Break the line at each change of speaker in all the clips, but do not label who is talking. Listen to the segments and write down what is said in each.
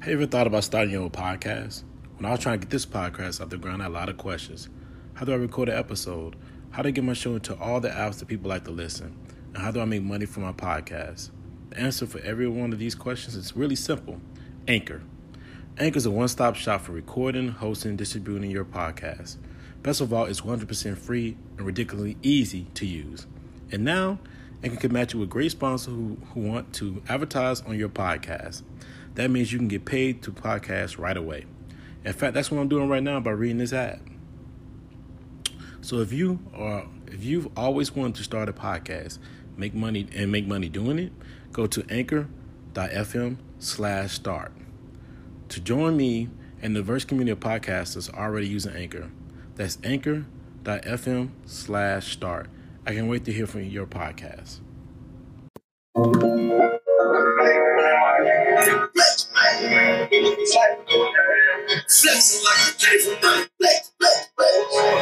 Have you ever thought about starting your own podcast? When I was trying to get this podcast off the ground, I had a lot of questions. How do I record an episode? How do I get my show into all the apps that people like to listen? And how do I make money from my podcast? The answer for every one of these questions is really simple Anchor. Anchor is a one stop shop for recording, hosting, and distributing your podcast. Best of all, it's 100% free and ridiculously easy to use. And now, Anchor can match you with great sponsors who, who want to advertise on your podcast. That means you can get paid to podcast right away. In fact, that's what I'm doing right now by reading this ad. So if you are if you've always wanted to start a podcast, make money and make money doing it, go to anchor.fm slash start to join me and the diverse community of podcasters already using Anchor. That's anchor.fm slash start. I can't wait to hear from your podcast.
Flexing like you came from the flex, flex, flex. Boom,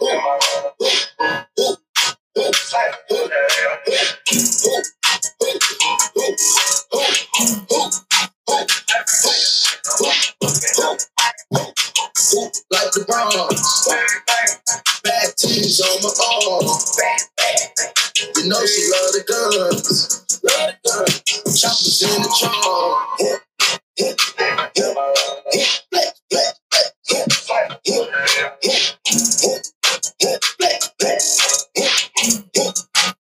boom, boom, boom, boom, boom, Like the Bronx, bad teams on my arm. You know she love the guns, love the guns. Choppers in the trunk. Hip, hip, hip, hip, flex, flex, flex, hip, hip, hip, hip, hip, flex, flex, hip, hip,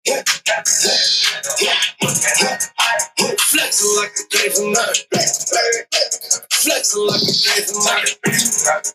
hip, flex, hip, hip, hip, flexing like a came from nothing. Flex, flex, flex, Flexing like I came from nothing.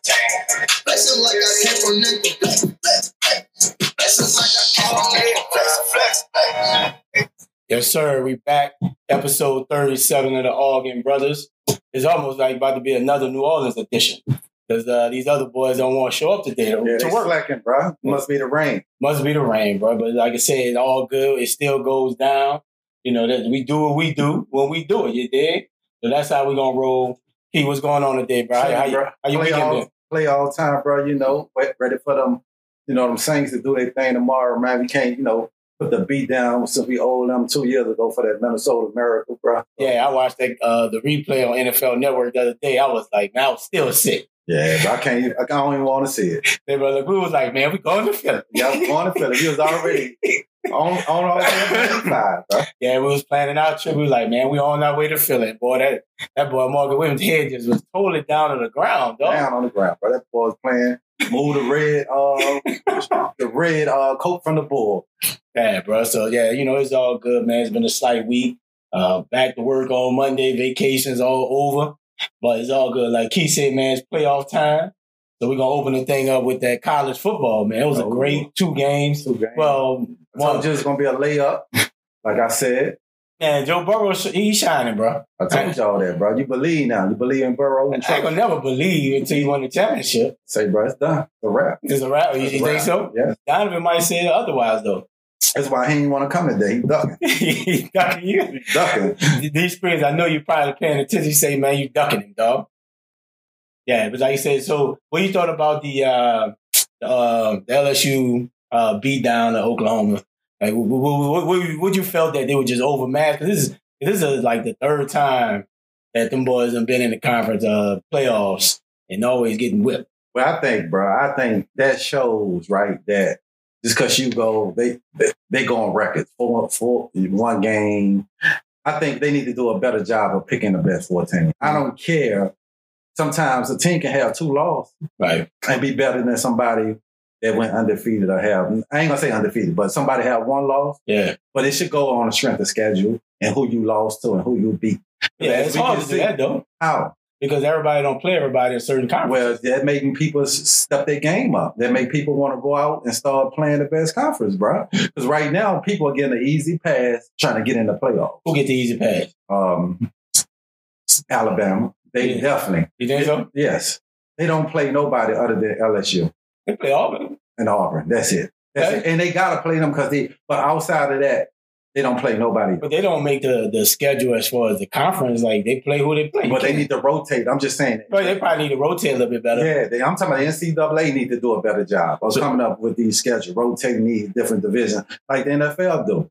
Flexing like I came from nothing. Flex, flex, flex. Flexing like I came from nothing. Flex, flex, flex.
Yes, sir. We back. Episode 37 of the All Game Brothers. It's almost like about to be another New Orleans edition. Because uh, these other boys don't want to show up today to,
Yeah,
to
they
work.
slacking, bro. Must be the rain.
Must be the rain, bro. But like I said, it's all good. It still goes down. You know, that we do what we do when we do it. You dig? So that's how we going to roll. Key, what's going on today, bro? How, how, you-
Bruh,
how you
play,
weekend
all,
been?
play all time, bro. You know, wait, ready for them. You know, them Saints to do their thing tomorrow, man. We can't, you know, put the beat down since we owed them two years ago for that Minnesota miracle, bro.
Yeah, I watched that, uh, the replay on NFL Network the other day. I was like, man, I was still sick.
Yeah, but I can't. even- I don't even want to see it.
They were like, we was like, man, we going to Philly.
Yeah, I want to feel it. He was already on on all five, bro.
Yeah, we was planning our trip. We was like, man, we on our way to Philly. Boy, that that boy Morgan Williams' head just was totally down to the ground, dog.
Down on the ground, bro. That boy's playing. Move the red, uh, the red uh, coat from the bull.
Yeah, bro. So yeah, you know, it's all good, man. It's been a slight week. Uh, back to work on Monday. Vacations all over, but it's all good. Like Key said, man, it's playoff time. So we're gonna open the thing up with that college football, man. It was a
Oh.
great two games.
Two games.
Well,
so
one,
it's just gonna be a layup, like I said.
man, Joe Burrow, he's shining, bro.
I told y'all that, bro. You believe now. You believe in Burrow
I
and
ain't
Trump.
gonna never believe until he won the championship.
Say, bro, it's done. It's a wrap.
It's a wrap. You, you think so?
Yeah.
Donovan might say otherwise, though.
That's why he didn't want to come today. He ducking.
ducking you.
Ducking.
These screens, I know you're probably paying attention. You say, man, you ducking him, dog. Yeah, but like you said, so what you thought about the uh, uh, the LSU uh, beat down of Oklahoma? Like, what, what, what, what you felt that they were just overmatched? 'Cause this is this is like the third time that them boys have been in the conference uh, playoffs and always getting whipped.
Well, I think, bro, I think that shows, right, that just because you go, they, they they go on records for, for one game. I think they need to do a better job of picking the best for a team. I don't care. Sometimes a team can have two losses
Right.
and be better than somebody that went undefeated or have, I ain't going to say undefeated, but somebody had one loss
Yeah.
but it should go on the strength of schedule and who you lost to and who you beat.
Yeah.
As
It's
we
hard
can
to do
see
that though
How?
because everybody don't play everybody in certain conferences.
Well, that making people s- step their game up. That make people want to go out and start playing the best conference, bro. Because right now people are getting an easy pass trying to get in the playoffs.
Who get the easy pass?
Um, Alabama, they
Yeah.
definitely
You think so?
yes, they don't play nobody other than LSU
They play Auburn.
and Auburn. That's it. That's
Okay.
it. And they gotta play them because they. But outside of that, they don't play nobody.
But they don't make the, the schedule as far as the conference. Like they play who they play.
But they need to rotate. I'm just saying.
But they probably need to rotate a little bit better.
Yeah, they, I'm talking about the NCAA need to do a better job of coming up with these schedules, rotating these different divisions like the NFL do.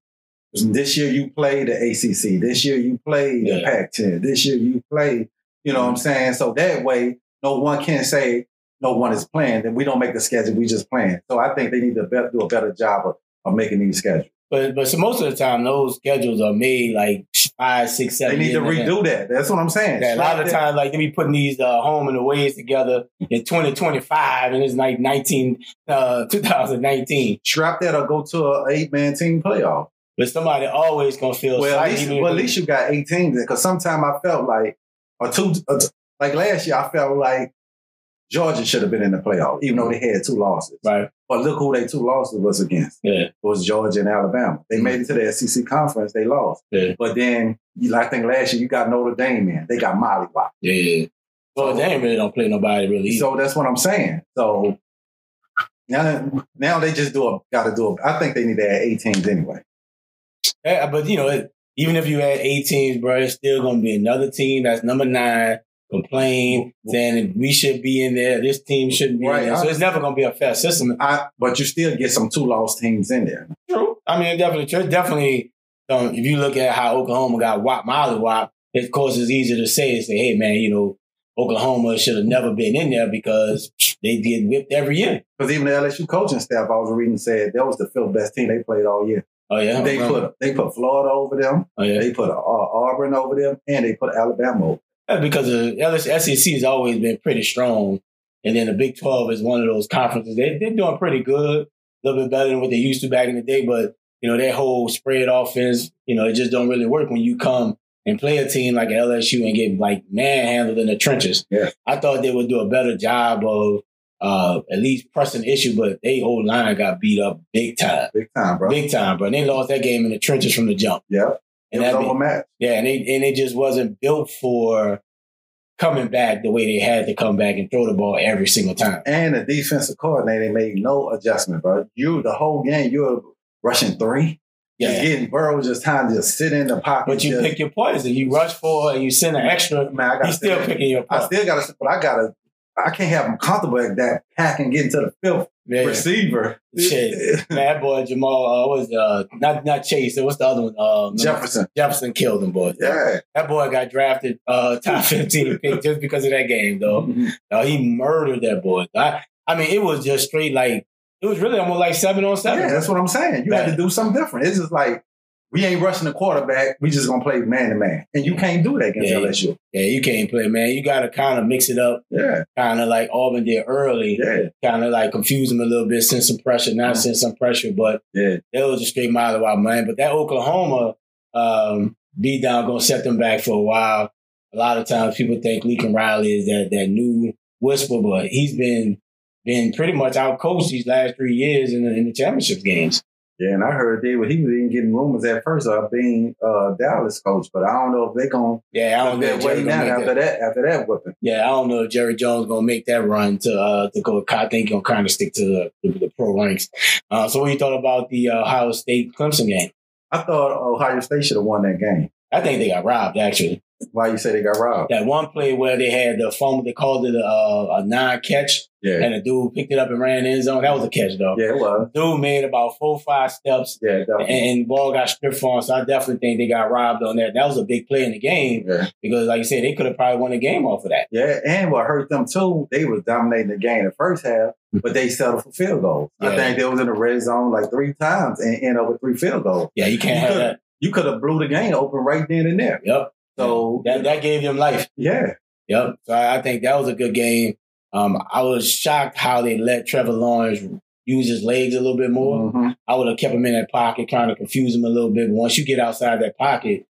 This year you play the ACC. This year you play the
Yeah. Mm-hmm.
Pac-10. This year you play. You know what I'm saying? So that way, no one can say no one is playing. Then we don't make the schedule. We just playing. So I think they need to be- do a better job of, of making these schedules.
But but so most of the time those schedules are made like five, six,
They
seven.
need to
years in advance.
redo that. That's what I'm saying.
Yeah, a lot of
Slap that-
times, like they be putting these uh, home and aways together in 2025, and it's like 19, uh, 2019.
Strap that or go to an eight man team playoff.
But somebody always gonna feel
Well, at
slighted,
least,
even
well, at
if-
least you got 18 because sometimes I felt like, or two, or two- like last year, I felt like Georgia should have been in the playoff, even though they had two losses.
right?
But look who they two losses was against.
Yeah,
It was Georgia and Alabama. They made it to the SEC conference. They lost.
Yeah.
But then, you- I think last year, you got Notre Dame in. They got Mollywock.
yeah. Well, they ain't really don't play nobody really. Either.
So that's what I'm saying. So now, now they just do a, got to do a, I think they need to add 18s anyway.
Yeah, uh, but you know, it, even if you had eight teams, bro, it's still gonna be another team that's number nine complain saying that we should be in there. This team shouldn't be
Right,
in there.
I-
So it's never gonna be a fair system.
I, but you still get some two loss teams in there.
True. I mean, it definitely true. It Definitely, um, if you look at how Oklahoma got wop molly wop, it, of course, it's easier to say and say, hey, man, you know, Oklahoma should have never been in there because they get whipped every year.
Because even the LSU coaching staff I was reading said that was the fifth best team they played all year.
Oh, yeah.
They put they put Florida over them,
oh, yeah.
they put uh, Auburn over them, and they put Alabama over.
Yeah, because the LS SEC E has always been pretty strong. And then the Big 12 is one of those conferences. They, they're doing pretty good, a little bit better than what they used to back in the day. But, you know, that whole spread offense, you know, it just don't really work when you come and play a team like LSU and get like manhandled in the trenches.
Yeah.
I thought they would do a better job of uh, at least pressing the issue, but they whole line got beat up big time.
Big time, bro.
Big time, bro. And they lost that game in the trenches from the jump.
Yeah, it
And
was
that
overmatched.
yeah, and it and it just wasn't built for coming back the way they had to come back and throw the ball every single time.
And the defensive coordinator made no adjustment, bro. You the whole game you're rushing three,
Yeah.
just getting Burrow just time to just sit in the pocket.
But you
just,
pick your poison. You rush for and you send an extra.
man, I got
You still picking your
I
poison.
still gotta but I gotta I can't have them comfortable at that pack and getting to the fifth
Yeah.
receiver.
Shit. Man, that boy Jamal uh, was uh, not not Chase. What's the other one? Um,
Jefferson.
Jefferson killed him, boy.
Yeah.
That boy got drafted uh, top fifteen pick just because of that game, though.
Mm-hmm.
No, he murdered that boy. I I mean, it was just straight like it was really almost like seven on seven.
Yeah, that's what I'm saying. You had to do something different. It's just like we ain't rushing the quarterback. We just gonna play man to man, and you can't do that against
Yeah.
LSU.
Yeah, you can't play, man. You gotta kind of mix it up,
Yeah,
kind of like Auburn did early,
yeah, Uh-huh.
kind of like confuse them a little bit, send some pressure, not send some pressure, but
yeah.
that was a straight mile of our man. But that Oklahoma um, beat down gonna set them back for a while. A lot of times people think Lincoln Riley is that that new whisper, but he's been been pretty much out coached these last three years in the, in the championship games.
Yeah, and I heard they were he was even getting rumors at first of being uh, Dallas coach, but I don't know if they gonna
Yeah, I don't
look
know.
that
if
way
Jerry gonna
now
make that-
after that after that whipping.
Yeah, I don't know if Jerry Jones gonna make that run to uh to go. I think he'll kind of stick to the, the, the pro ranks. Uh, so what you thought about the uh, Ohio State Clemson game?
I thought Ohio State should have won that game.
I think they got robbed actually.
Why you say they got robbed?
That one play where they had the fumble, they called it a, a non catch,
Yeah,
and the dude picked it up and ran in the end zone. That was a catch though.
yeah, it was.
Dude made about four or five steps,
Yeah,
and,
definitely.
and the ball got stripped from. him. So I definitely think they got robbed on that. That was a big play in the game
Yeah.
because, like you said, they could have probably won the game off of that.
Yeah, and what hurt them too, they was dominating the game the first half, but they settled for field goals. I
Mm-hmm. Yeah.
think they was in the red zone like three times and end up with three field goals.
Yeah, you can't
You
have
could-
that.
You could have blew the game open right then and there.
Yep.
So
that that gave them life.
yeah,
Yep. So I I think that was a good game. Um, I was shocked how they let Trevor Lawrence use his legs a little bit more.
Mhm.
I would have kept him in that pocket, trying to confuse him a little bit. But once you get outside that pocket,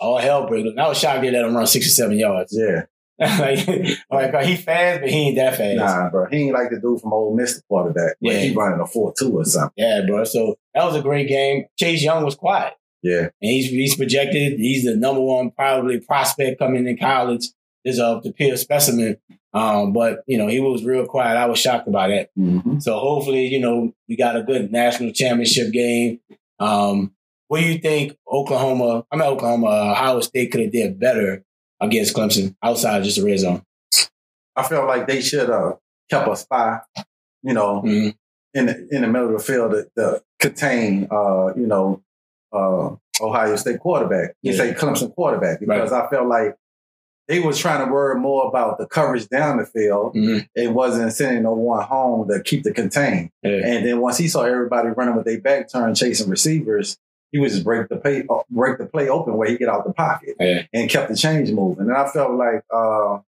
all hell breaks loose. And I was shocked they let him run six or seven yards.
yeah.
like, like uh, he fast, but he ain't that fast.
Nah, bro, he ain't like the dude from Old Mister quarterback. Yeah,
Yeah.
he running a four two or something.
Yeah, bro. So that was a great game. Chase Young was quiet,
Yeah,
and he's he's projected. He's the number one probably prospect coming in college. Is a the peer specimen. Um, but you know he was real quiet. I was shocked about that.
Mhm.
So hopefully, you know, we got a good national championship game. Um, what do you think Oklahoma, I mean Oklahoma, uh, Ohio State could have did better against Clemson outside of just the red zone?
I felt like they should have kept a spy. You know,
Mhm.
in the, in the middle of the field to, to contain, uh, you know, uh, Ohio State quarterback. You
Yeah.
say Clemson quarterback because I felt like they was trying to worry more about the coverage down the field.
Mhm.
It wasn't sending no one home to keep the contain.
Yeah.
And then once he saw everybody running with their back turned chasing receivers, he would just break the play uh, break the play open where he get out the pocket
Yeah.
and kept the change moving. And I felt like uh,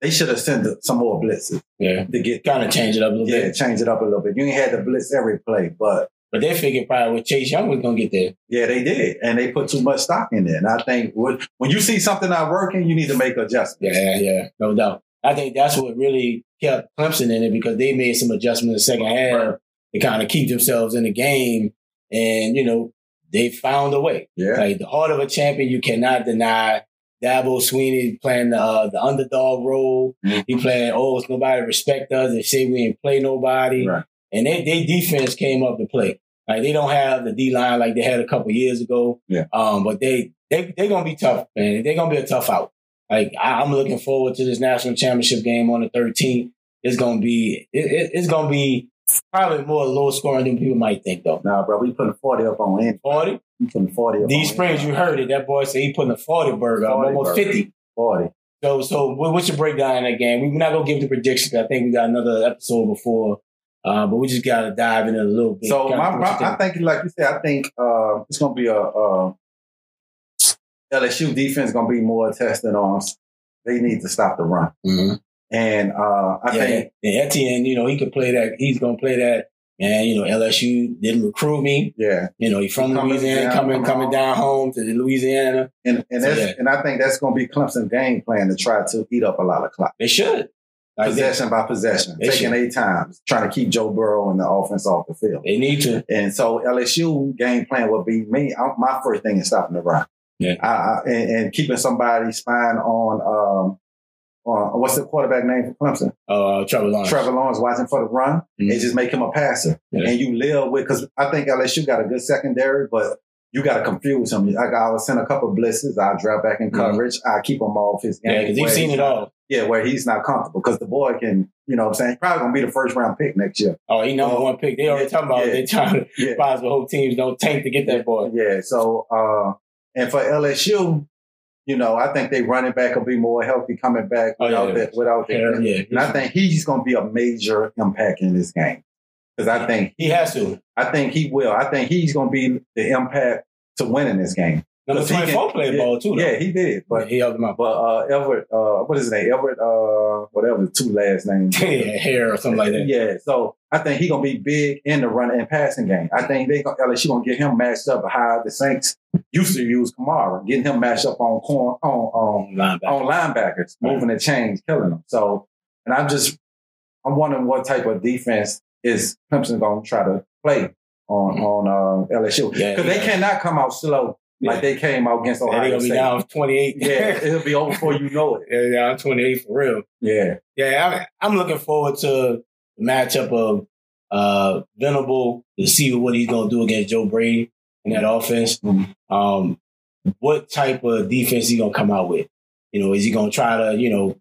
they should have sent some more blitzes
yeah.
to get
Kind of change it up a little
yeah
bit.
change it up a little bit. You ain't had to blitz every play, but
But they figured probably with Chase Young was gonna get there.
yeah, they did, and they put too much stock in it. And I think when when you see something not working, you need to make adjustments.
Yeah, yeah, no doubt. I think that's what really kept Clemson in it because they made some adjustments in the second half
Right.
to kind of keep themselves in the game, and you know they found a way.
Yeah,
Like the heart of a champion, you cannot deny. Dabo Sweeney playing the uh, the underdog role.
Mhm.
He playing, oh, it's nobody respect us. They say we ain't play nobody,
Right.
and they they defense came up to play. Like they don't have the D line like they had a couple years ago.
Yeah.
Um, but they they they gonna be tough, man. They're gonna be a tough out. Like I, I'm looking forward to this national championship game on the 13th. It's gonna be it, it- it's gonna be probably more low scoring than people might think though.
nah, bro, we putting forty up on end.
40.
We putting forty up.
These
on
Springs, you heard it. That boy said he putting a 40 burger, up,
40
almost
burger.
50.
forty.
So, so what- what's your breakdown in that game? We're not gonna give the predictions. I think we got another episode before, uh, but we just gotta dive in a little bit.
So
Kinda
my,
what
my-
you think.
I think, like you said, I think uh, it's gonna be a uh, LSU defense gonna be more tested on. They need to stop the run, and uh, I
Mm-hmm. yeah,
think
and Etienne, you know, he could play that. He's gonna play that. And you know, LSU didn't recruit me.
yeah,
You know, he's from
Coming
Louisiana,
down,
coming
coming
coming
home.
down home to Louisiana.
and and, that's,
Yeah.
and I think that's gonna be Clemson game plan to try to eat up a lot of clock,
They should. Like they,
possession by possession,
They
taking
should.
eight times, trying to keep Joe Burrow and the offense off the field.
they need to.
And so LSU game plan would be me. I, my first thing is stopping the run.
Yeah.
I, I, and, and keeping somebody's spine on um on what's the quarterback name for Clemson?
Uh, Trevor Lawrence.
Trevor Lawrence watching for the run
Mhm.
and just make him a passer.
Yeah.
And you live with because I think LSU got a good secondary, but you got to confuse him. Like I will send a couple blitzes, I drive back in
Mhm.
coverage, I keep him off his game.
Yeah, because
where
he's seen
he's
it
not-
all.
Yeah, where he's not comfortable because the boy can, you know what I'm saying, probably gonna be the first round pick next year.
Oh, he number
Oh,
one pick. They already
yeah,
talking about
yeah.
they trying to
Yeah.
possible whole teams don't tank to get that boy.
Yeah. So, uh, and for LSU, you know, I think they running back will be more healthy coming back
Oh, yeah.
without that. Without
Yeah,
that.
yeah.
And I think he's going to be a major impact in this game because I think
He has to.
I think he will. I think he's going to be the impact to winning this game.
Number
Because he can-
twenty four played
yeah,
ball too. Though.
Yeah, he did.
but
But
he helped him out.
but uh, Everett, uh, what is his name? Everett, uh, whatever the two last names.
yeah, hair or something like that.
Yeah, so I think he gonna be big in the running and passing game. I think they gonna- LSU gonna get him matched up how the Saints used to use Kamara, getting him matched up on corn on
Um, linebacker.
on, on Oh, linebackers, moving the chains, killing them. So, and I'm just I'm wondering what type of defense is Clemson gonna try to play on
Mhm.
on uh, LSU because
Yeah,
they
yeah.
cannot come out slow
Yeah.
like they came out against
And they
Ohio
gonna be
State.
down twenty eight.
yeah, it'll be over before you know it.
yeah, down twenty eight for real.
Yeah,
Yeah, I'm, I'm looking forward to the matchup of uh, Venable to see what he's going to do against Joe Brady in that offense.
Mhm.
Um, what type of defense he going to come out with? You know, is he going to try to you know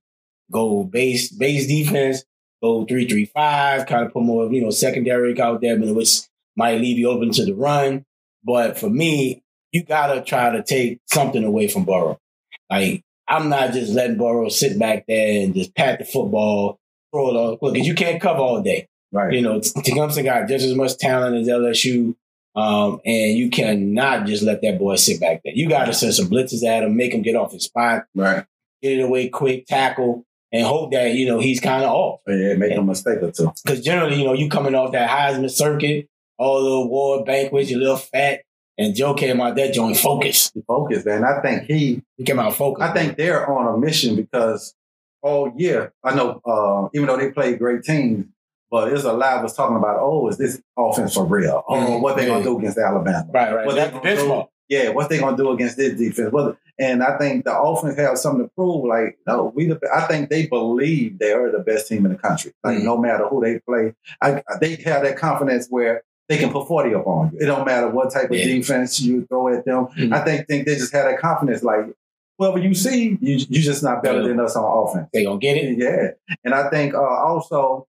go base base defense, go three three five, kind of put more you know secondary out there, but which might leave you open to the run. But for me, you gotta try to take something away from Burrow. Like I'm not just letting Burrow sit back there and just pat the football, throw it all. Look, 'cause you can't cover all day.
right.
You know, Tecumseh got just as much talent as LSU. Um, and you cannot just let that boy sit back there. You gotta send some blitzes at him, make him get off his spot,
Right.
get it away quick, tackle, and hope that, you know, he's kind of off
Yeah, make a mistake or two.
because generally, you know, you coming off that Heisman circuit, all the award banquets, you're a little fat, and Joe came out that joint focused.
Focus, man. I think he
He came out focused.
I think they're on a mission because all year, I know, uh, even though they play great teams, but there's a lot was talking about, oh, is this offense for real? Oh,
Mhm.
what they
Yeah.
gonna do against Alabama?
right, right.
Well,
That's
they-
the benchmark.
Yeah, what they gonna do against this defense? What, and I think the offense has something to prove. Like, no, we. The, I think they believe they are the best team in the country. Like,
Mhm.
no matter who they play, I, they have that confidence where they can put forty up on you. It don't matter what type of
Yeah.
defense you throw at them.
Mhm.
I think think they just had that confidence. Like, whoever you see, you you just not better than us on offense.
They gonna get it.
Yeah, and I think uh, also,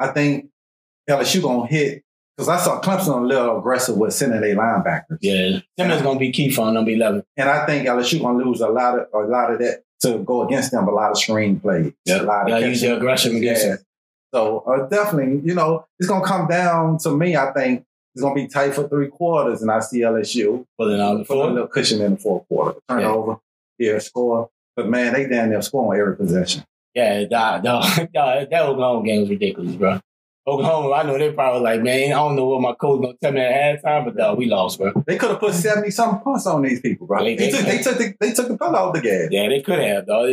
I think LSU gonna hit Because I saw Clemson a little aggressive with sending their linebackers.
Yeah. Timmons gonna be key for number eleven.
And I think LSU gonna lose a lot of a lot of that to go against them, a lot of screen plays. A lot
Gotta
of
use your aggression against
Yeah.
him.
So uh, definitely, you know, it's gonna come down to me. I think it's gonna be tight for three quarters, and I see LSU
Pulling out the
put a
four.
little cushion in the fourth quarter, turnover, yeah, score. But man, they down there scoring every possession.
Yeah, nah, nah, nah, that Oklahoma game was ridiculous, bro. Oklahoma, I know they probably like, man, I don't know what my coach gonna tell me at halftime, but dog, we lost, bro.
They could have put seventy something points on these people, bro.
They-
They,
they-
took, they took the they took the pedal out the gas.
Yeah, they could have, dog.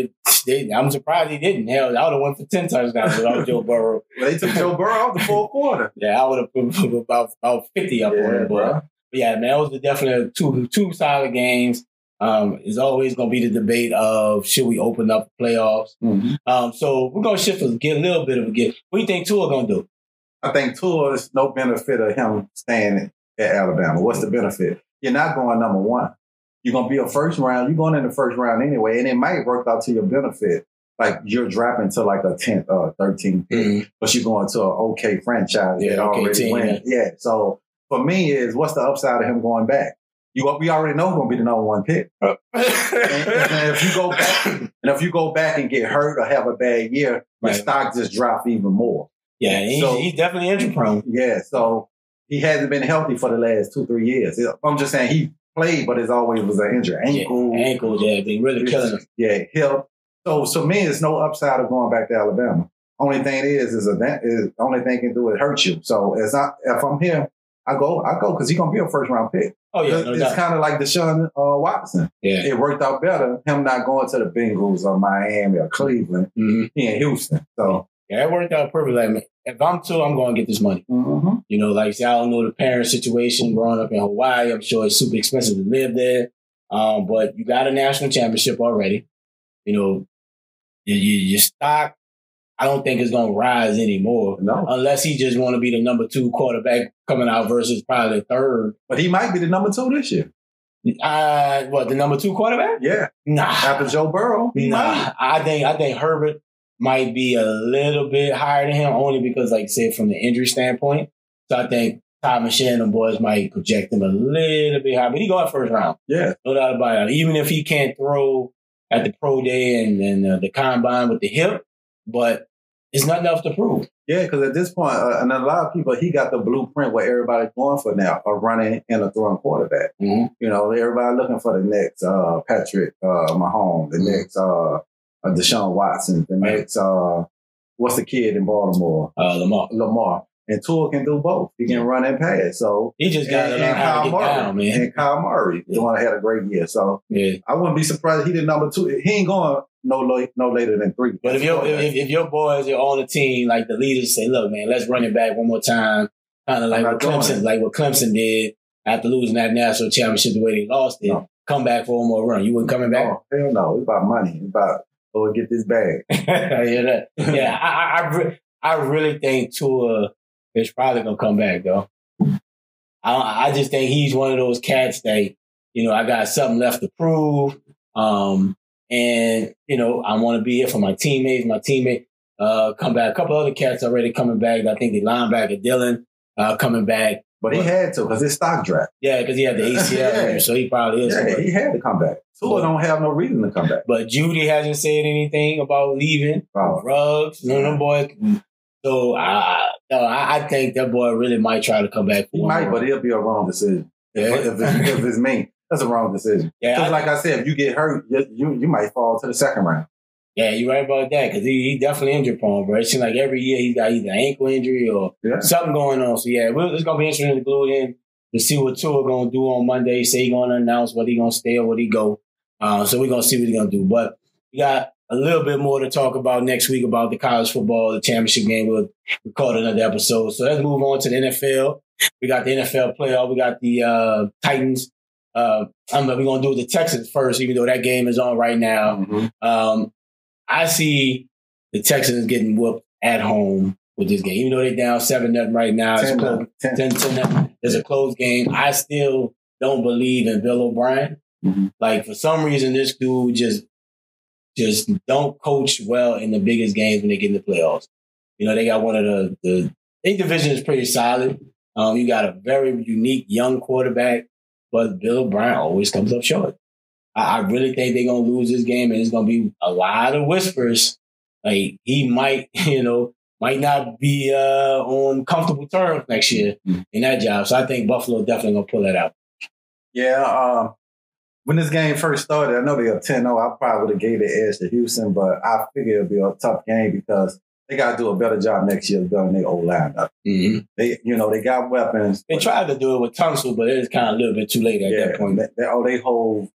They, they, I'm surprised they didn't. Hell, I would have went for ten touchdowns without Joe Burrow.
They took Joe Burrow out the fourth quarter.
Yeah, I would have put about about fifty up on
Yeah,
him, bro.
bro.
But yeah, man, those are definitely two two solid games. Um, it's always going to be the debate of should we open up playoffs.
Mhm.
Um, so we're going to shift a get a little bit of a get. What do you think Tua going to do?
I think Tua is no benefit of him staying at Alabama. What's the benefit? You're not going number one. You're gonna be a first round. You're going in the first round anyway, and it might work out to your benefit. Like you're dropping to like a tenth or thirteenth pick,
Mm-hmm.
but you're going to an okay franchise
Yeah,
that
okay
already
team,
wins. Yeah. So for me, is what's the upside of him going back? You we already know he's gonna be the number one pick.
Uh,
And, and if you go back, and if you go back and get hurt or have a bad year, your
Right.
stock just drop even more.
yeah, he's,
So-
he's definitely injury prone.
Yeah, so he hasn't been healthy for the last two, three years. I'm just saying he played, but it's always was an injury. Ankle,
Yeah, ankle, yeah, they really killing him.
yeah, hip. So to me, it's no upside of going back to Alabama. Only thing is, is, a, da- is only thing can do is hurt you. So as I, if I'm here, I go, I go because he's gonna be a first round pick.
Oh yeah,
it's
no doubt.
kind of like Deshaun uh, Watson.
Yeah,
It worked out better him not going to the Bengals or Miami or Cleveland.
Mhm.
He in Houston. So
yeah, that worked out perfectly. Like, man, if I'm Tua, I'm going to get this money.
mhm.
You know, like I said, I don't know the parent situation growing up in Hawaii. I'm sure it's super expensive to live there. Um, but you got a national championship already. You know, your, your, your stock, I don't think is going to rise anymore
no,
unless he just want to be the number two quarterback coming out versus probably the third.
but he might be the number two this year.
Uh, what the number two quarterback?
Yeah,
Nah,
after Joe Burrow, he might.
nah. I think I think Herbert might be a little bit higher than him only because, like I said, from the injury standpoint. So I think Tom and Shannon boys might project him a little bit higher, but he going first round,
Yeah,
no doubt about it. Even if he can't throw at the pro day and, and uh, the combine with the hip, but it's nothing else to prove.
yeah, because at this point, uh, and a lot of people, he got the blueprint what everybody's going for now: a running and a throwing quarterback.
Mhm.
You know, everybody looking for the next uh, Patrick uh, Mahomes, the
Mhm.
next uh, uh, Deshaun Watson, the
Right.
next uh, what's the kid in Baltimore,
Uh, Lamar,
Lamar, and Tua can do both. He can run and pass. So.
he just got to
and,
learn
and
how to
Kyle
get
Murray,
down, man.
and Kyle Murray, the one that had a great year. So
Yeah.
I wouldn't be surprised. He the number two. He ain't going no lo- no later than three.
But if your if, if your boys are on the team, like the leaders say, look, man, let's run it back one more time, kind of like
I'm
what
not doing
Clemson,
it.
like what Clemson did after losing that national championship the way they lost it.
No.
Come back for one more run. You wouldn't coming back.
Oh, hell no, it's about money. It's about oh get this bag.
yeah, that- yeah. I I, I, re- I really think Tua is probably gonna come back though. I I just think he's one of those cats that you know I got something left to prove, um, and you know I want to be here for my teammates. My teammate uh, come back. A couple other cats already coming back. I think the linebacker Dylan uh, coming back.
But he
Right.
had to because his stock dropped.
Yeah, because he had the ACL,
Yeah.
injury, so he probably is.
Yeah, he had to come back. Tua
Right.
don't have no reason to come back.
But Judy hasn't said anything about leaving.
Wow.
Rugs, none of them boys. So I, no, I, I think that boy really might try to come back.
He might, but it'll be a wrong decision. If, if, it's, if it's me, that's a wrong decision.
yeah, I-
Because, like I said, if you get hurt, you, you you might fall to the second round.
yeah, you're right about that because he, he definitely injured prone, bro. It seems like every year he's got either an ankle injury or
Yeah.
something going on. So yeah, we'll, it's gonna be interesting to glue it in to see what Tua gonna do on Monday. Say he gonna announce whether he gonna stay or whether he go. Uh, so we're gonna see what he gonna do. But we got a little bit more to talk about next week about the college football, the championship game. We'll record another episode. So let's move on to the NFL. We got the NFL playoff. We got the uh, Titans. Uh, I'm we're gonna do the Texans first, even though that game is on right now. Um, I see the Texans getting whooped at home with this game, even though they're down seven nothing right now. It's
Ten,
close,
ten.
10 to nothing. It's a close game. I still don't believe in Bill O'Brien.
Mhm.
Like for some reason, this dude just just don't coach well in the biggest games when they get in the playoffs. You know, they got one of the the their division is pretty solid. Um, you got a very unique young quarterback, but Bill Brown always comes up short. I, I really think they're gonna lose this game, and it's gonna be a lot of whispers. Like he might, you know, might not be uh, on comfortable terms next year in that job. So I think Buffalo definitely gonna pull that out.
Yeah, um, when this game first started, I know they were 10 0. I probably would have gave the edge to Houston, but I figure it'll be a tough game because they got to do a better job next year of building their old line up. They, you know, they got weapons.
They tried to do it with Tunsil, but it is kind of a little bit too late at
yeah,
that point.
They, they, oh, they whole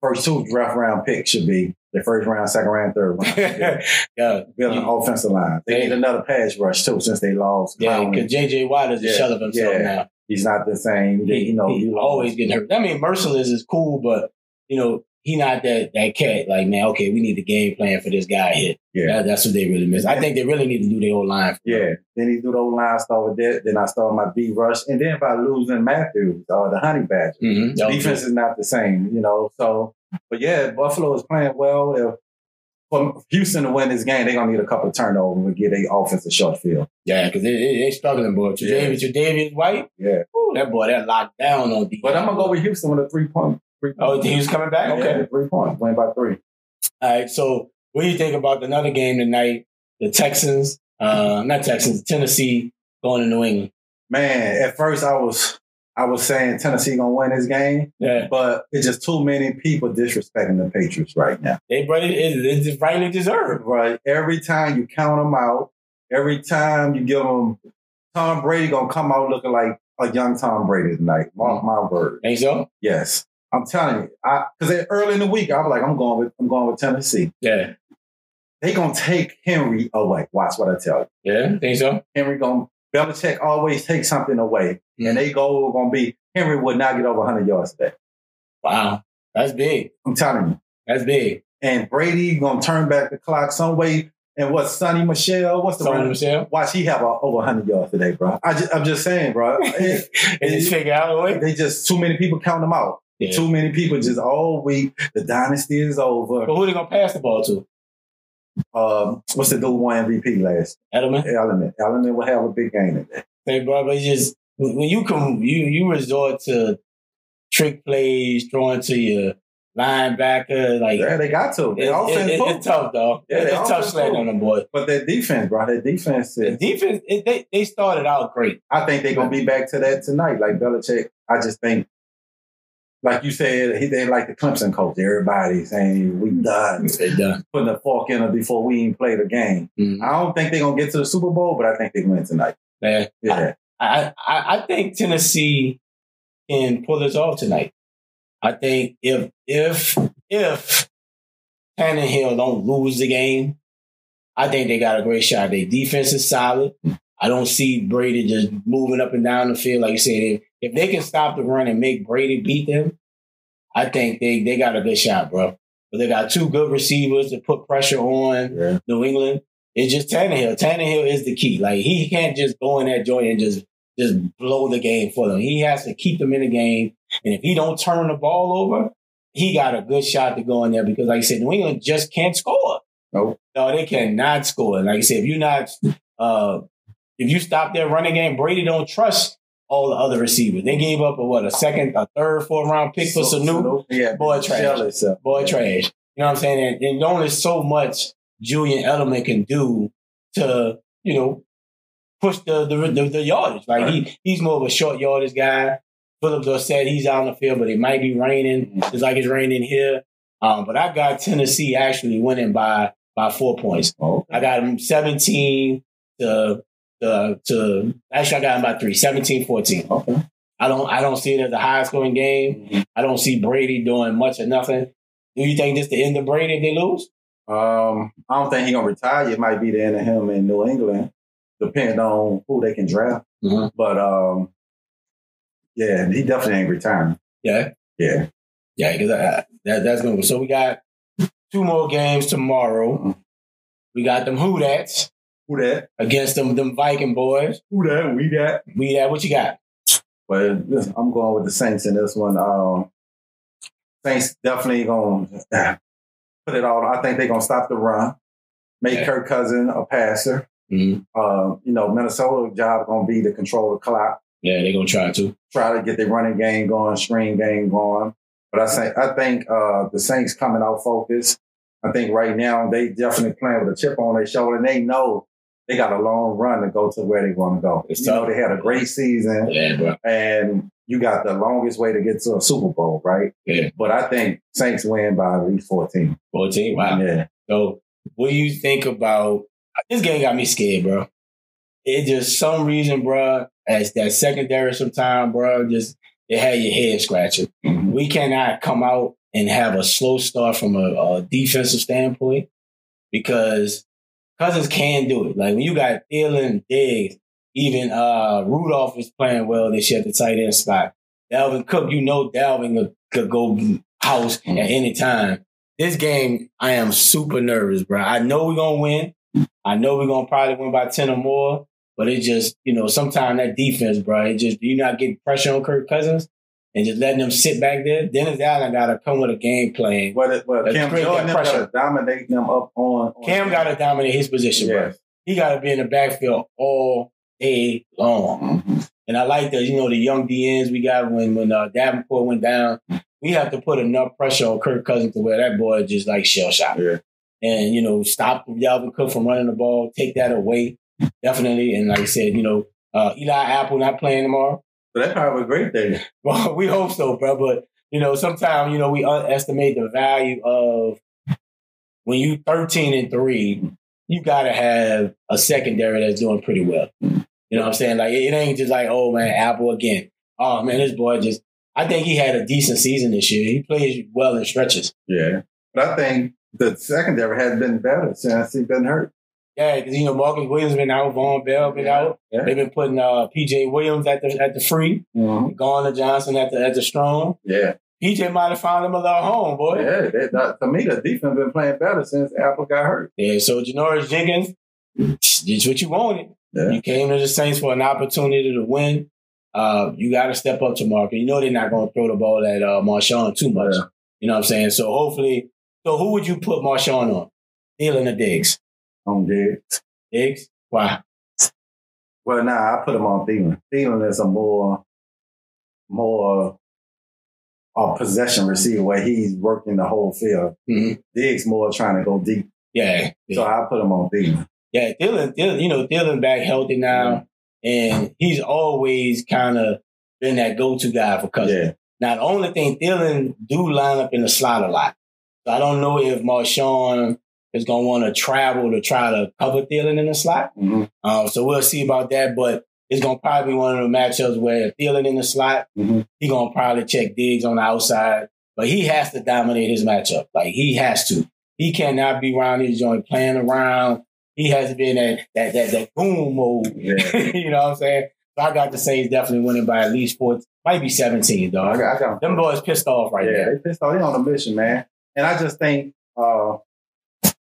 first two draft round picks should be the first round, second round, third round. Yeah.
yeah,
Building an offensive line. They
Yeah.
need another pass rush too since they lost.
yeah,
Clowney.
because JJ Watt is a
Yeah,
shell of himself
yeah.
now.
he's not the same.
He,
you know,
he
you
always getting hurt. I mean, merciless is cool, but you know he not that that cat. Like man, okay, we need the game plan for this guy here.
Yeah.
That- that's what they really miss. I think they really need to do their whole line.
Yeah. Then he do the old line, start with that. Then I start my B rush. And then by losing Matthews or the Honey Badger,
Mhm. That was
defense is not the same, you know. So, but yeah, Buffalo is playing well. If for Houston to win this game, they're going to need a couple of turnovers to get their offense a short field.
Yeah, because they, they, they struggling, boy.
Yeah.
Tredavious, Tredavious White,
Yeah.
ooh, that boy, that locked down on defense.
But I'm going to go with Houston with a three point. Three
Oh, he was coming back. Okay.
Yeah, three point. Win by three.
All right. So, what do you think about another game tonight? The Texans, uh, not Texans, Tennessee going to New England.
Man, at first I was. I was saying Tennessee gonna win this game,
Yeah,
but it's just too many people disrespecting the Patriots right now.
they brought it. it- It's just rightly deserved.
Right. Every time you count them out, every time you give them Tom Brady gonna come out looking like a young Tom Brady tonight. Mark my word.
Think so?
Yes. I'm telling you. I because early in the week I was like, I'm going with I'm going with Tennessee.
Yeah,
They gonna take Henry away. Watch what I tell you.
yeah. Think so?
Henry gonna Belichick always take something away.
Mm-hmm.
And they go gonna be Henry would not get over 100 yards today.
Wow, that's big.
I'm telling you.
That's big.
And Brady gonna turn back the clock some way. And what Sonny Michelle? What's the
Someone himself.
Watch, he have uh, over 100 yards today, bro. I ju- I'm just saying, bro. It-
They just figure out a way.
they just too many people count them out.
Yeah.
Too many people just all week. The dynasty is over.
But who they gonna pass the ball to?
Um, what's the dude one MVP last?
Edelman.
Element. Element will have a big game today.
Hey, bro, but it's just when when you come, you you resort to trick plays, throwing to your linebacker, like
Yeah, they got to.
it-
They offense
it- it-
pooped.
it's tough, dog.
Yeah, they
it's tough
offense
sledding
pooped.
on them boys.
But their defense, bro, their defense
The
is,
defense, it, they they started out great.
I think they're gonna be back to that tonight. Like Belichick, I just think like you said, he, they like the Clemson coach. Everybody saying we done
They done.
putting a fork in it before we even play the game.
Mhm.
I don't think they're gonna get to the Super Bowl, but I think they win tonight.
Yeah.
Yeah,
I, I I think Tennessee can pull this off tonight. I think if if if Tannehill don't lose the game, I think they got a great shot. Their defense is solid. I don't see Brady just moving up and down the field like you said. If, if they can stop the run and make Brady beat them, I think they they got a good shot, bro. But they got two good receivers to put pressure on.
yeah,
New England. It's just Tannehill. Tannehill is the key. Like he can't just go in that joint and just just blow the game for them. He has to keep them in the game. And if he don't turn the ball over, he got a good shot to go in there because, like I said, New England just can't score.
Nope.
No, they cannot score. Like I said, if you're not, uh, if you stop their running game, Brady don't trust all the other receivers. They gave up a what a second, a third, fourth round pick for
So-
Sanu
so- yeah,
boy trash.
jealous of-
boy trash. You know what I'm saying? And, and only so much Julian Edelman can do to, you know, push the the, the, the yardage. Like he he's more of a short yardage guy. Phillips or said he's out on the field, but it might be raining. It's like it's raining here. Um, but I got Tennessee actually winning by by four points.
Oh,
I got him 17 to to, to actually I got him by three, 17-14.
okay.
I don't I don't see it as a high scoring game. I don't see Brady doing much or nothing. Do you think this the end of Brady if they lose?
Um, I don't think he's gonna retire. It might be the end of him in New England, depending on who they can draft.
Mhm.
But um, yeah, he definitely ain't retiring.
Yeah,
Yeah,
yeah, because that that's gonna. So we got two more games tomorrow. We got them Who That's
who that?
against them them Viking boys.
Who that? We that?
We got what you got?
But this, I'm going with the Saints in this one. Um, Saints definitely going to put it all. I think they're going to stop the run, make
Yeah.
Kirk Cousin a passer. Um,
Mhm.
Uh, you know, Minnesota job going to be to control the clock.
Yeah, they're gonna try to.
try to get their running game going, screen game going. But I think I think uh, the Saints coming out focused. I think right now they definitely playing with a chip on their shoulder, and they know they got a long run to go to where they want to go.
It's
you know
tough.
they had a great season,
Yeah, bro.
and you got the longest way to get to a Super Bowl, right?
Yeah.
But I think Saints win by at least fourteen.
Fourteen. Wow.
Yeah,
So, what do you think about this game? Got me scared, bro. It just some reason, bro. As that secondary, sometime, bro, just it had your head scratching. We cannot come out and have a slow start from a, a defensive standpoint because Cousins can do it. Like when you got Thielen, Diggs, even uh, Rudolph is playing well this year at the tight end spot. Dalvin Cook, you know Dalvin could- could go house at any time this game, I am super nervous, bro. I know we're gonna win. I know we're gonna probably win by ten or more. But it just, you know, sometimes that defense, bro, it just you not getting pressure on Kirk Cousins and just letting them sit back there. Dennis Allen gotta come with a game plan.
But, it- but
Let's
Cam
create
Jordan
that
got
pressure.
to dominate them up on. on
Cam gotta dominate his position, bro.
Yes.
He gotta be in the backfield all day long.
Mhm.
And I like the, you know, the young DNs we got when when uh, Davenport went down. We have to put enough pressure on Kirk Cousins to where that boy just like shell shot.
Yeah.
And, you know, stop Dalvin Cook from running the ball, take that away. Definitely. And like I said, you know, uh, Eli Apple not playing tomorrow.
So that probably a great thing.
Well, we hope so, bro. But, you know, sometimes, you know, we underestimate the value of when you 13 and three, you got to have a secondary that's doing pretty well. You know what I'm saying? Like, it it ain't just like, oh, man, Apple again. Oh, man, this boy just, I think he had a decent season this year. He plays well in stretches.
Yeah. But I think the secondary has been better since he's been hurt.
Yeah, because, you know, Marcus Williams been out, Vaughn Bell been out.
Yeah.
They've been putting uh, PJ Williams at the at the free,
Mhm.
Garner Johnson at the at the strong.
Yeah.
PJ might have found him a little home, boy. Yeah.
Yeah. They, that, to me, the defense been playing better since Apple got hurt.
so Janoris Jenkins, it's what you wanted.
Yeah.
You came to the Saints for an opportunity to win. Uh, you got to step up to market. You know they're not going to throw the ball at uh, Marshawn too much.
Yeah.
You know what I'm saying? So hopefully, so who would you put Marshawn on? Thielen or Diggs?
On Diggs.
Diggs? Why?
Well, nah, I put him on Thielen. Thielen is a more, more a possession receiver where he's working the whole field.
Mhm.
Diggs more trying to go deep.
Yeah.
So I put him on Thielen.
Yeah, Dylan, Dylan, you know, Dylan back healthy now, and he's always kind of been that go-to guy for Cousins.
Yeah.
Now, the only thing Dylan do line up in the slot a lot, so I don't know if Marshawn is gonna want to travel to try to cover Dylan in the slot.
Mhm.
Um, so we'll see about that, but it's gonna probably be one of the matchups where if Dylan in the slot,
Mhm.
he gonna probably check Diggs on the outside, but he has to dominate his matchup. Like he has to. He cannot be around his joint playing around. He has to be in that that that, that boom mode.
Yeah.
you know what I'm saying? So I got to say he's definitely winning by at least four, might be 17,
I
dog.
got, I got
Them boys pissed off right
yeah,
there.
they pissed off. They on a mission, man. And I just think uh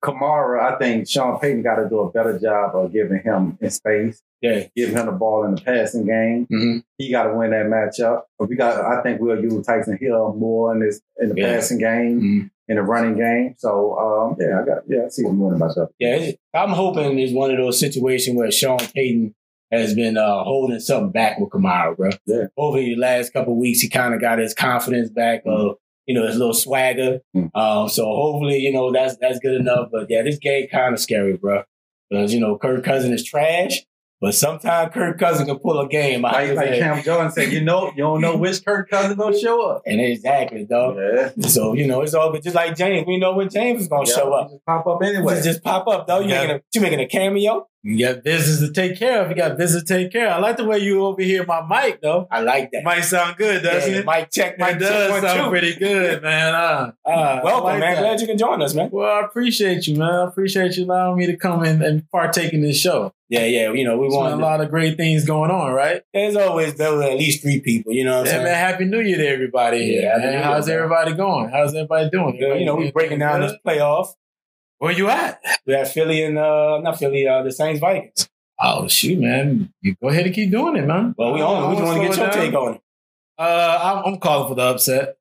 Kamara, I think Sean Payton got to do a better job of giving him in space,
Yeah.
giving him the ball in the passing game.
Mhm.
He got to win that matchup. But We got. I think we'll use Tyson Hill more in this in the
Yeah.
passing game,
Mhm.
in the running game. So um, yeah, I got. Yeah, I see him winning by stuff.
Yeah. it's- I'm hoping it's one of those situations where Sean Payton has been uh, holding something back with Kamara, bro.
Yeah.
Over the last couple of weeks, he kind of got his confidence back,
Mm-hmm.
uh, you know, his little swagger.
Mhm.
Um, so hopefully, you know, that's that's good enough. But yeah, this game kind of scary, bro. Because, you know, Kirk Cousin is trash, but sometimes Kirk Cousin can pull a game out
Like,
of his
like
ass.
Cam Jordan said, you know, you don't know which Kirk Cousins gonna show up.
And exactly, dog.
Yeah,
So you know, it's all good. Just like James, we know when James is gonna
Yeah,
show up.
just pop up anyway.
Just, just pop up though. You
Yeah.
making a, you making a cameo.
You got business to take care of. You got business to take care of. I like the way you over here, my mic though.
I like that.
Might sound good, doesn't
Yeah,
it?
Mic check,
it
mic check.
does
one,
sound
two.
pretty good, man. Uh, uh, I
Welcome,
like
man.
that.
Glad you can join us, man.
Well, I appreciate you, man. I appreciate you allowing me to come in and partake in this show.
Yeah, yeah. You know, we
There's been a
want.
lot of great things going on, right?
There's always there were at least three people. You know what I'm
Yeah, man.
saying?
Happy New Year to everybody here.
Yeah, Happy
man.
New Year,
How's
man.
everybody going? How's everybody doing?
Yeah, uh, You know, we breaking down this playoff.
Where you at?
We have Philly and uh, not Philly, uh, the Saints Vikings.
Oh shoot, man! You go ahead and keep doing it, man.
Well,
Oh,
we
I
on. it. We
wanna
just want to get
slow
your
it down.
take on it.
Uh, I'm, I'm calling for the upset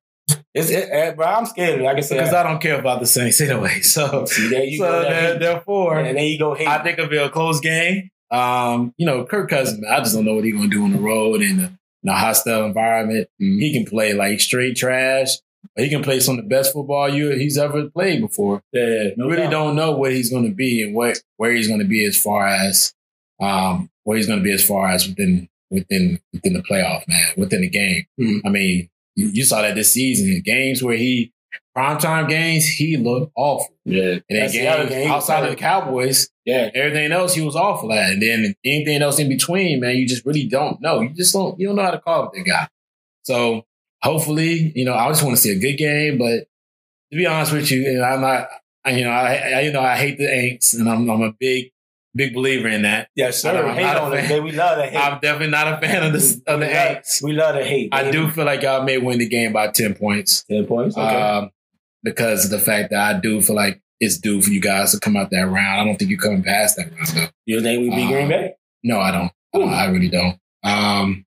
It's, it, eh, bro, I'm scared. Like I said,
because I don't care about the Saints anyway. So,
see, there you
so
go.
there-
that-
therefore,
and then you go hate.
I think it'll be a close game.
Um, you know, Kirk Cousins, I just don't know what he's going to do on the road in a, in a hostile environment. Mm, He can play like straight trash. But he can play some of the best football you he's ever played before.
Yeah,
You really don't know what he's going to be and what where he's going to be as far as um, where he's going to be as far as within within within the playoff, man, within the game.
Mhm.
I mean, you, you saw that this season. Games where he primetime games, he looked awful.
Yeah,
And then
That's the other
games
thing.
outside of the Cowboys,
yeah.
everything else he was awful at. And then anything else in between, man, you just really don't know. You just don't you don't know how to call with that guy. So hopefully, you know, I just want to see a good game, but to be honest with you, and I'm not I, you know, I, I you know I hate the Aints and I'm I'm a big big believer in that.
Yes,
I
sir.
don't-
hate
I don't
on
think-
it. man. We love to hate.
I'm definitely not a fan of the of the
we, love,
Aints.
we love to hate.
I
baby.
do feel like y'all may win the game by ten points.
Ten points. Okay.
Um, because of the fact that I do feel like it's due for you guys to come out that round. I don't think you're coming past that round though.
you think we beat
um,
Green Bay?
No, I don't. I, don't, I really don't. Um,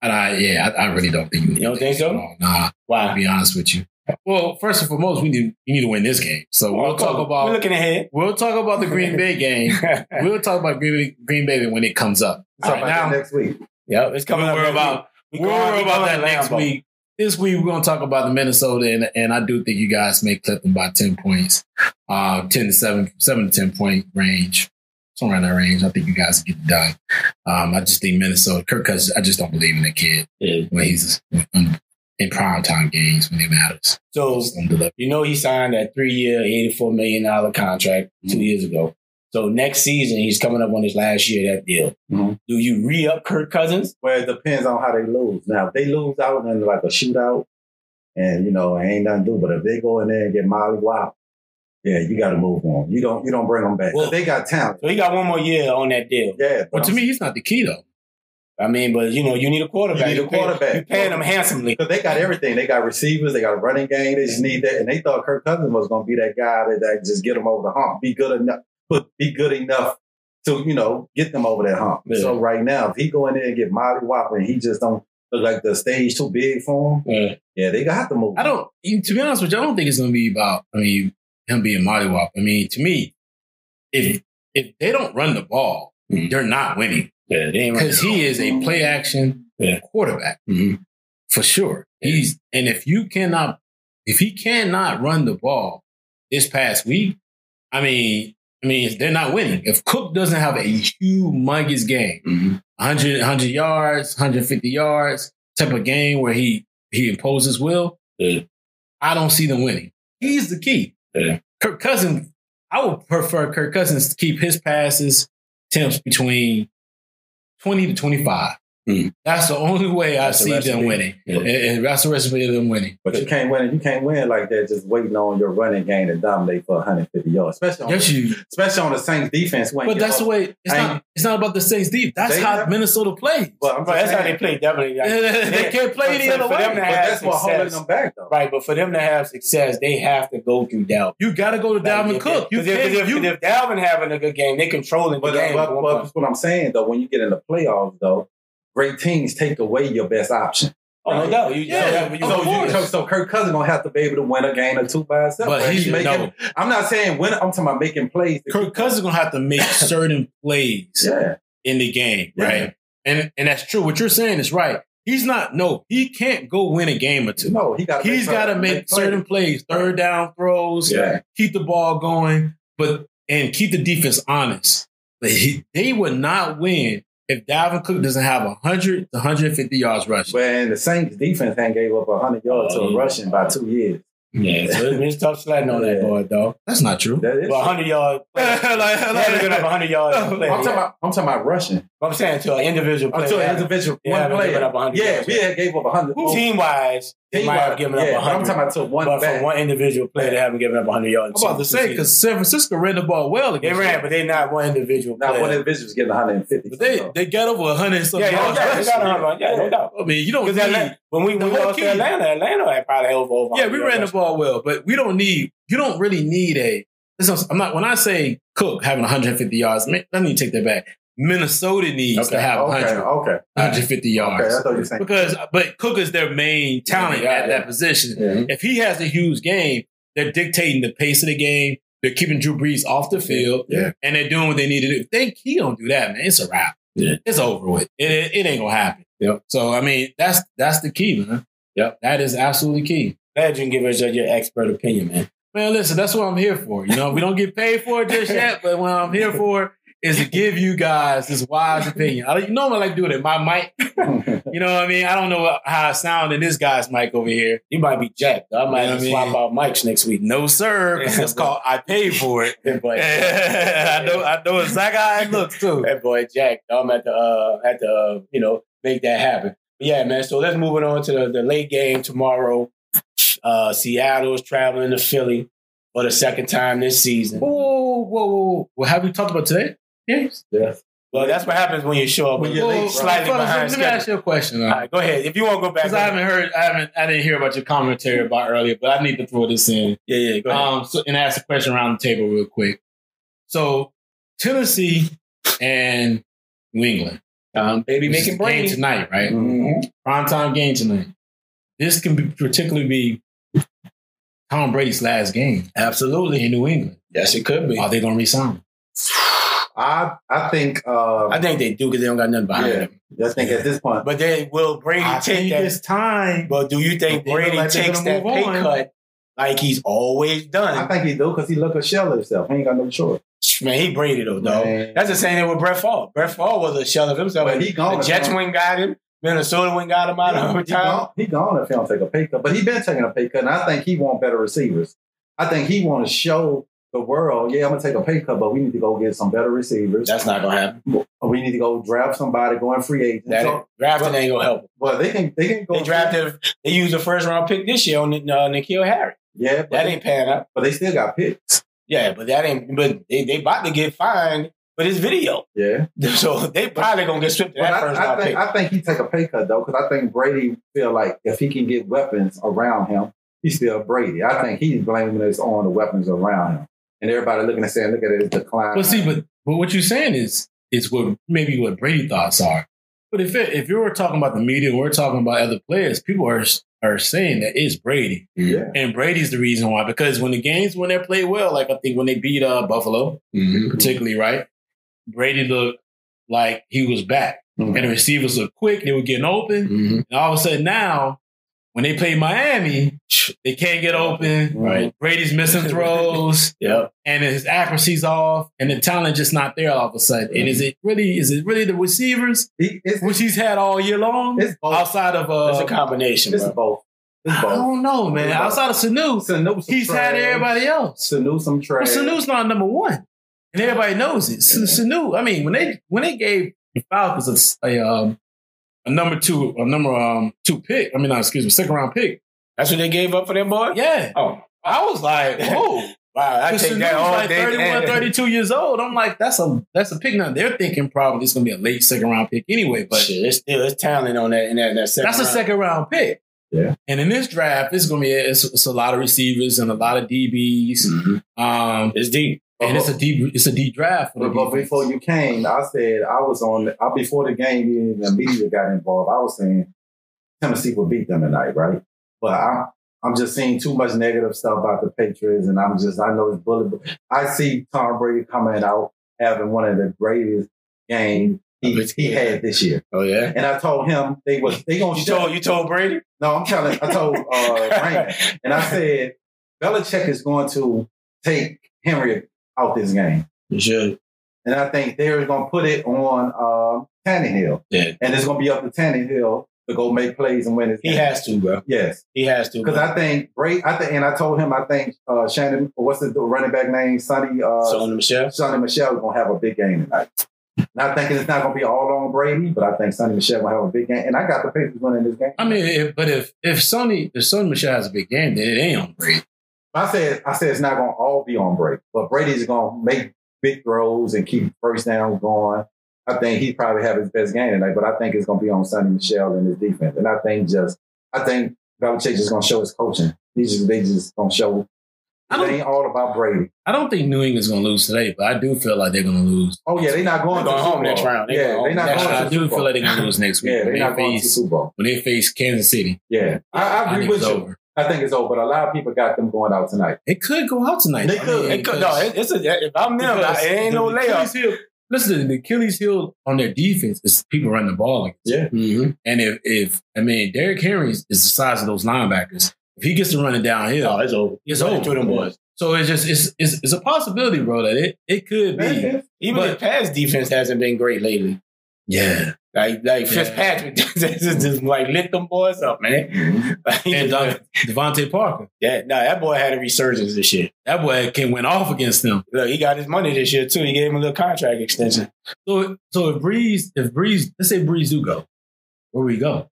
and I, yeah, I, I really don't think
You don't think so?
Nah, to
Why?
be honest with you. Well, first and foremost, we need we need to win this game. So we'll talk
We're
about
looking ahead.
we'll talk about the Green Bay game.
yep,
We'll talk about Green Bay, Green Bay when it comes up.
Talk
Right
about
now,
that next week.
it's coming
we'll
up.
worry
next
about
week.
we'll
going-
worry about
going
that
to
next
Lambeau.
week. This week we're gonna talk about the Minnesota, and, and I do think you guys may clip them by ten points, uh, ten to seven, seven to ten point range, somewhere in that range. I think you guys get it done. Um, I just think Minnesota, Kirk Cousins. I just don't believe in that kid
Yeah.
when he's in, in prime time games when it matters. I
So
just don't believe-
you know he signed that three-year, eighty-four million dollar contract two
Mm-hmm.
years ago. So next season he's coming up on his last year of that deal.
Mhm.
Do you re-up Kirk Cousins?
Well, it depends on how they lose. Now, if they lose out in like a shootout, and you know, it ain't nothing to do, but if they go in there and get Molly Wow, yeah, you got to move on. You don't, you don't bring them back.
Well-
they got talent.
So he got one more year on that deal.
Yeah,
But to me, he's not the key though.
I mean, but you know, you need a quarterback.
You need a
pay-
quarterback.
you paying them handsomely.
because they got everything. They got receivers. They got a running game. They just need that. And they thought Kirk Cousins was going to be that guy that, that just get them over the hump, be good enough, put be good enough to you know get them over that hump.
Yeah.
So right now, if he go in there and get Molly Whopper and he just don't look like the stage too big for him,
Yeah.
yeah, they got to move.
I don't. you- To be honest with you, I don't think it's gonna be about. I mean, him being Molly I mean, to me, if if they don't run the ball,
Mhm.
they're not winning.
Yeah, they ain't
because he is a play action
Yeah.
quarterback
Mhm.
for sure. He's and if you cannot, if he cannot run the ball this past week, I mean, I mean they're not winning. If Cook doesn't have a humongous game,
Mhm.
100, 100 yards, 150 yards type of game where he he imposes will,
Yeah.
I don't see them winning. He's the key.
Yeah.
Kirk Cousins, I would prefer Kirk Cousins to keep his passes attempts between 20 to 25.
Mm.
That's the only way
That's
I
the
see them
recipe.
winning.
Yeah.
And, and that's the recipe of them winning.
But you can't win. You can't win like that. Just waiting on your running game to dominate for 150 yards, especially on,
Yes, you.
especially on the Saints defense. who ain't
But
give
that's the
up.
way. It's
I
not.
ain't-
It's not about the Saints deep. That's
They
how
have-
Minnesota plays.
But I'm
Bro, that's
just
how
saying-
they play. Definitely, like,
they
yeah.
can't play any
For
other
them
way.
But
to have
that's what holding
success.
them back, though.
right? But for them to have success, they have to go through Dalvin.
You got to go to Dalvin Cook. You
Because if, 'cause
can't.
if,
you- uh,
if Dalvin having a good game, they controlling the
But, uh,
game.
but, but that's what I'm saying though. When you get in the playoffs, though, great teams take away your best option.
oh no, doubt. you,
Yeah,
you-
of
so, you,
course.
so Kirk Cousins gonna have to be able to win a game or two by himself.
but he's
making.
no.
I'm not saying win. I'm talking about making plays. to-
Kirk Cousins gonna have to make certain plays
yeah,
in the game,
Yeah.
right? And and that's true. What you're saying is right. He's not. No, he can't go win a game or two.
no, he got.
He's got to make certain plays, third down throws,
Yeah,
keep the ball going, but and keep the defense honest. But he, they would not win if Dalvin Cook doesn't have 100 to 150 yards rushing. Uh-huh.
when the Saints defense ain't gave up 100 yards to
Oh.
a rushing by two years.
yeah. So it's it's tough sledding on that
Yeah.
boy, though.
That's not true.
That is.
But 100 yard,
Like-
never gonna have
like-
100 yards.
I'm
player.
I'm talking about. I'm talking about rushing.
I'm saying to an individual
Oh,
player,
I'm talking individual
Yeah,
one
haven't given
player.
up 100
yeah,
yards
we
yet.
had gave up 100.
team wise, they might
Team-wise,
have given up
yeah, but
100.
I'm talking about to one
but
back.
for one individual player, they haven't given up 100 yards.
I'm about to
this
say
season.
because San Francisco ran the ball well.
they
against
ran,
them.
but they not one individual
Not
player.
one individual's getting 150.
but they they got over 100 and
yeah,
something
yeah,
yards
yeah, they
rushing.
got 100. Yeah, no doubt.
I mean, you don't
Because
need.
Atlanta, when we,
Oh, the
when we
whole
lost
key-
to Atlanta, Atlanta had probably had over over.
Yeah, we ran the ball well, but we don't need. You don't really need a. this is- I'm not. When I say Cook having 150 yards, man, let me take that back. Minnesota needs to have
okay,
100,
okay,
150 yards.
okay. I thought you were saying
because but Cook is their main talent
Yeah,
at
yeah.
that position.
Yeah.
If he has a huge game, they're dictating the pace of the game. They're keeping Drew Brees off the field,
Yeah.
and they're doing what they need to do. If they he don't do that, man, it's a wrap.
Yeah.
It's over with. It, it, it ain't gonna happen.
Yep.
So I mean, that's that's the key, man.
Yep.
That is absolutely key.
Glad you can give us your, your expert opinion, man.
Man, listen, that's what I'm here for. You know, we don't get paid for it just yet, but what I'm here for is to give you guys this wise opinion. I, you know, I like doing it. My mic, you know what I mean? I don't know how I sound in this guy's mic over here.
You might be jacked. though. I
Yeah,
might
I
have to
mean-
swap out mics next week.
No, sir. 'cause It's called I paid for it.
That boy,
I know, I know exactly how it looks too.
that boy Jack. I'm at the uh, at the uh, you know make that happen. But yeah, man. So let's move it on to the, the late game tomorrow. Uh, Seattle is traveling to Philly for the second time this season.
Whoa, whoa, whoa, whoa! Well, have we talked about today? Yes.
Well, that's what happens when you show up.
When
Well,
you're late,
slightly
fellas,
behind
Let me ask
schedule.
you a question. uh,
All
though.
right, go ahead. If you want to go back,
Because I haven't heard, I haven't, I didn't hear about your commentary about earlier, but I need to throw this in.
yeah, yeah, go ahead.
Um, so, and ask a question around the table real quick. So, Tennessee and New England.
Um, baby,
which is
making
the game
brains.
tonight, right?
Mhm.
Prime time game tonight. This can be particularly be Tom Brady's last game. Absolutely. In New England.
Yes, it could be.
Are they going to resign him?
I I think uh,
I think they do because they don't got nothing behind
Yeah.
them.
I think at this point,
But they will Brady
I
take
think
that
it's time.
But do you
But
think
they look
Brady
like they're
takes
gonna
that
move
pay
on.
cut like he's always
I
done?
think he do because he look a shell of himself. He ain't got no choice.
Man, he Brady though, dog.
Man.
That's the same thing with Brett Favre. Brett Favre was a shell of himself.
But he gone.
the Jets went and got him. Minnesota went and got him out
he,
of
gone,
overtime.
he gone if he don't take a pay cut. But he been taking a pay cut, and I think he want better receivers. I think he want to show the world, yeah, I'm gonna take a pay cut, but we need to go get some better receivers.
That's not gonna happen.
we need to go draft somebody, go in free agent.
That
So,
drafting ain't gonna help him.
well, they can they can go.
They drafted. They used the first round pick this year on uh, Nikhil Harry.
yeah, but,
That ain't pan out.
but they still got picks.
Yeah, but that ain't. But they they about to get fined for this video,
Yeah,
so they probably gonna get stripped of
but
that
I,
first
I
round
think
pick.
I think he take a pay cut though, because I think Brady feel like if he can get weapons around him, he's still Brady. I think he's blaming this on the weapons around him, and everybody looking and saying, "Look at his decline."
But see, but, but what you're saying is is what maybe what Brady thoughts are. But if it, if you were talking about the media, we're talking about other players. People are are saying that it's Brady,
yeah.
and Brady's the reason why. Because when the games when they play well, like I think when they beat uh, Buffalo,
Mm-hmm.
particularly right, Brady looked like he was back,
Mhm.
and the receivers looked quick. They were getting open,
Mm-hmm.
and all of a sudden now. When they play Miami, they can't get open.
Right.
Brady's missing throws
Yep.
and his accuracy's off, and the talent just not there all of a sudden. And
Mm-hmm.
is it really? Is it really the receivers
He, it's,
which he's had all year long?
it's both.
outside of
It's
uh,
a combination.
It's
bro.
both. It's
I
both.
don't know, man.
It's both.
Outside of Sanu,
Sanu some
he's had
trash.
everybody else.
Sanu some
But
trash.
Sanu's not number one, and everybody knows it. Sa- Sanu, I mean, when they when they gave the Falcons a, s- a, um, a number two, a number um two pick. I mean, no, excuse me, second round pick.
That's what they gave up for them boy.
Yeah,
Oh,
I was like, whoa.
Wow, I
Because
take that
Sanu's
all
like
day.
31, 32 years old. I'm like, that's a that's a pick. Now they're thinking probably it's gonna be a late second round pick anyway,
But
but
shit, it's still it's talent on that in that, that second.
that's a
round.
second round pick.
Yeah.
And in this draft, it's gonna be it's, it's a lot of receivers and a lot of DBs.
Mm-hmm.
Um,
It's deep.
and it's a deep it's a deep draft for the
But, but
defense.
before you came, I said I was on. I, before the game, even the media got involved. I was saying Tennessee will beat them tonight, right? But I'm I'm just seeing too much negative stuff about the Patriots, and I'm just I know it's bullet. I see Tom Brady coming out having one of the greatest games he, he had this year,
Oh yeah.
and I told him they was they gonna
You
show.
told you told Brady.
No, I'm telling. I told uh, Raymond. And I said, Belichick is going to take Henry out this game.
You should.
And I think they're going to put it on um, Tannehill.
Yeah.
And it's going to be up to Tannehill to go make plays and win this
He
game.
has to, bro.
Yes.
He has to.
Because
bro.
I think Bray, I think, and I told him, I think uh, Shannon, what's the running back name? Sonny, uh,
so on Michelle.
Sonny Michelle is going to have a big game tonight. And I think it's not going to be all on Brady, but I think Sonny Michelle will have a big game. And I got the Patriots winning this game.
I mean, if, but if if Sonny if Sonny Michelle has a big game, then it ain't on Brady.
I said I said it's not gonna all be on Brady, but Brady's gonna make big throws and keep first down going. I think he probably have his best game tonight, but I think it's gonna be on Sonny Michelle and his defense. And I think just I think Belichick is gonna show his coaching. He's just they just gonna show
I
it
don't-
ain't all about Brady.
I don't think New England's gonna lose today, but I do feel like they're gonna lose.
Oh yeah, they're not going,
They're going
to the
home
Super
next
Bowl.
round. They're
yeah,
going
they're not
home
going
Actually,
to
I
the
do
Oh, Super
feel
Bowl.
like they're gonna lose next week
Yeah,
when
they're
they
not going to the
face
Super Bowl.
when they face Kansas City.
Yeah. I, I
I
agree
think
with
it's
you.
over.
I think it's over, but a lot of people got them going out tonight.
It could go out tonight.
They
I
could.
mean,
It could, no,
because-
it, it's a, if I'm them,
because
like, it ain't no
the Achilles
layup.
heel- Listen, the Achilles heel on their defense is people running the ball. Like,
Yeah.
and if, if I mean, Derrick Henry is the size of those linebackers. If he gets to running downhill,
No, Oh, it's over.
it's
Running
over.
through them boys.
So it's just it's it's, it's a possibility, bro, that it, it could be.
Even
But-
the pass defense hasn't been great lately.
Yeah.
Like like
Yeah.
Fitzpatrick just, just like lit them boys up, man. Like,
And
yeah,
Don, Devontae Parker.
no, that boy had a resurgence this year.
That boy can went off against them.
Look, he got his money this year too. He gave him a little contract extension.
So so if Breeze, if Breeze, let's say Breeze do go, where we go?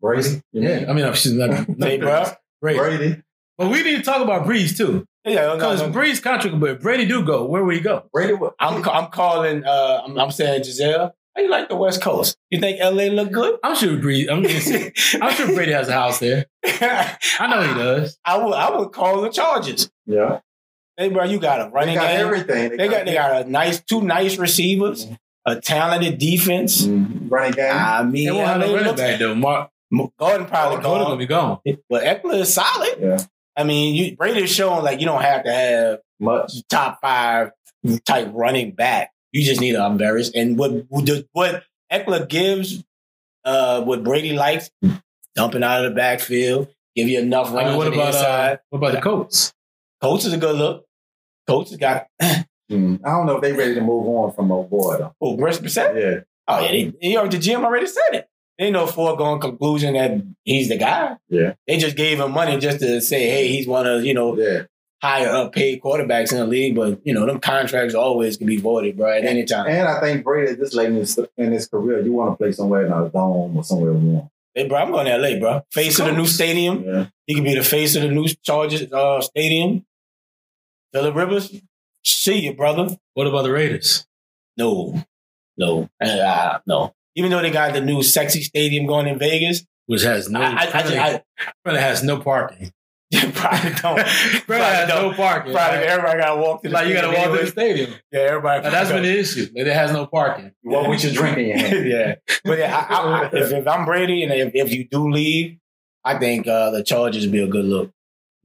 Brady.
I mean, I'm she's not,
Hey, bro.
Brady.
Brady.
But we need to talk about Breeze too,
Yeah, no,
because
no.
Breeze contract. But if Brady do go, where we go?
Brady. wa-
I'm ca- I'm calling. Uh, I'm, I'm saying Giselle. How you like the West Coast? You think LA look good?
I'm sure Breeze. I'm, just- I'm sure Brady has a house there.
I
I know he does.
would I would call the Chargers.
Yeah.
Hey, bro, you got a
They
running
got
game.
everything.
They got they got a nice two nice receivers, a talented defense.
Mhm. running game.
I mean,
They won't have
LA
no running
looks-
back though. Mark
Gordon probably
Gordon gonna
gone,
be gone.
but Eckler is solid.
yeah.
I mean, you, Brady's showing like you don't have to have
Much.
top five type running back. You just need an embarrass. And what what Eckler gives, uh, what Brady likes, dumping out of the backfield, give you enough
I
runs
mean, what
to the
about
inside.
uh, what about the Colts?
Coach is a good look. Coach has got
Mm. I don't know if they ready to move on from old boy though.
oh, Bruce Brissett.
Yeah.
Oh yeah, they, you know, the GM already said it. Ain't no foregone conclusion that he's the guy.
Yeah.
They just gave him money just to say, hey, he's one of you know
Yeah.
higher up paid quarterbacks in the league, but you know, them contracts always can be voided, bro, at any time.
And I think Brady at this late in his, in his career, you want to play somewhere in a dome or somewhere warm.
Hey, bro, I'm going to LA, bro. Face of the new stadium.
Yeah.
He could be the face of the new Chargers uh, stadium. Philip Rivers, see you, brother.
What about the Raiders?
No, no, uh, no. Even though they got the new sexy stadium going in Vegas,
Which has no
I, I, I,
Brady-
I,
Brady has no parking.
I probably don't.
Brady has no
don't.
parking.
Probably
right?
everybody got to walk to the
Like you gotta
stadium
walk to
anyway.
the stadium.
Yeah, everybody.
Now, that's
gotta
been the issue. Like, it has no parking.
What with your drink in your hand?
yeah, but yeah, I, I, I, if, if I'm Brady and if, if you do leave, I think uh, the Chargers would be a good look.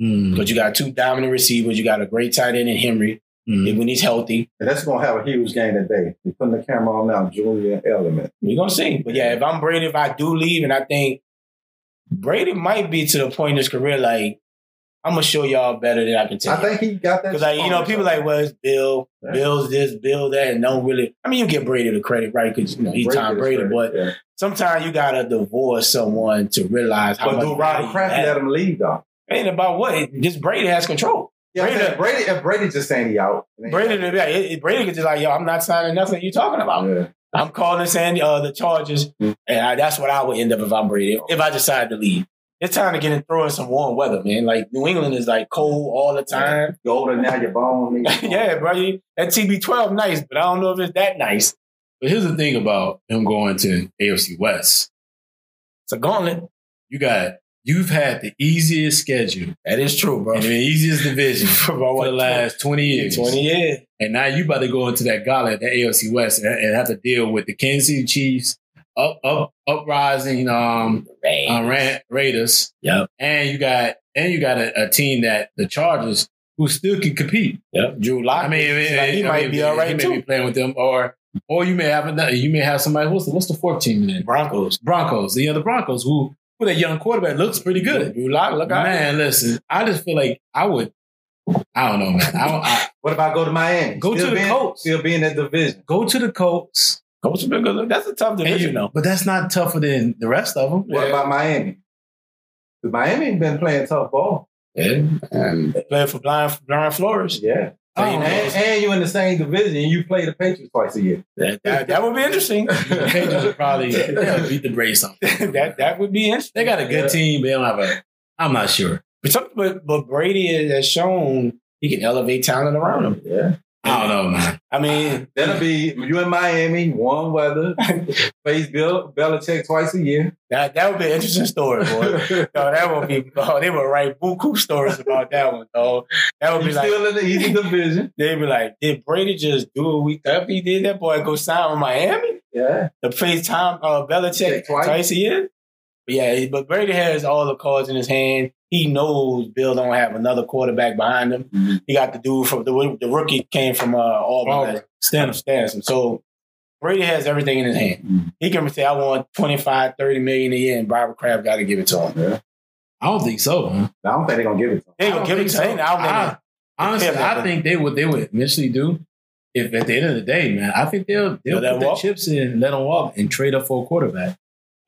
Mm-hmm. Hmm.
But you got two dominant receivers. You got a great tight end in Henry
Mm.
when he's healthy.
And that's gonna have a huge game today. They're putting the camera on now, Julian Element.
We're gonna see. But yeah, if I'm Brady, if I do leave, and I think Brady might be to the point in his career, like I'm gonna show y'all better than I can tell.
I think he got that.
because like you know, people like, well, it's Bill,
Yeah.
Bill's this, Bill that, and don't really. I mean, you give Brady the credit, right? Because you know he's Tom Brady, but
yeah.
sometimes you gotta divorce someone to realize how
but
much
do
value
Robert
you
Kraft
have.
let him leave though?
ain't about what it, just Brady has control.
Yeah,
Brady-
Brady, Brady, if Brady just saying he out.
Brady, yeah, it, it- Brady could just like, yo, I'm not signing nothing. You talking about?
Yeah.
I'm calling saying uh, the charges,
Mm.
and I, that's what I would end up if I'm Brady. If I decide to leave, it's time to get in throw in some warm weather, man. Like New England is like cold all the time.
You're older now, your bone. nigga.
yeah, bro, you, that TB12 nice, but I don't know if it's that nice.
But here's the thing about him going to AFC West.
It's a gauntlet.
You got you've had the easiest schedule,
That is true, bro.
I mean, the easiest division for
For about
the last twenty
20
years.
years. 20 years.
And now you about to go into that gauntlet, that AFC West, and, and have to deal with the Kansas City Chiefs, up, up, uprising, um,
Man.
uh, Ra- Raiders.
Yep.
And you got and you got a, a team that the Chargers who still can compete.
Yep. Drew Lock.
I mean, I mean,
Like, he
I
might
mean,
be all right
He may
too.
be playing with them, or or you may have another. You may have somebody. What's the what's the fourth team then?
Broncos.
Broncos. The other Broncos who with a young quarterback looks pretty good.
Drew Lock, look out.
Man, listen, I just feel like I would. I don't know, man. I, don't, I
What about go to Miami?
Go to the
being,
Colts.
Still be in that division.
go to the Colts.
Coach has been good. Look, That's a tough
and
division,
you-
though.
but that's not tougher than the rest of them.
What about Miami? 'Cause Miami ain't been playing tough ball.
Playing for blind, blind Flores.
Yeah.
I don't
And,
know.
and you in the same division and you play the Patriots twice a year.
That, that, that would be interesting.
The Patriots would probably they'll beat the Braves. on.
that that would be interesting.
They got a good team, but they don't have a. I'm not sure.
But, some, but, but Brady has shown he can elevate talent around him.
Yeah.
I don't know, man.
I mean,
That'll be you in Miami, warm weather, face Bill Belichick twice a year.
that that would be an interesting story, boy. No, that would be. Oh, they would write buku stories about that one, though. That would
you
be like
still in the easy division.
they'd be like, did Brady just do what we thought he did? That boy go sign with Miami
Yeah.
to play Tom uh, Belichick
Twice.
twice a year. But yeah, but Brady has all the cards in his hand. He knows Bill don't have another quarterback behind him.
Mhm.
He got the dude from the, the rookie came from uh, Auburn,
Auburn.
that Stanham Stanham. So Brady has everything in his hand. He can say, "I want 25, 30 million a year," and Robert Kraft got to give it to him.
I don't think so. man.
I don't think they're gonna give it to him.
They
I
gonna
don't
give it
think
to
so. Ah.
him. I don't think
I- honestly,
They can't,
I
man.
think they would they would eventually do. If at the end of the day, man, I think they'll they'll
Let them
put their
walk?
chips in, and let them walk, and trade up for a quarterback.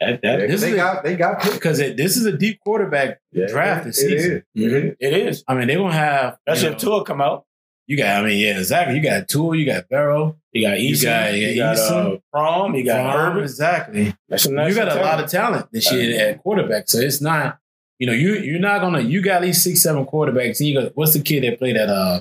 That- that-
They,
this
they
is a-
got they got picks.
because it, this is a deep quarterback
Yeah,
draft
it-
this
it
season.
is.
Mhm. It is.
I mean, they're gonna have
That's
you
if
know,
Tua come out.
You got, I mean, yeah, exactly. You got Tool, you got Barrow,
You got
you
Eason.
got
You
yeah,
got, uh,
Eason,
Prom. You got
Farm,
Herbert.
exactly.
That's
you got a Uh, lot of talent this year at quarterback. So it's not, you know, you you're not gonna you got at least six, seven quarterbacks. And you got what's the kid that played at uh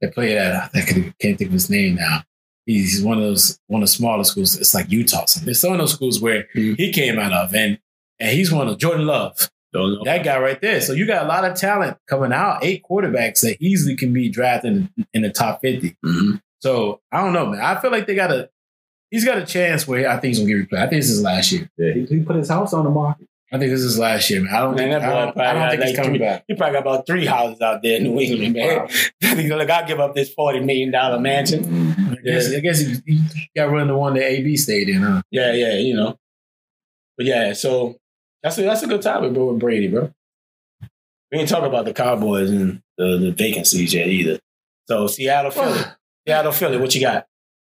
that played at I can't can't think of his name now. He's one of those one of the smaller schools. It's like Utah. or something. It's some of those schools where
Mhm.
he came out of, and and he's one of Jordan Love, that guy right there. So you got a lot of talent coming out. Eight quarterbacks that easily can be drafted in, in the top fifty. So I don't know, man. I feel like they got a. He's got a chance where I think he's gonna get replayed. I think this is last year.
Yeah, he, he put his house on the market.
I think this is last year, man. I don't
Man,
think,
that boy
I don't,
probably
I don't
got
think he's
like
coming
three-
back.
He probably got about three houses out there in New England, man. He's like, I'll give up this $40 million mansion.
I guess, I guess he, he got run the one that AB stayed in, huh?
Yeah, yeah, you know. But yeah, so that's a, that's a good topic, bro, with Brady, bro. We ain't talk about the Cowboys and the, the vacancies yet either. So Seattle, Philly. Seattle, Philly, what you got?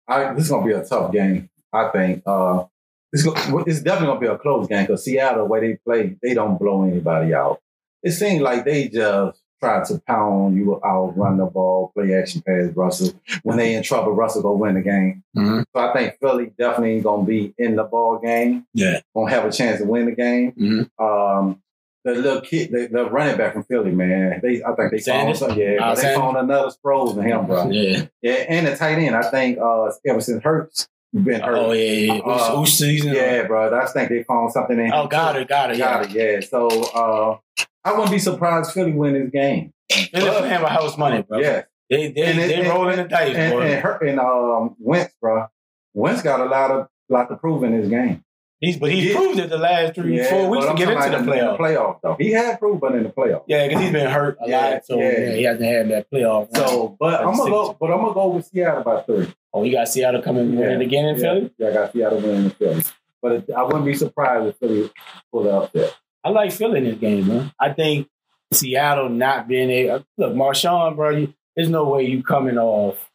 I, this is gonna be a tough game. I think uh, it's go, it's definitely gonna be a close game because Seattle, where they play, they don't blow anybody out. It seems like they just try to pound you out, run the ball, play action pass Russell. When they in trouble, Russell go win the game.
Mhm.
So I think Philly definitely gonna be in the ball game,
Yeah.
gonna have a chance to win the game.
Mhm.
Um, the little kid, the, the running back from Philly, man, they I think they found
Sanders?
some, yeah,
Uh,
they
Sanders?
found another Sproles in him, bro.
Yeah.
Yeah, and the tight end. I think uh, ever since Hurts been hurt.
Oh, yeah, yeah.
Uh,
Oosh- oosh season.
yeah, bro. I think they found something in.
Oh, got it, got it, yeah.
Got it. Yeah. So uh, I wouldn't be surprised Philly win this game.
Philly playing with house money, bro.
Yeah,
They they,
And it-
they
and-
rolling the dice,
and
boy.
and, Hur- and um, Wentz, bro. Wentz got a lot of lot to prove in this game.
he's but he's
Yeah.
proved it the last three,
Yeah,
four weeks
but
to
I'm
get into
talking
the
about in
playoff.
the playoff though. He had proven in the playoff.
yeah, because he's been hurt a
Yeah,
lot, so
yeah.
yeah. he hasn't had that playoff. run.
So, but I'm gonna go. But I'm gonna go with Seattle by three.
oh, you got Seattle coming
Yeah.
winning again in
yeah,
Philly.
Yeah, I got Seattle winning the Philly. But it, I wouldn't be surprised if Philly pulled out there.
I like Philly in this game, man. I think Seattle not being a look, Marshawn, bro. You, there's no way you coming off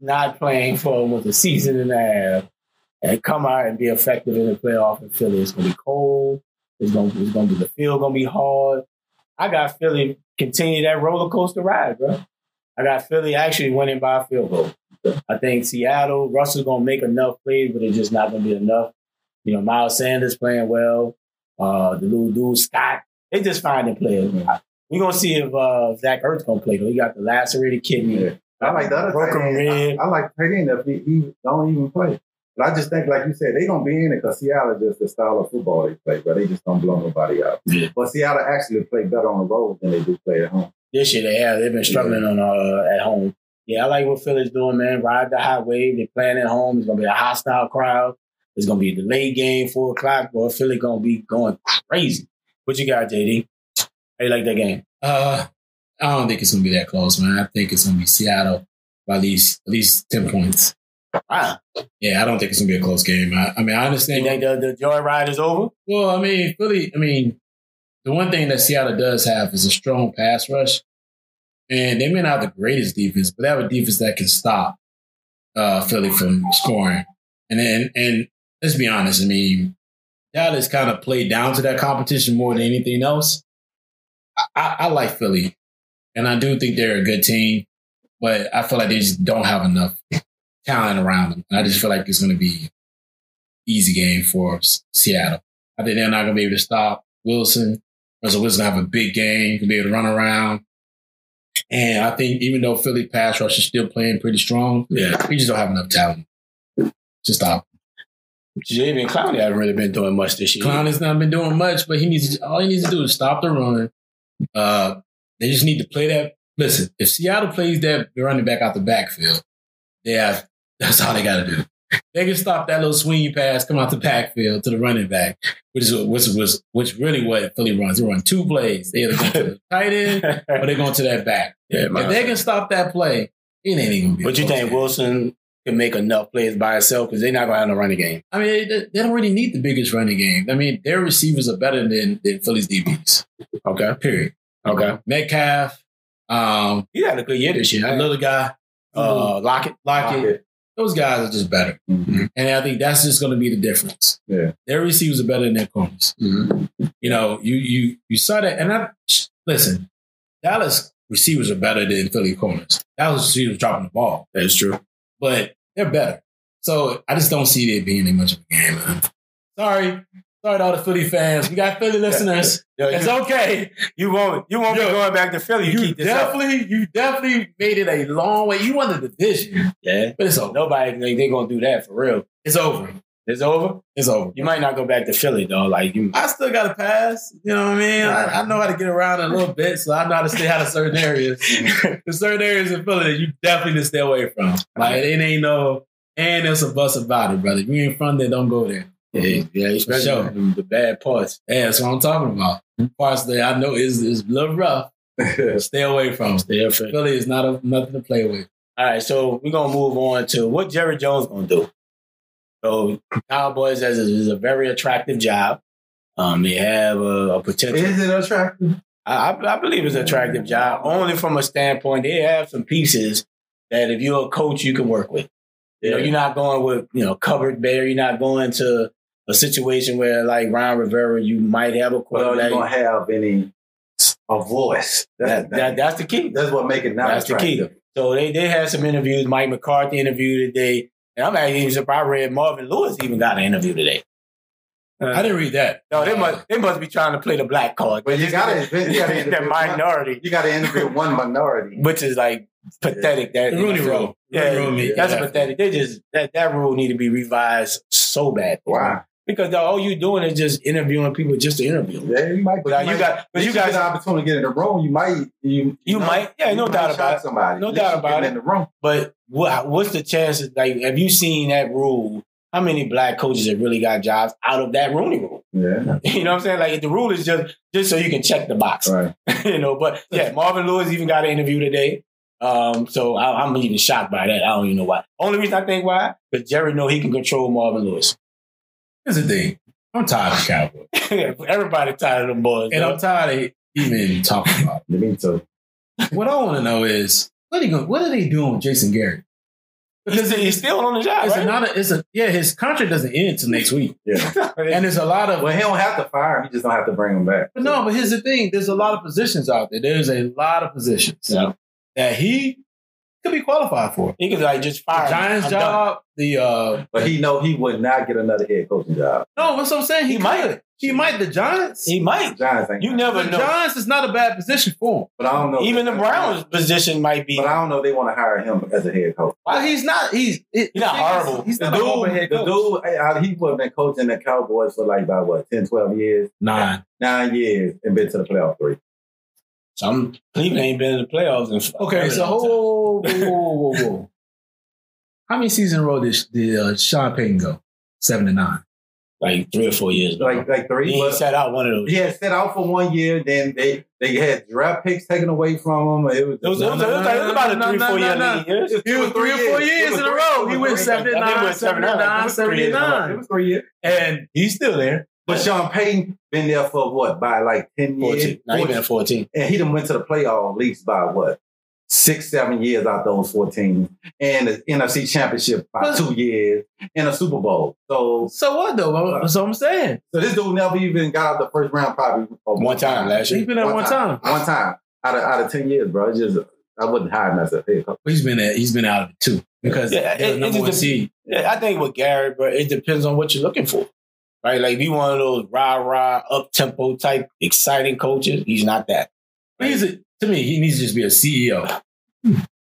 not playing for almost a season and a half and come out and be effective in the playoff in Philly. It's gonna be cold. It's gonna it's gonna be the field gonna be hard. I got Philly continue that roller coaster ride, bro. I got Philly actually winning by a field goal. I think Seattle, Russell's gonna make enough plays, but it's just not gonna be enough. You know, Miles Sanders playing well uh, the little dude Scott. They just finding players. We're gonna see if uh, Zach Ertz gonna play. though. He got the lacerated kidney.
Yeah. I like the other
broken
tight end.
rib.
I, I like tight end if he, he don't even play. But I just think, like you said, they gonna be in it because Seattle just the style of football they play, but they just don't blow nobody out.
Yeah.
But Seattle actually play better on the road than they do play at home.
This year they have. They've been struggling on uh, at home. Yeah, I like what Philly's doing, man. Ride the hot wave. They're playing at home. It's gonna be a hostile crowd. It's gonna be a delayed game, four o'clock. Boy, Philly gonna be going crazy. What you got, JD? How you like that game?
Uh, I don't think it's gonna be that close, man. I think it's gonna be Seattle by at least at least ten points.
Wow.
Yeah, I don't think it's gonna be a close game. I, I mean, I
You
understand.
think the, the joy ride is over?
Well, I mean, Philly. I mean, the one thing that Seattle does have is a strong pass rush, and they may not have the greatest defense, but they have a defense that can stop uh, Philly from scoring. And then, and let's be honest. I mean, Dallas kind of played down to that competition more than anything else. I, I, I like Philly, and I do think they're a good team, but I feel like they just don't have enough talent around them. And I just feel like it's going to be easy game for S- Seattle. I think they're not going to be able to stop Wilson. Russell Wilson have a big game, can be able to run around. And I think even though Philly pass rush is still playing pretty strong,
Yeah.
we just don't have enough talent to stop.
JD and Clowney haven't really been doing much this year.
Clown has not been doing much, but he needs to, all he needs to do is stop the run. Uh, they just need to play that. Listen, if Seattle plays that running back out the backfield, they have that's all they got to do. They can stop that little swing pass coming out the backfield to the running back, which is which was which really what Philly runs. They run two plays. They either go to the tight end or they go to that back.
Yeah,
If they can stop that play, it ain't even. gonna be a
But you
close
think
game.
Wilson can make enough plays by himself because they're not gonna have no running game.
I mean, they, they don't really need the biggest running game. I mean, their receivers are better than, than Philly's DBs.
Okay.
Period.
Okay.
Metcalf, um,
He had a good year this year. I know.
little guy,
Uh, Lockett.
Lockett. Those guys are just better,
Mm-hmm.
Mhm.
and I think that's just going to be the difference.
Yeah.
Their receivers are better than their corners.
Mm-hmm.
You know, you you you saw that, and I listen. Dallas receivers are better than Philly corners. Dallas receivers dropping the ball,
That is true.
but they're better. So I just don't see it being that much of a game. Man. Sorry, sorry to all the Philly fans. We got Philly listeners.
Yo,
It's
you,
okay.
you won't you won't
Yo,
be going back to Philly. You,
You,
keep this up.
definitely, you definitely made it a long way. You won the division,
Yeah.
but it's over.
Nobody like, they gonna do that for real.
It's over.
It's over.
It's over.
You might not go back to Philly though. Like you
I still got to pass. You know what I mean? I, I know how to get around a little bit, so I know how to stay out of certain areas. There's certain areas in Philly that you definitely to stay away from. Like it ain't no and there's a bus about it, brother. If you ain't from there, don't go there.
yeah, yeah, especially
sure.
the, the bad parts.
Yeah, that's what I'm talking about. Parts that I know is is a little rough. Stay away from.
Yeah, for-
Philly is not a, nothing to play with.
All right, so we're gonna move on to what Jerry Jones gonna do. So Cowboys as is, is a very attractive job. Um, they have a, a potential.
Is it attractive?
I, I I believe it's an attractive job only from a standpoint they have some pieces that if you're a coach you can work with. You know, you're not going with you know covered bear. You're not going to a situation where like Ron Rivera, you might have a
Well, you
quarterback.
don't have any a voice. That's
that,
the
that,
thing.
that's the key.
that's what make it not
That's the key.
attractive.
So they they had some interviews. Mike McCarthy interviewed today, and I'm actually even surprised. I read Marvin Lewis even got an interview today.
I didn't read that.
No, they must they must be trying to play the black card.
But you gotta invent- you gotta
that
interview one,
minority,
you gotta interview one minority.
which is like pathetic. That
The Rooney Rule.
Yeah,
Rooney Rule me.
that's
Yeah.
pathetic. They just that that rule need to be revised so bad.
Wow.
Because dog, all you doing is just interviewing people just to interview. them.
Yeah, you might
But now you got, but you
got the
got,
opportunity to get in the room. You might you
You might. Yeah, no doubt
might
about
shock
it.
somebody.
No
At
doubt
least you
about
getting
it.
in the room.
but what, what's the chances? Like, have you seen that rule? How many black coaches have really got jobs out of that Rooney rule?
Yeah.
You know what I'm saying? Like the rule is just just so you can check the box,
Right.
you know. But yeah, Marvin Lewis even got an interview today. Um, so I, I'm even shocked by that. I don't even know why. Only reason I think why because Jerry know he can control Marvin Lewis.
Here's the thing. I'm tired of the Cowboys,
Everybody tired of them boys.
and uh,
yo.
I'm tired of even talking about.
Me too.
it. What I want to know is what are, they going, what are they doing with Jason Garrett?
because he's still on the job.
It's
Right?
another. It's a yeah. His contract doesn't end till next week,
Yeah.
and there's a lot of.
Well, he don't have to fire him. He just don't have to bring him back.
But no, but here's the thing: there's a lot of positions out there. There's a lot of positions
Yeah.
that he could be qualified for.
he could like just fire
The
him.
Giants
I'm done.
job, the uh
But he know he would not get another head coaching job.
no, that's what I'm saying. He,
He
might.
might.
He might. The Giants.
He might.
Giants ain't.
You never
the
know.
Giants is not a bad position for him.
but I don't know.
Even the Browns' position might be.
But I don't know if they want to hire him as a head coach.
But he's not. He's it,
He's not
the thing is,
horrible.
He's
The
not a horrible head
dude, the
coach.
dude, eh, uh, he would have been coaching the Cowboys for like about what, 10, 12 years,
Nine.
nine years, and been to the playoff three.
Some Cleveland ain't been in the playoffs. In
Okay, so whoa, whoa, whoa, whoa, whoa, whoa. How many seasons in a row did, did uh, Sean Payton go? Seven to nine.
like three or four years ago,
Like like three.
he
But
sat out one of those.
he had set out for one year, then they they had draft picks taken away from him. It was,
It was, it was, it was, like- it was about a three, four year league. It was-
It was three or four years in a row. He went seven to
I think it
nine,
was
seven
seven
to
to
nine, seven to
It
nine,
was three years.
and he's still there.
But Sean Payton been there for what, by like 10 years?
14. Not even at 14.
and he done went to the playoff at least by what six, seven years out those fourteen, and the NFC Championship by
But-
two years, and a Super Bowl. So,
So what though? That's what I'm saying.
so this dude never even got out the first round probably or
One time last
He's
year.
been at one time.
one time out of out of ten years, bro. It's just I wouldn't hire him as a head coach.
But He's been at. He's been out of it too because they're
Yeah, it-
the
it
number
just
one
dep-
seed.
Yeah, I think with Gary, bro, it depends on what you're looking for. Right? Like, if you one of those rah rah, up tempo type, exciting coaches, he's not that.
But He's a, to me. He needs to just be a CEO.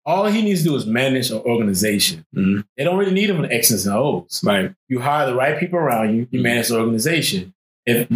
All he needs to do is manage an organization.
Mhm.
They don't really need him in X's and O's.
Right.
You hire the right people around you.
Mm-hmm.
You manage the organization. If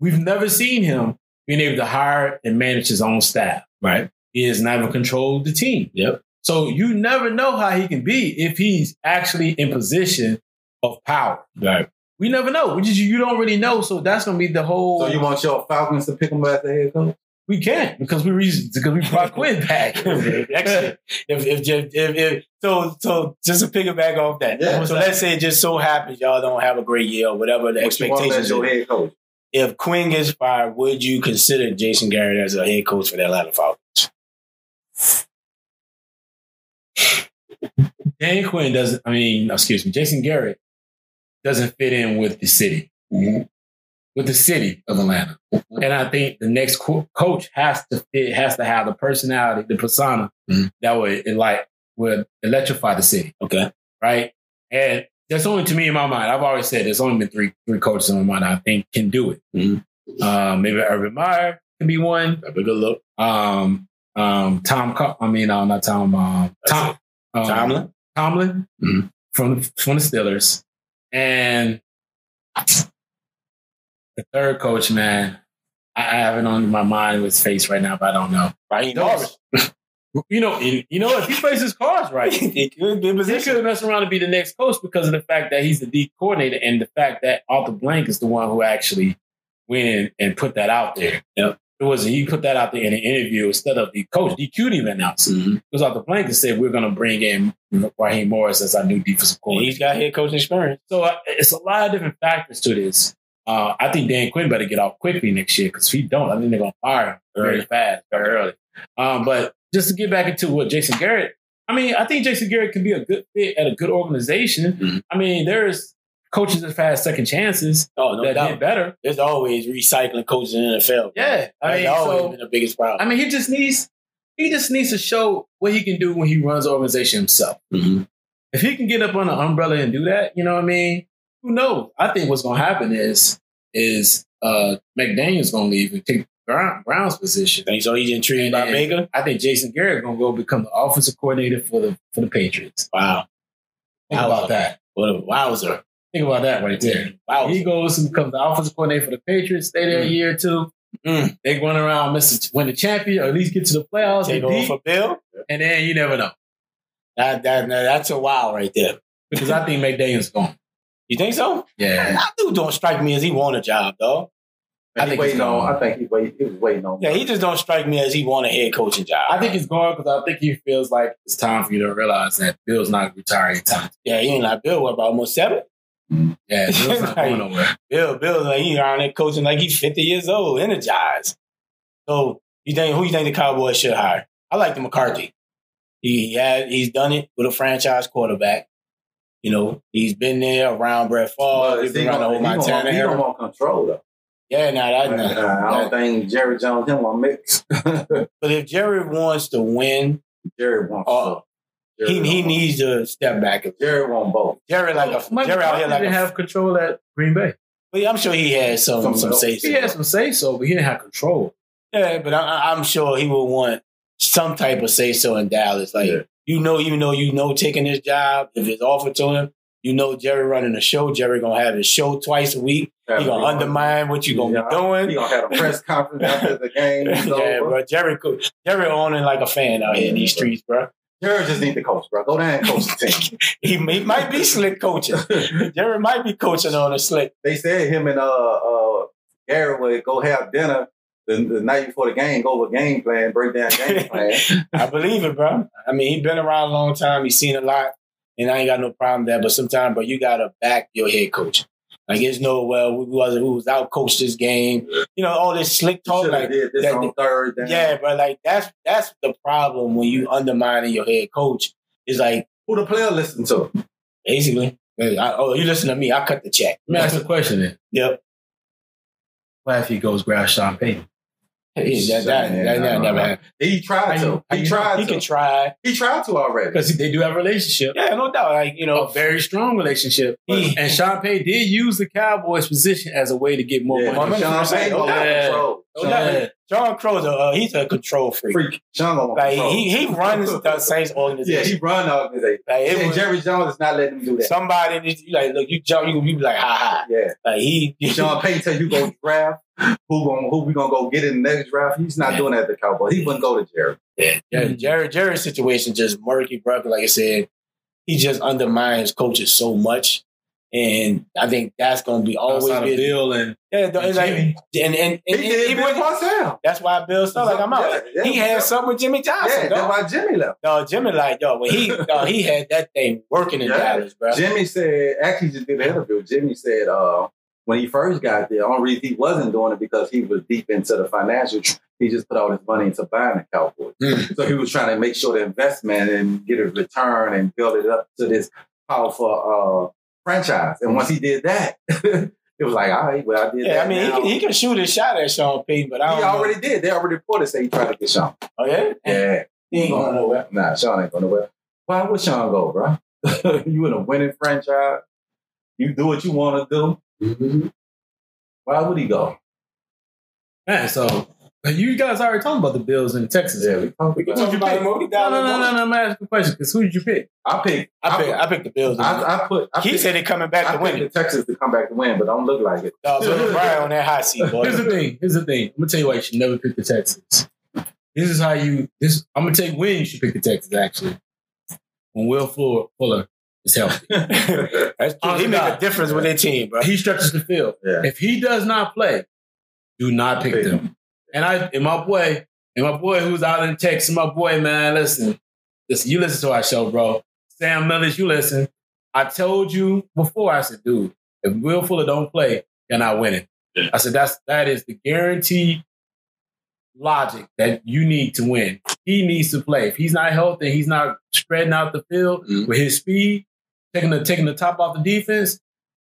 we've never seen him being able to hire and manage his own staff, right? He has never controlled the team.
Yep.
So you never know how he can be if he's actually in position of power.
Right.
We never know. We just you don't really know. So that's gonna be the whole.
So you want your Falcons to pick them as the head coach?
we can't because we re- because we brought Quinn back.
Excellent. If, if, if, if, if- so, so just to piggyback off that.
Yeah.
So let's say it just so happens y'all don't have a great year or whatever the
What you want
expectations.
as your
Is.
head coach?
If Quinn gets fired, would you consider Jason Garrett as a head coach for the Atlanta Falcons?
Dan Quinn doesn't. I mean, excuse me. Jason Garrett doesn't fit in with the city, with the city of Atlanta. And I think the next co- coach has to fit, has to have the personality, the persona
Mhm.
that would it like would electrify the city,
Okay.
right? And there's only to me in my mind. I've always said there's only been three three coaches in my mind I think can do it.
Mhm.
Uh, maybe Urban Meyer can be one.
Have a good look.
Um, um, Tom. Co- I mean, uh, not Tom. Um, Tom. um,
Tomlin?
Tomlin
Mhm.
from the, from the Steelers, and the third coach, man, I I have it on my mind with face right now, but I don't know.
Brian
Doris. You know, and, you know, if he plays his cards right,
He could be
he
in position.
could mess around and be the next coach because of the fact that he's the D coordinator and the fact that Arthur Blank is the one who actually went and put that out there.
Yep.
It was he put that out there in an interview instead of the coach. DQ even announced it.
Mhm.
It was Arthur Blank and said, "We're going to bring in Raheem Morris as our new defensive
And
coordinator."
he's got head coaching experience.
So uh, it's a lot of different factors to this. Uh, I think Dan Quinn better get out quickly next year because if he don't, I think they're going to fire him very
Early.
fast, very early. Um, but just to get back into what Jason Garrett, I mean, I think Jason Garrett could be a good fit at a good organization.
Mhm.
I mean, there's coaches that have had second chances
Oh, no
that
doubt.
did better.
There's always recycling coaches in the NFL.
Yeah, I
That's
mean,
always
so-
been the biggest problem.
I mean, he just needs he just needs to show what he can do when he runs the organization himself.
Mhm.
If he can get up on an umbrella and do that, you know what I mean? Who knows? I think what's going to happen is is uh McDaniel's going to leave and take Brown, Brown's position.
Think so he's intrigued
And-
by
and-
Baker?
I think Jason Garrett going to go become the offensive coordinator for the for the Patriots.
Wow.
Think
Wow.
about that.
What a wowzer.
Think about that right there.
Wow.
He goes and becomes the offensive coordinator for the Patriots. Stay there a
Mm.
year or two.
Mm.
They run around, miss the, win the champion, or at least get to the playoffs.
Take
they
over
deep,
for Bill?
and then you never know.
That, that, that- that's a wow right there.
because I think McDaniel's gone.
You think so?
Yeah.
That dude don't strike me as he want a job, though.
I think
I think
he's
waiting
gone.
on. I think he wait. He was waiting on.
Yeah, he just don't strike me as he want a head coaching job.
I think he's gone because I think he feels like it's time for you to realize that Bill's not retiring time.
yeah, he ain't like Bill. What about almost seven?
Yeah, Bill's not going nowhere.
Bill, Bill, like he around there coaching like he's 50 years old, energized. So you think who you think the Cowboys should hire? I like the McCarthy. He had he's done it with a franchise quarterback. You know, he's been there around Brett Favre,
But
Oh, he's
is he
been around the
gonna-
whole
he gonna
Montana
want- he don't
era.
want control though.
Yeah, nah, that, nah,
Nah, I
nah.
don't think Jerry Jones him want mix.
But if Jerry wants to win,
Jerry wants.
Oh.
both.
he,
Jerry
he
want-
needs to step back.
Jerry want both.
Jerry like a
Mike
Jerry out here
McCarthy
like a,
didn't have control at Green Bay.
but I'm sure he had some some,
Some-
safety.
He had some say so, but he didn't have control.
Yeah, but I- I, I'm sure he will want some type of say so in Dallas. Like
Yeah.
you know, even though you know taking this job, if it's offered to him, you know Jerry running a show. Jerry gonna have his show twice a week. He gonna undermine what you gonna
Yeah.
be
He
doing.
gonna have a press conference after the game. is
Yeah,
over.
bro. Jerry, could- Jerry owning like a fan out here in these streets, bro.
Jerry just need the coach, bro. Go down and coach the team.
He, he might be slick coaching. Jerry might be coaching on a slick.
they said him and uh uh Gary would go have dinner the, the night before the game, go over game plan, break down game plan.
I believe it, bro. I mean, he been around a long time. He's seen a lot, and I ain't got no problem there. But sometimes, bro, you gotta back your head coach. Like it's no well, who was who was out coached this game. You know, all this slick talk.
Should have
Like,
did this
that-
on third down.
yeah, bro. Like that's that's the problem when you undermining your head coach. Is like
Who the player listen to?
basically, hey, I, oh, you listen to me. I cut the check.
Let me ask you a question then.
Yep.
What if he goes grab Sean Payton?
Yeah, that, that, that, that never happened.
He tried to.
I- I-
He tried
He
to.
can try.
he tried to already.
Because they do have a relationship.
Yeah, no doubt. Like you
A
know,
very strong relationship.
He-
and Sean Payton did use the Cowboys position as a way to get more
Yeah,
money.
my man,
Sean Payton
oh,
gonna
yeah.
have control.
Oh,
Sean
yeah.
Payton
John Crow's a uh, he's a control freak.
freak. Sean gonna want
Like
control.
he he runs the Saints
yeah,
organization.
he run the organization.
Like it
And
was
Jerry Jones is not letting him do that.
somebody that you like look you jump you, you be like ha ha
yeah.
like he
Sean Payton tell you go draft who going who we gonna go get in the next draft. He's not doing that at the Cowboys. He wouldn't go to Jerry.
yeah, Jerry Jerry's situation just murky bro. Like I said, he just undermines coaches so much, And I think that's going to be always
Outside
be
of Bill and
yeah. though, It's like,
Jimmy.
and and and,
He
and
did
even
Bill
when-
Parcells.
that's why Bill said like I'm out.
Yeah, yeah.
he had something with Jimmy Johnson.
Yeah,
dog.
that's why Jimmy left.
No, Jimmy like yo, when he no, he had that thing working in
Yeah.
Dallas, bro.
Jimmy said, actually, just did an interview. Jimmy said, uh, when he first got there, only reason he wasn't doing it because he was deep into the financial. tr- He just put all his money into buying the Cowboys,
Hmm.
so he was trying to make sure the investment and get a return and build it up to this powerful uh, franchise. And once he did that, it was like, all right, well, I did.
yeah,
that
I mean he
now.
can, he can shoot a shot at Sean Payton, but I don't
He
know.
already did. They already reported say he tried to get Sean.
oh yeah,
Yeah.
he ain't going nowhere.
Nah, Sean ain't going nowhere. Why would Sean go, bro? you in a winning franchise. You do what you want to do.
Mm-hmm.
Why would he go?
man. So but you guys already talking about the Bills and Texas.
Yeah, we talked
We can
about
talk
it.
about him. We can
No,
dial
no,
him
no, no,
up.
no. I'm asking a question because who did you pick?
I picked.
I picked I picked the Bills.
I, I put. I
he
picked,
said they're coming back
I
to
picked
win
the
it.
Texans to come back to win, but don't look like it.
No, Bill O'Brien on that hot seat, boy.
Here's the thing. Here's the thing. I'm gonna tell you why you should never pick the Texans. This is how you. This I'm gonna tell you when you should pick the Texans. Actually, when Will Fuller, Fuller is healthy,
That's true. He
Honest
make
to
a
God.
difference with their team, bro.
he stretches the field.
Yeah.
If he does not play, do not pick
Pick
them. And I and my boy and my boy who's out in Texas, my boy man, listen, listen, you listen to our show, bro. Sam Millis, you listen. I told you before. I said, dude, if Will Fuller don't play, you're not winning. I said that's that is the guaranteed logic that you need to win. He needs to play. If he's not healthy, he's not spreading out the field
Mhm.
with his speed, taking the taking the top off the defense.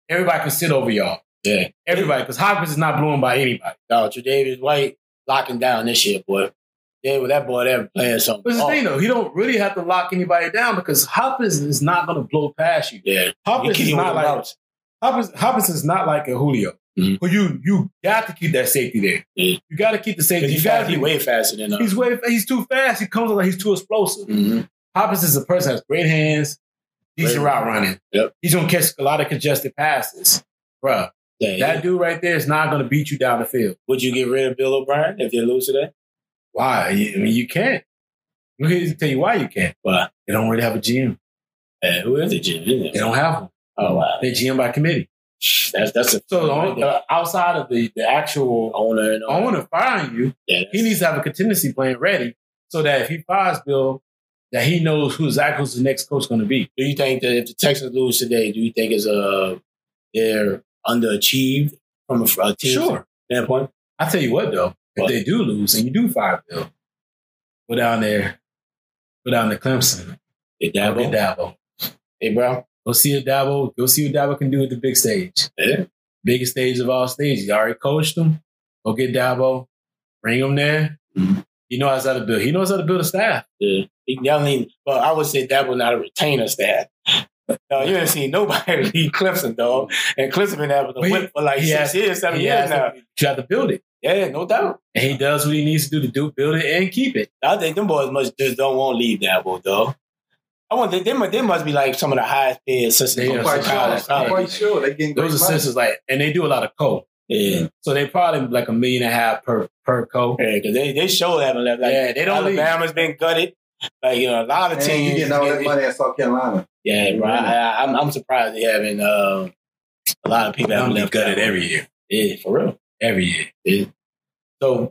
Everybody can sit over y'all.
Yeah.
everybody, because Hopkins is not blown by anybody.
No, Tre'Davious White locking down this year, boy. Yeah, with that boy, that playing something.
But the
off.
thing though, he don't really have to lock anybody down because Hopkins is not going to blow past you.
Yeah, you
Hopkins
keep
is
him with
not
the
like
routes.
Hopkins, Hopkins is not like a Julio.
Mhm.
Who you you got to keep that safety there.
Yeah.
You got to keep the safety.
He,
You got
Mm-hmm. fast,
to
he way faster than us.
He's way he's too fast. He comes like he's too explosive.
Mhm.
Hopkins is a person that has great hands, decent
Great.
route running.
Yep.
He's gonna catch a lot of congested passes. Bruh,
Yeah, yeah.
that dude right there is not gonna beat you down the field.
Would you get rid of Bill O'Brien if they lose today?
Why? I mean, you can't. Let me tell you why you can't.
Why?
They don't really have a GM.
Yeah, who is it, Jim? Isn't
They
it?
don't have one.
Oh wow,
They GM by committee.
that's that's a
So the only- uh, outside of the, the actual
owner and all.
owner firing you,
Yeah, that's-
he needs to have a contingency plan ready so that if he fires Bill, that he knows who exactly who's the next coach going to be.
Do you think that if the Texans lose today, do you think it's uh they're underachieved from a, a team standpoint?
I tell you what though, if
What?
they do lose and you do fire Bill, go down there, go down to Clemson,
They
go
dabble.
get Dabo.
Hey, bro.
Go see a Dabo. Go see what Dabo can do at the big stage,
Yeah.
biggest stage of all stages. You already coached him. Go get Dabo. Bring him there.
Mhm.
He knows how to build. He knows how to build a staff.
Yeah. He definitely, but I would say dabble not a retainer stat. No, you ain't seen nobody leave Clemson, dog. And Clemson been having
But
a
he-
whip for like
he
six
has-
years, seven
he
years
has
now.
to- you have to build it,
Yeah, no doubt.
and he does what he needs to do to do build it and keep it.
I think them boys must just don't want to leave Dabo, though. I want they, they, must, they must be like some of the highest paid assistants.
They
from
are
quite
some
college,
highest
sure. I'm
college.
quite sure they getting
Those
great money.
assistants, like, and they do a lot of co.
Yeah,
So they probably like a million and a half per per co.
yeah, because they they show haven't left. Like,
yeah, they don't leave.
Alabama's been gutted. Like you know, a lot of
And
teams.
you getting all that money at South Carolina.
Yeah, bro. I, I, I'm I'm surprised they haven't. Um, a lot of people haven't
Alabama
left
gutted
Dabo.
every year.
Yeah, for real.
Every year.
So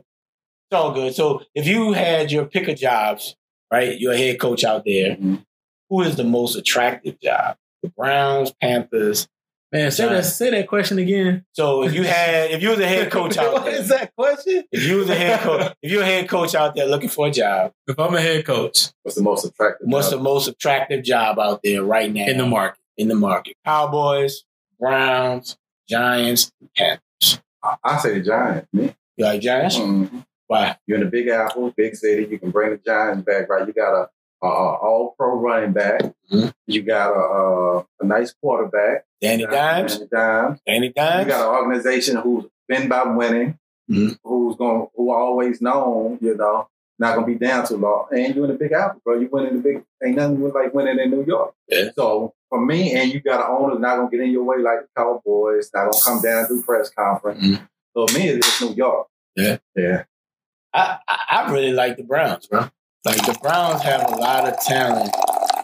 it's all good. So if you had your pick of jobs, right, your head coach out there,
Mm-hmm.
Mhm.
who is the most attractive job? The Browns, Panthers.
Man, say that say that question again.
So if you had, if you was a head coach out
what
there,
is that question?
if you was a head coach, if you're a head coach out there looking for a job,
If I'm a head coach
What's the most attractive?
what's
job?
the most attractive job out there right now
in the market,
in the market? Cowboys, Browns, Giants, Panthers.
I say the Giants. Me.
You like Giants?
Mm.
Mhm.
Why?
You're in the Big Apple, big city. You can bring the Giants back, right? You got a, a, a All Pro running back.
Mhm.
You got a, a a nice quarterback.
Danny Dimes.
Danny Dimes.
Danny
You
Dimes.
got an organization who's been by winning,
Mhm.
who's going, who always known, you know, not gonna be down too long. And you in the Big Apple, bro. You winning the big. Ain't nothing like winning in New York.
Yeah.
So for me, and you got an owner that's not gonna get in your way like the Cowboys. Not gonna come down and do press conference.
Mhm.
So for me, it's New York.
Yeah.
Yeah.
I, I I really like the Browns, bro. Like the Browns have a lot of talent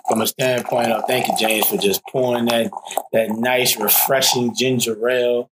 from a standpoint of thank you, James, for just pouring that that nice, refreshing ginger ale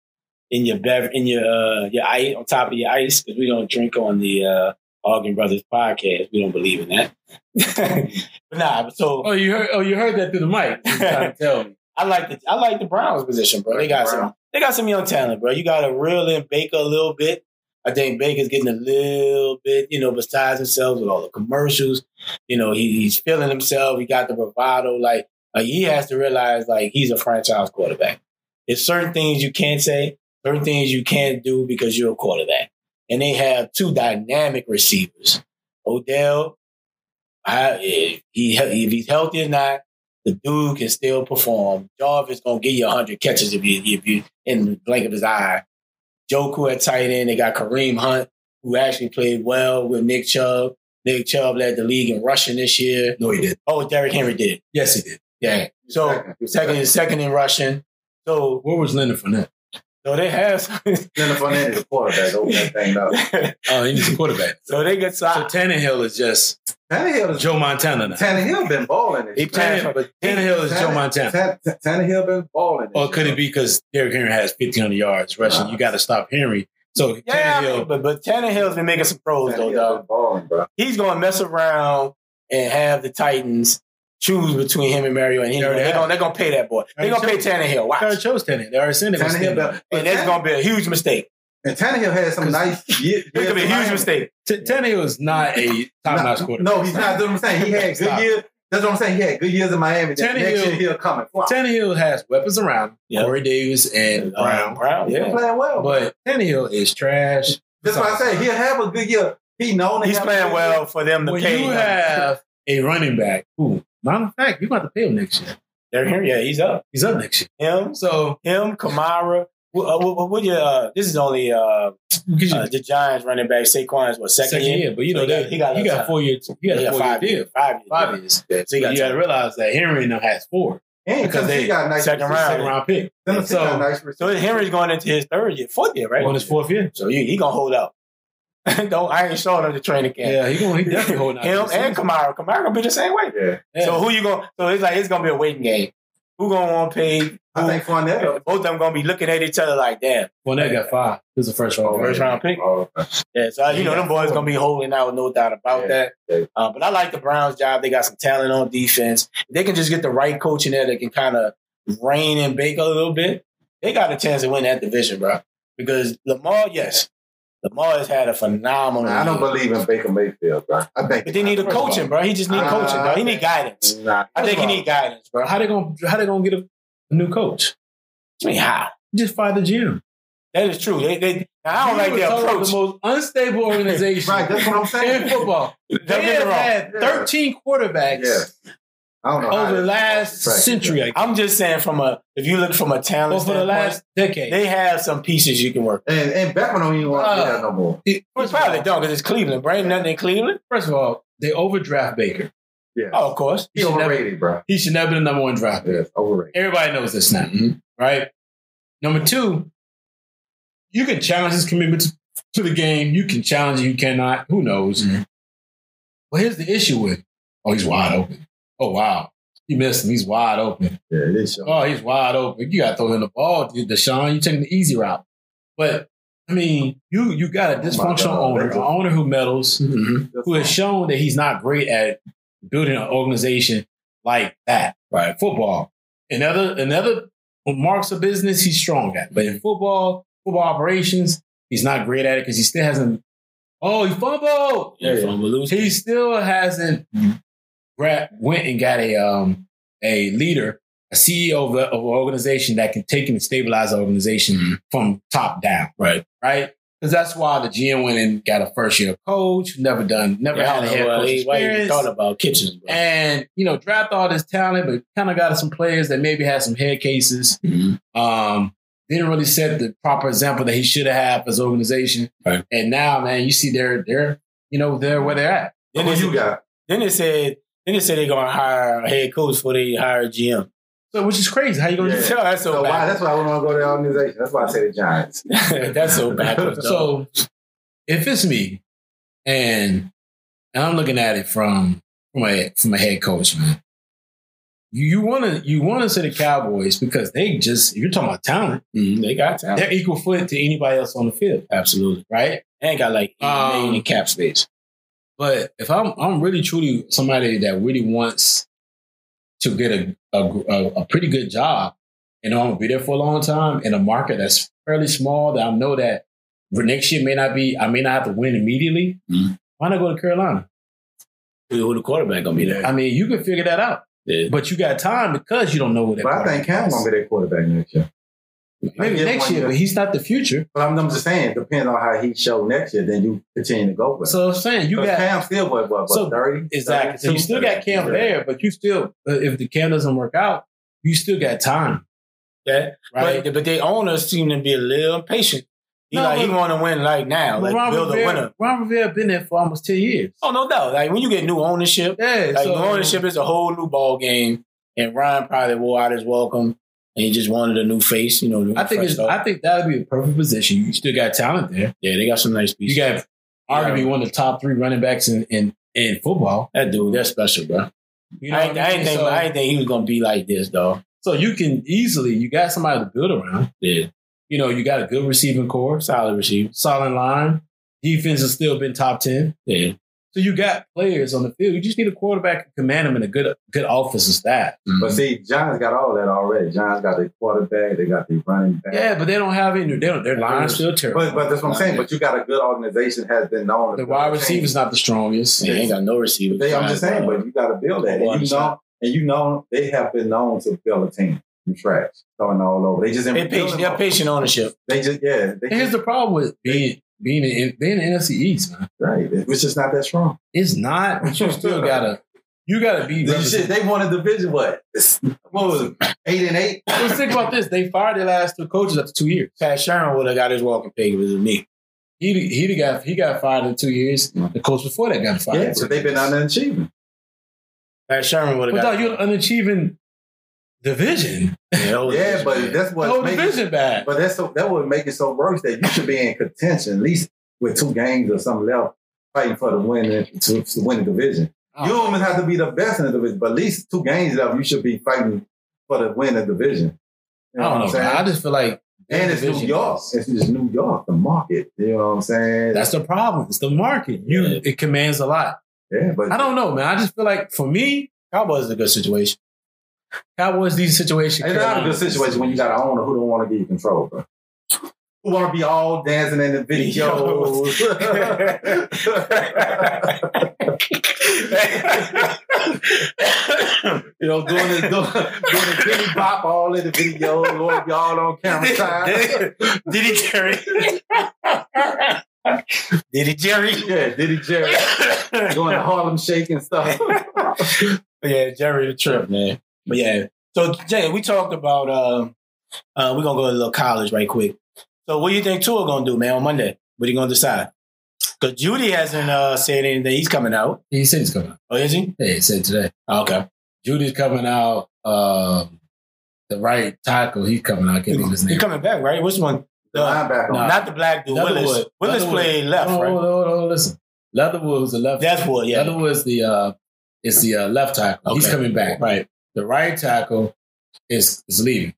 in your bev in your uh, your ice on top of your ice because we don't drink on the uh, Augen Brothers podcast. We don't believe in that. but nah, so
Oh, you heard? Oh, you heard that through the mic. You trying to tell me?
I like the I like the Browns position, bro. They got some they got some young talent, bro. You gotta reel in Baker a little bit. I think Baker's getting a little bit, you know, besides himself with all the commercials. You know, he, he's feeling himself. He got the bravado. Like, like he has to realize, like, he's a franchise quarterback. There's certain things you can't say, certain things you can't do because you're a quarterback. And they have two dynamic receivers. Odell, I, if, he, if he's healthy or not, the dude can still perform. Jarvis gonna give you hundred catches if you if you in the blink of his eye. Joku at tight end, they got Kareem Hunt, who actually played well with Nick Chubb. Nick Chubb led the league in rushing this year.
No, he did.
Oh, Derrick Henry did.
Yes, he did.
Yeah. So
Second.
second second in rushing. So
Where was Leonard Fournette?
so they have
Then if I needed a quarterback, open that thing up.
Oh, he needs a quarterback.
so they get
So
so
Tannehill is just
Tannehill is
Joe Montana now.
Tannehill been balling it.
He passed
Tannehill, but Tannehill is Joe Montana.
Tannehill been balling it.
Or could it be because Derrick Henry has 1,500 yards rushing? You got to stop Henry. So
yeah, I mean,
Tannehill,
but but Tannehill's been making some pros though, dog.
Tannehill been balling, bro.
he's going to mess around and have the Titans choose between him and Mario and him.
They already
They're
have.
going they're gonna pay that boy. They're
Already
going to pay Tannehill.
they already
Watch.
chose Tannehill. They already said it was
Tannehill
Tannehill.
been-
And that's going to be a huge mistake.
And Tannehill had some nice. It
It's going to be a huge mistake.
T- Tannehill is not a top-notch quarterback.
No, he's not. That's what I'm saying. He had good
Stop.
years. That's what I'm saying. He had good years in Miami. That next
Tannehill-
year he'll come and flop.
Tannehill has weapons around him,
Yeah.
Corey Davis and
Uh,
Brown,
Brown,
He's
yeah.
playing well.
but Tannehill is trash.
That's what I say. He'll have a good year. He known to
He's
have a
playing
good
well for them to
When
pay.
you have a running back, who, matter of fact, you got to pay him next year.
Derrick Henry, yeah, he's up.
He's up next year.
Him,
So
him, Kamara. What, uh, what, what you, uh, this is only uh,
because
uh, the Giants running back. Saquon's what second,
second year. but you
So
know
he got-
that
he got
you got
time.
four years. You got
Yeah,
a four year
five
deal,
years. Five years.
five years.
So
But
you got
you got to realize that Henry now has four
year. And
Because
because
they-
he got nice
second
receivers.
second round pick
Tennessee
So-
got nice
So
receivers.
Henry's going into his third year, fourth year, right?
on his fourth year.
So you, he gonna hold out. Don't I ain't showing him the training camp.
Yeah, he going he definitely holding out.
Him and Kamara. Kamara gonna be the same way.
Yeah,
Yeah.
So who you gonna so it's like it's gonna be a waiting game. Who gonna want paid?
I think Fournette.
both of them gonna be looking at each other like damn.
Fournette got five. He was the first round.
First
pick.
round pick.
Oh,
Yeah, so you know them boys gonna be holding out, no doubt about
Yeah.
that.
Yeah.
Uh, but I like the Browns' job. They got some talent on defense. They can just get the right coach in there that can kind of rein in Baker a little bit. They got a chance to win that division, bro. Because Lamar, yes, Lamar has had a phenomenal.
I don't
year.
believe in Baker Mayfield, bro. I think
But they need a
First of all,
coaching, bro. He just need
Uh,
coaching, bro. He need guidance.
Nah,
I think he
First of
need guidance, bro.
Bro, how they gonna how they gonna get a, a new coach?
I mean, how?
Just fire the GM.
That is true. They, they, now, I don't like
You were
their
talking about
approach.
The most unstable
all,
organization
Right, that's what I'm
in
saying.
football.
Don't
They
get me
have
wrong.
had
Yeah.
13 quarterbacks
Yeah. I don't know. how
over the
that-
last
Right.
century. I guess.
I'm just saying from a if you look from a
Or
talent
for the
standpoint,
last decade.
they have some pieces you can work.
And, and Beckman don't even want to
Bruh.
be there no more.
It-
Well,
first, of
probably
all,
don't because it's Cleveland, bro. Ain't nothing in Cleveland.
first of all, they overdraft Baker.
Yeah.
Oh, of course.
he overrated, bro.
He should never be the number one draft pick.
Yes, overrated.
Everybody knows this now,
Mm-hmm.
right? Number two, you can challenge his commitment to, to the game. You can challenge it. You cannot. Who knows?
Mm-hmm.
But here's the issue with: it. oh, he's wide open. Oh wow, he missed him. He's wide open.
Yeah, it is. showing.
Oh, he's wide open. You got to throw him the ball, dude. Deshaun. You taking the easy route, but. I mean, you you got a
my
dysfunctional
God.
owner,
That's
an
a-
owner who meddles,
That's
who has shown that he's not great at building an organization like that, right? Football. In other, in other marks of business, he's strong at,
Mm-hmm.
but in football, football operations, he's not great at it because he still hasn't. Oh, he fumbled.
Yeah, yeah.
He still hasn't
Mm-hmm.
gra- went and got a um a leader, a CEO of, a, of an organization that can take him and stabilize the organization
Mm-hmm.
from top down,
Right.
right? Because that's why the GM went and got a first year coach, never done, never
Yeah,
had a head coach
why you
experience,
thought about kitchens, bro.
and you know draft all this talent, but kind of got some players that maybe had some head cases. Um, didn't really set the proper example that he should have had for his organization.
Right.
And now, man, you see they're they're you know they're where they're at.
Who
Then they,
you got?
then they said then they said they're gonna hire a head coach before they hire a GM.
So which is crazy. How you gonna do
Yeah.
that?
So that's so,
So why?
bad.
That's why I want to go to the organization. That's why I say the Giants.
that's so backwards. dog.
So if it's me and, and I'm looking at it from from a from a head coach, man, you, you wanna you wanna say the Cowboys because they just if you're talking about talent,
They got talent.
they're equal foot to anybody else on the field,
Absolutely.
right?
They ain't got like eight
Um,
million in cap space.
But if I'm I'm really truly somebody that really wants to get a a, a, a pretty good job, and I'm gonna be there for a long time in a market that's fairly small that I know that for next year may not be I may not have to win immediately.
Mhm.
Why not go to Carolina?
Who who the quarterback gonna be there?
I mean, you can figure that out,
Yeah.
but you got time because you don't know what. that
But I think
quarterback
Cam
is.
gonna be their quarterback next year.
maybe
Yeah,
next
one
year,
year.
but he's not the future.
But I'm, I'm just saying, depending on how he show next year, then you continue to go with. him.
So I'm saying you
Because
got
Cam still what what, what
So,
30?
Exactly. So you
32?
still got Cam
Yeah.
there, but you still, uh, if the Cam doesn't work out, you still got time,
Yeah.
right?
But, but they owners seem to be a little impatient. He
No,
like he
but-
want to win like now,
But
like
Ron,
build a winner.
Rivera, Ron Rivera been there for almost 10 years.
Oh no doubt. Like when you get new ownership,
yeah.
like
so- um,
new ownership is a whole new ball game. And Ryan probably wore out his welcome, and he just wanted a new face. You know,
I think,
fresh
it's,
start.
I think that would be a perfect position. You still got talent there.
yeah, they got some nice
You
pieces.
got arguably one of the top three running backs in, in, in football.
that dude. That's special, bro.
You know
I,
what
ain't, I ain't
mean?
think
so,
I ain't think he was gonna be like this, dog.
so you can easily, you got somebody to build around.
Yeah,
You know, you got a good receiving core,
solid receiver.
solid line. Defense has still been top 10.
Yeah,
So you got players on the field. You just need a quarterback to command them and a good good offensive staff.
But see, John's got all that already. John's got the quarterback. They got the running back.
Yeah, but they don't have any. They don't, their line's still terrible.
But but that's what I'm saying. But you got a good organization has been known. to
the wide
build
receiver's
teams.
not the strongest.
they ain't got no receiver.
They, I'm just saying, but you got to build that, and you know, and you know, they have been known to build a team from trash, starting all over. They just
they're patient. They're patient ownership.
They just yeah, they
And here's
just,
the problem with being being in being in NFC East, man.
right. It was just not that strong.
It's not. But you still gotta you gotta be.
They, shit,
represent-
they won a division. What? What was it? Eight and eight.
Let's think about this. They fired their last two coaches after two years.
Pat Sherman would have got his walking pay with me.
He he got he got fired in two years. The coach before that got fired.
Yeah, so they've been underachieving.
Pat Sherman would
But
have got.
dog, you're unachieving division.
Yeah, that was-
Yeah, but that's
The
what
whole
makes-
division bad.
But that's so that would make it so worse that you should be in contention at least with two games or something left, fighting for the win and to, to win the division.
Oh.
You don't even have to be the best in the division, but at least two games left, you should be fighting for the win of the division. You
I don't
what
know.
I'm
man.
saying?
I just feel like
and it's New
division
York.
is-
It's just New York, the market. You know what I'm saying?
That's the problem. It's the market. You
Yeah.
it commands a lot.
yeah, but
I don't know, man. I just feel like for me,
Cowboys is a good situation.
Cowboys these situation.
it's not a good situation when you got an owner who don't want to give you control, bro. Who want to be all dancing in the videos? You know, doing the doing, doing the Billy Bop all in the video, Lord, y'all on camera time.
Diddy Jerry. Diddy Jerry.
yeah, Diddy Jerry doing the Harlem Shake and stuff.
yeah, Jerry the trip, man. But yeah. So Jay, we talked about um uh we're gonna go to a little college right quick. So what do you think Tua gonna do, man, on Monday? What are you gonna decide? Cause Judy hasn't uh said anything. He's coming out.
He said he's coming out.
Oh, is he?
Yeah, he said today.
Okay.
Judy's coming out. Um, the right tackle, he's coming out. I can't remember his
He's
name.
coming back, right? Which one?
The
Uh,
linebacker.
Nah.
Not the black dude.
Leatherwood.
Willis. Willis
Leatherwood.
played left,
oh,
right?
oh, oh, listen. Leatherwood was the left.
That's what, yeah.
Leatherwood's the uh, is the uh, left tackle. He's
Okay.
coming back. Right. The right tackle is is leaving.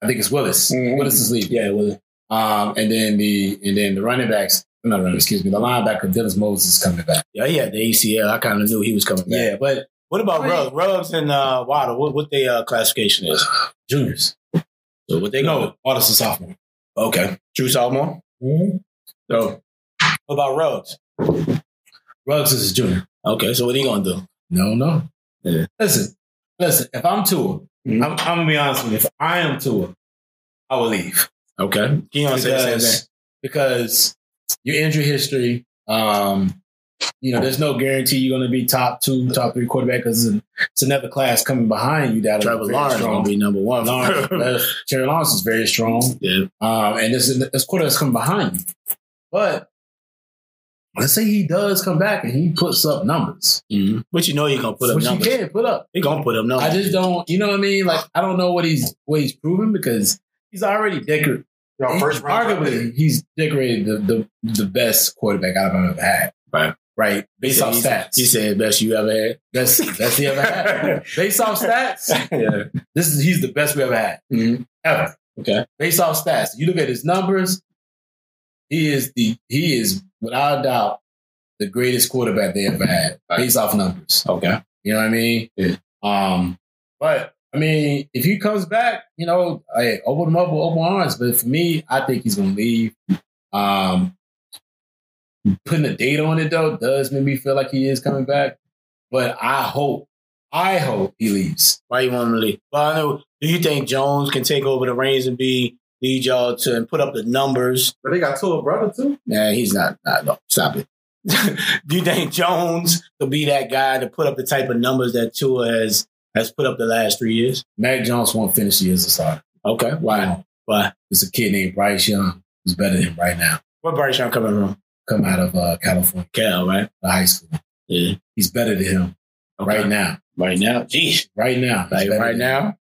I think it's Willis.
Mhm.
Willis is leaving.
Yeah, Willis.
Um, and then the and then the running backs, not running, excuse me, the linebacker Dennis Moses is coming back.
Yeah, he had the ACL. I kind of knew he was coming back.
Yeah, but
What about
Three.
Ruggs? Ruggs and uh, Waddle? What what their uh, classification is?
juniors,
So what they
no, Otis is sophomore.
go? Okay, true sophomore.
Mm-hmm.
So what about Ruggs?
Ruggs is a junior.
Okay, so what he gonna do?
No, no.
Yeah.
Listen, listen. If I'm Tua,
Mhm.
I'm, I'm gonna be honest with you. If I am Tua, I will leave
Okay, he gonna say the same thing.
because because your injury history. Um, you know, there's no guarantee you're going to be top two, top three quarterback because it's, it's another class coming behind you. That
Trevor Lawrence gonna be number one.
Lawrence, uh, Terry Lawrence is very strong.
Yeah.
Um, and this this quarter that's come behind you. But let's say he does come back and he puts up numbers,
Mhm. But you know he gonna put up
which
numbers.
he can put up.
He gonna put up numbers.
I just don't, you know what I mean? Like I don't know what he's what he's proven because he's already decorated.
Y'all first round.
arguably, he's decorated the, the the best quarterback I've ever had.
Right.
right? Based
He
off
said-
stats.
He said best you ever had.
Best, best he ever had. Based off stats,
yeah.
this is he's the best we ever had
Mhm.
ever.
Okay.
Based off stats, you look at his numbers. He is the he is without a doubt the greatest quarterback they ever had based off numbers.
Okay.
You know what I mean?
Yeah.
Um, but I mean, if he comes back, you know, I open him up with open arms. But for me, I think he's gonna leave. Um, putting a date on it though does make me feel like he is coming back. But I hope, I hope he leaves.
Why you want him to leave? Well, I know. Do you think Jones can take over the reins and be lead y'all to and put up the numbers?
But they got two brother too.
Nah, he's not. Nah, no, stop it. do you think Jones could be that guy to put up the type of numbers that Tua has has put up the last three years?
Mac Jones won't finish the year as a starter.
Okay, why? Why?
There's a kid named Bryce Young who's better than him right now.
Where Bryce Young coming from?
Come out of uh, California
Cal, right?
the high school.
Yeah.
He's better than him right
Right now.
now.
Right now. Jeez.
Right now. He's
Like
better
right
than him.
now.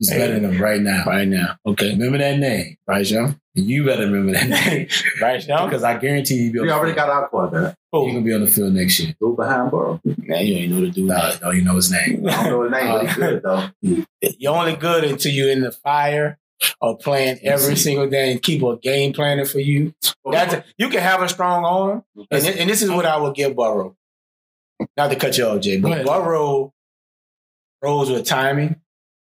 He's better than him right now.
Right now. Okay.
Remember that name,
Bryce Young.
You better remember that name
Bryce Young.
because I guarantee you.
We already got our quarterback.
You're gonna be on the field next year. Uh,
Dude behind Burrow.
Now you ain't know the dude.
No, no, you know his name.
I don't know his name, but he's good though.
You're only good until you're in the fire or playing every single day and keep a game planning for you. That's, you can have a strong arm. And, thi- and this is what I would give Burrow. Not to cut you off, Jay,
Go
but
ahead.
Burrow throws with timing.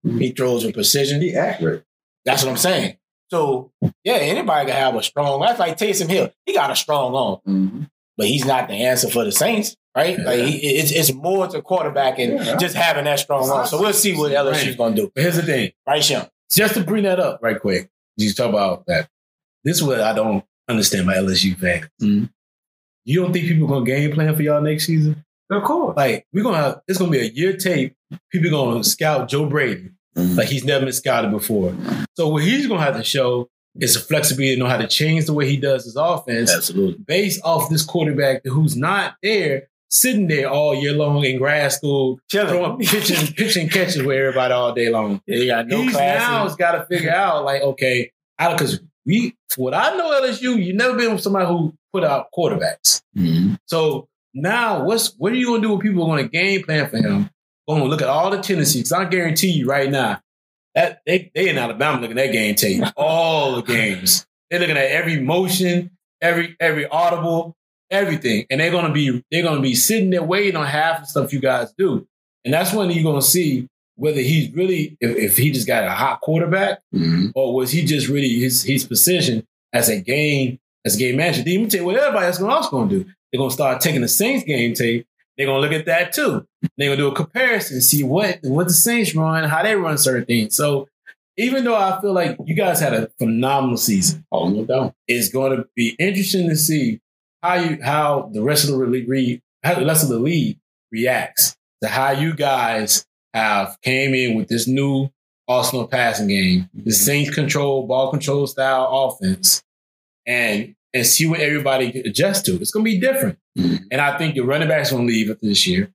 Mm-hmm.
He throws with precision.
He accurate.
That's what I'm saying. So, yeah, anybody can have a strong That's like Taysom Hill. He got a strong arm,
Mm-hmm.
but he's not the answer for the Saints, right? Like, he, it's, it's more to quarterback and
Yeah.
just having that strong arm. So, we'll see what LSU's going to do.
But here's the thing.
Right, Young?
Just to bring that up right quick. You talk about that. This is what I don't understand my LSU fans.
Mhm.
You don't think people gonna game plan for y'all next season?
Of course.
Like we're gonna have it's gonna be a year tape. People gonna scout Joe Brady like he's never been scouted before. So what he's gonna have to show is the flexibility to know how to change the way he does his offense
Absolutely.
based off this quarterback who's not there, sitting there all year long in grad school, throwing pitching, pitching catches with everybody all day long.
Yeah, you got no
he's
class.
now's got to figure out like okay, I because we for what I know LSU, you never been with somebody who put out quarterbacks.
Mm-hmm.
So now, what's what are you gonna do when people are gonna game plan for him? Going to look at all the tendencies. I guarantee you right now that they they in Alabama looking at game tape, all the games. They're looking at every motion, every every audible, everything, and they're gonna be they're gonna be sitting there waiting on half the stuff you guys do, and that's when you're gonna see whether he's really if, if he just got a hot quarterback
Mm-hmm.
or was he just really his his position as a game as a game manager? Then you tell you what everybody else else going to do. They're going to start taking the Saints game tape. They're going to look at that too. They're going to do a comparison, see what what the Saints run, how they run certain things. So even though I feel like you guys had a phenomenal season,
Oh, no doubt.
it's going to be interesting to see how you how the rest of the re- re- how the rest of the league reacts to how you guys have came in with this new Arsenal passing game,
Mm-hmm.
the Saints control ball control style offense, and and see what everybody can adjust to. It's going to be different,
Mm-hmm.
and I think your running backs going to leave it this year.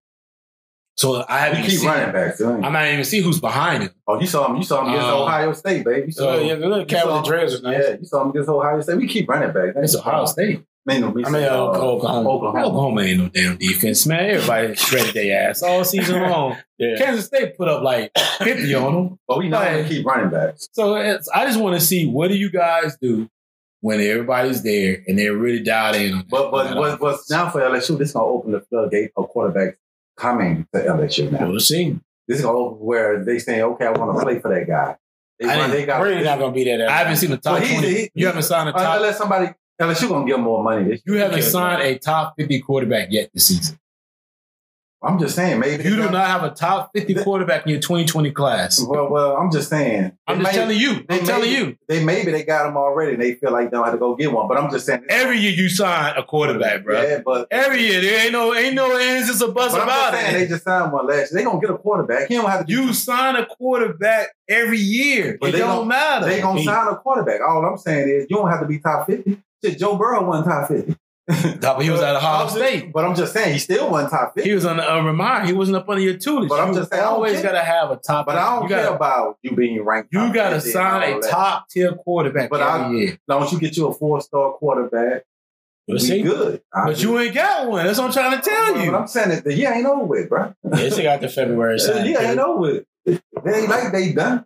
So I
You
haven't
keep
seen,
running back, too.
I'm not even see who's behind him.
Oh, you saw him. You saw him against
Uh,
Ohio State, baby.
so-
Um, yeah, the little cat with the dreads was nice.
Yeah, you saw him against Ohio State. We keep running back.
It's Ohio State.
I mean, we
I mean,
said,
uh,
uh,
Oklahoma.
Oklahoma.
Oklahoma ain't no damn defense, man. Everybody shredded their ass all season long.
Yeah.
Kansas State put up like 50 on them.
But we know we keep running backs.
So it's, I just want to see what do you guys do when everybody's there and they're really dialed in. on
But
that-
but
on that
but, but now for LSU, this is gonna open the floodgate of quarterbacks coming to LSU now.
We'll see.
This is gonna open where they saying, okay, I want to play for that guy. They,
I
they got
Brady's not going to be there. that
offense. I haven't
long.
seen the top
Well, he-
20.
he-
you haven't signed a top.
unless somebody LSU gonna give them more money. This
You haven't
Okay.
signed a top 50 quarterback yet this season.
I'm just saying, maybe
You do not have a top 50 quarterback in your 2020 class.
Well, well, I'm just saying.
I'm
They
just
may-
telling you.
they
I'm telling
may-
you.
They maybe they got them already, and they feel like they don't have to go get one. But I'm just saying,
Every year you sign a quarterback, bro.
Yeah, but
Every year there ain't no ain't no ends it's a bust
But I'm just
about
saying,
it.
they just signed one last year. They gonna get a quarterback. He don't have to.
You sign a quarterback every year.
But
it
they
don't
gon-
matter.
they gonna sign a quarterback. All I'm saying is, you don't have to be top fifty. Shit, Joe Burrow won top fifty.
Nah, but he was out of
I'm
Ohio
just-
State.
But I'm just saying, he still won top fifty.
He was on the uh, reminder. He wasn't up under your tutelage.
But I'm
You
just saying, I don't
always
care.
got to have a top.
but I don't
you
care
gotta,
about you being ranked.
You
top
got to
50 and all
sign a
that.
top tier quarterback
But
every
I-
year.
As long as you get you a four star quarterback, We
see?
good. I-
But you ain't got one. That's what I'm trying to tell
But
you.
I'm saying that the year ain't over with, bro.
This shit got the February
The
side.
year ain't over with. They ain't like they done.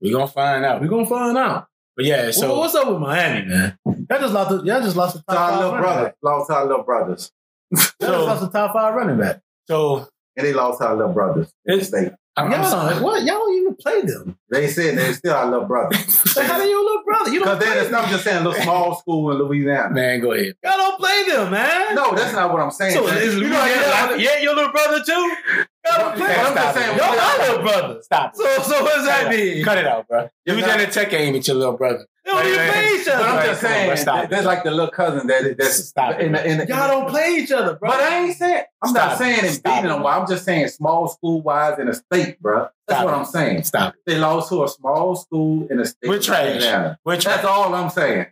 We're gonna find out.
We're gonna find out.
But yeah, so
So what's up with Miami, man? Y'all just lost. The, y'all just lost the
To
top
our
five
little
running
brother.
back.
Lost our little brothers.
Y'all just lost the top five running back.
so
And they lost our little brothers.
It's-
they,
I'm, I'm sorry.
Y'all, what? Y'all don't even play them.
they said they still our little brothers.
Like, how do you little brother? You
Because
don't. Play
then it's
them.
not just saying little small school in Louisiana.
man, go ahead.
Y'all don't play them, man.
No, that's not what I'm saying.
So
man.
is
You know,
Louisiana?
yeah,
Yeah, your little brother too. Y'all don't play.
But I'm just saying,
Y'all are little brothers.
Stop
So, so what does that mean?
Cut it out, bro.
You're
You
not-
done a tech game with your little brother.
They don't even
Hey,
play
man.
each
but I'm
other.
Right,
just
come on,
saying,
let's stop
that-
it.
that's like the little cousin that that's
Stop it,
in the, in the,
Y'all don't play each other, bro.
But I ain't saying I'm
Stop
not
it.
saying in
Stop
beating
it.
them. I'm just saying small school wise in a state, bro. That's
Stop
what
it.
I'm saying.
Stop it.
They lost to a small school in a state.
We're
of
trash.
Louisiana.
We're
That's
trash.
all I'm saying.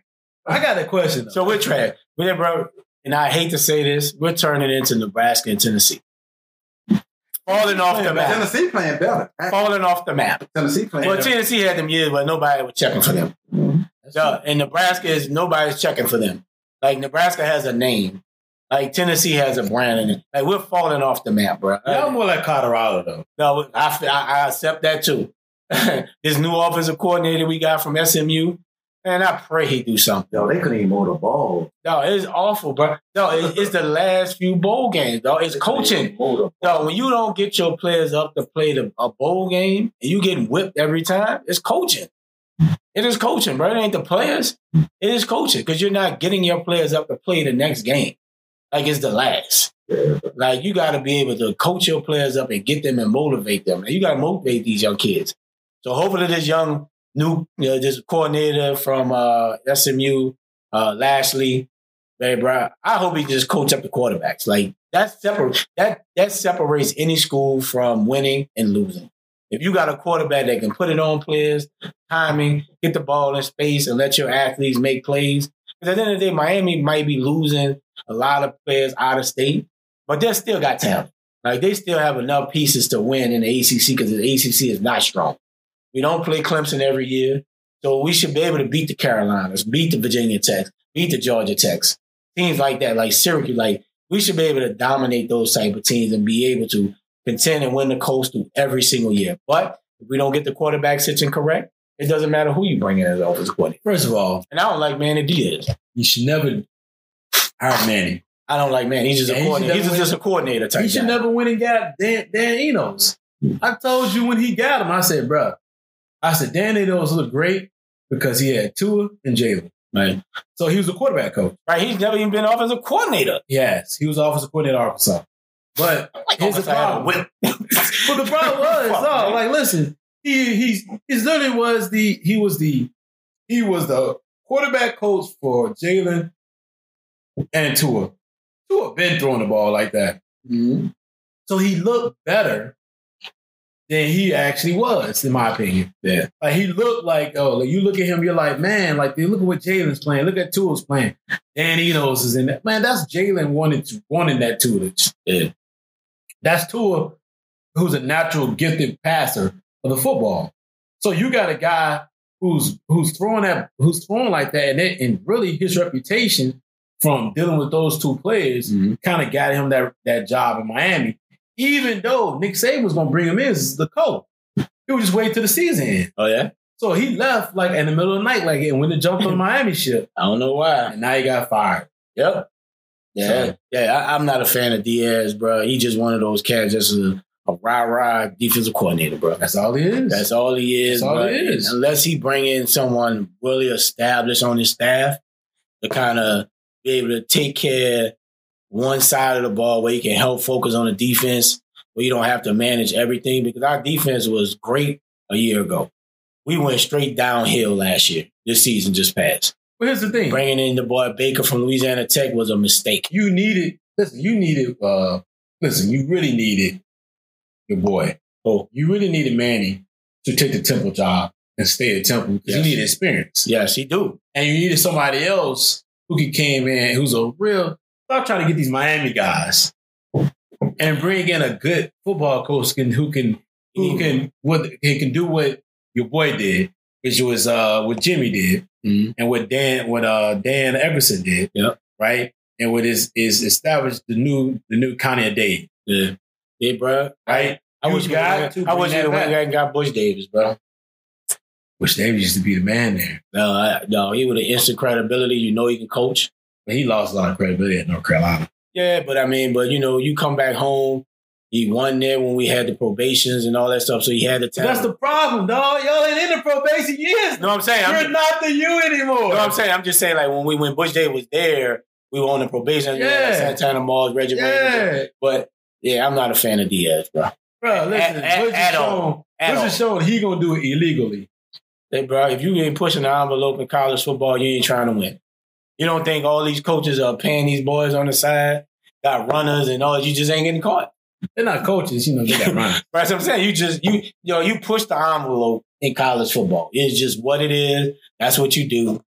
I got a question. Though.
So we're trash. We did, bro. And I hate to say this, we're turning into Nebraska and Tennessee. Falling off the
But
map.
Tennessee playing better.
Falling off the map.
Tennessee playing
Well,
better.
Tennessee had them years, but nobody was checking for them.
Mm-hmm.
Yeah, and Nebraska is nobody's checking for them. Like Nebraska has a name. Like Tennessee has a brand in it. Like we're falling off the map, bro.
Y'all more like Colorado though.
No, I, f- I- I accept that too. this new offensive coordinator we got from SMU, and I pray he do something.
Yo, they couldn't even move the ball.
No, it's awful, bro. No, it- it's the last few bowl games, though. It's
They couldn't
coaching.
even move the-
No, when you don't get your players up to play the, a bowl game and you getting whipped every time, it's coaching. It is coaching, bro. It ain't the players. It is coaching because you're not getting your players up to play the next game. Like it's the last. Like you got to be able to coach your players up and get them and motivate them. And you got to motivate these young kids. So hopefully this young new, you know, this coordinator from uh, SMU, uh, Lashley, Hey, bro, I hope he just coach up the quarterbacks. Like that separates that that separates any school from winning and losing. If you got a quarterback that can put it on players, timing, get the ball in space, and let your athletes make plays. Because at the end of the day, Miami might be losing a lot of players out of state, but they still got talent. Like they still have enough pieces to win in the ACC because the ACC is not strong. We don't play Clemson every year, so we should be able to beat the Carolinas, beat the Virginia Techs, beat the Georgia Techs teams like that, like Syracuse, like we should be able to dominate those type of teams and be able to contend and win the coastal every single year. But if we don't get the quarterback situation correct, it doesn't matter who you bring in as offensive coordinator.
First of all,
And I don't like Manny Diaz.
you should never hire Manny.
I don't like Manny. He's just
Yeah,
a
he should
coordinator. He's
never
just a
win.
coordinator type.
He should
guy.
never win and got Dan, Dan Enos. I told you when he got him, I said, bruh, I said, Dan Enos looked great because he had Tua and Jalen.
Right.
So he was a quarterback coach.
right? He's never even been offensive coordinator.
Yes, he was offensive coordinator at Arkansas. But
Like,
Here's the
offensive had a
problem.
whip.
but the problem was,
Fuck,
no,
man.
like listen, he he's he's literally was the he was the he was the quarterback coach for Jalen and Tua. Tua been throwing the ball like that.
Mm-hmm.
Mhm.
So he looked better than he actually was, in my opinion.
Yeah.
Like he looked like, oh, like you look at him, you're like, man, like dude, look at what Jalen's playing, look at Tua's playing. Dan Enos is in that. Man, that's Jalen wanted to wanting that tutelage.
Yeah.
That's Tua, who's a natural gifted passer of the football. So you got a guy who's who's throwing that who's throwing like that, and it, and really his reputation from dealing with those two players
Mhm.
kind of got him that, that job in Miami, even though Nick Saban was going to bring him in as the coach. He would just wait till the season end.
Oh yeah.
So he left like in the middle of the night, like and went and jumped on the Miami ship,
I don't know why.
and now he got fired.
Yep. Yeah,
So-
yeah. I, I'm not a fan of Diaz, bro. He just one of those cats that's a, a rah rah defensive coordinator, bro.
That's all he is.
That's all he is.
That's all
but
he is.
Unless he bring in someone really established on his staff to kind of be able to take care one side of the ball where you can help focus on the defense, where you don't have to manage everything. Because our defense was great a year ago. We went straight downhill last year. This season just passed.
But here's the thing:
Bringing in the boy Baker from Louisiana Tech was a mistake.
you needed. Listen, you needed. Uh, listen, you really needed your boy.
Oh,
You really needed Manny to take the Temple job and stay at Temple because
Yes.
you needed experience.
yes, he do.
and you needed somebody else who could came in who's a real stop trying to get these Miami guys and bring in a good football coach can, who can who can what he can do what your boy did, which was uh what Jimmy did
Mhm.
and what Dan what uh Dan Everson did.
Yep.
Right? and what is is established the new the new Kanye Day. Yeah, yeah, bro. Right.
I wish you
got.
got. I wish you went and got Bush Davis, bro.
Which Davis used to be the man there,
No, I, no, he with an instant credibility. You know he can coach.
but he lost a lot of credibility at North Carolina.
Yeah, but I mean, but you know, you come back home. He won there when we had the probations and all that stuff. So he had the talent.
problem, dog. Y'all ain't in the probation years.
no, I'm saying. I'm, just-
not the you anymore.
no, I'm saying. I'm just saying. Like when we when Bush Day was there, we were on the probation. Yeah,
Yeah.
Santana Malls, Reggie Wayne. But yeah, I'm not a fan of Diaz, bro.
bro.
listen, Bush is shown- At all.
showing he gonna do it illegally.
Hey, bro, if you ain't pushing the envelope in college football, you ain't trying to win. You don't think all these coaches are paying these boys on the side, got runners and all. You just ain't getting caught.
They're not coaches, you know. They got run.
Right? So I'm saying you just you yo you push the envelope in college football. It's just what it is. That's what you do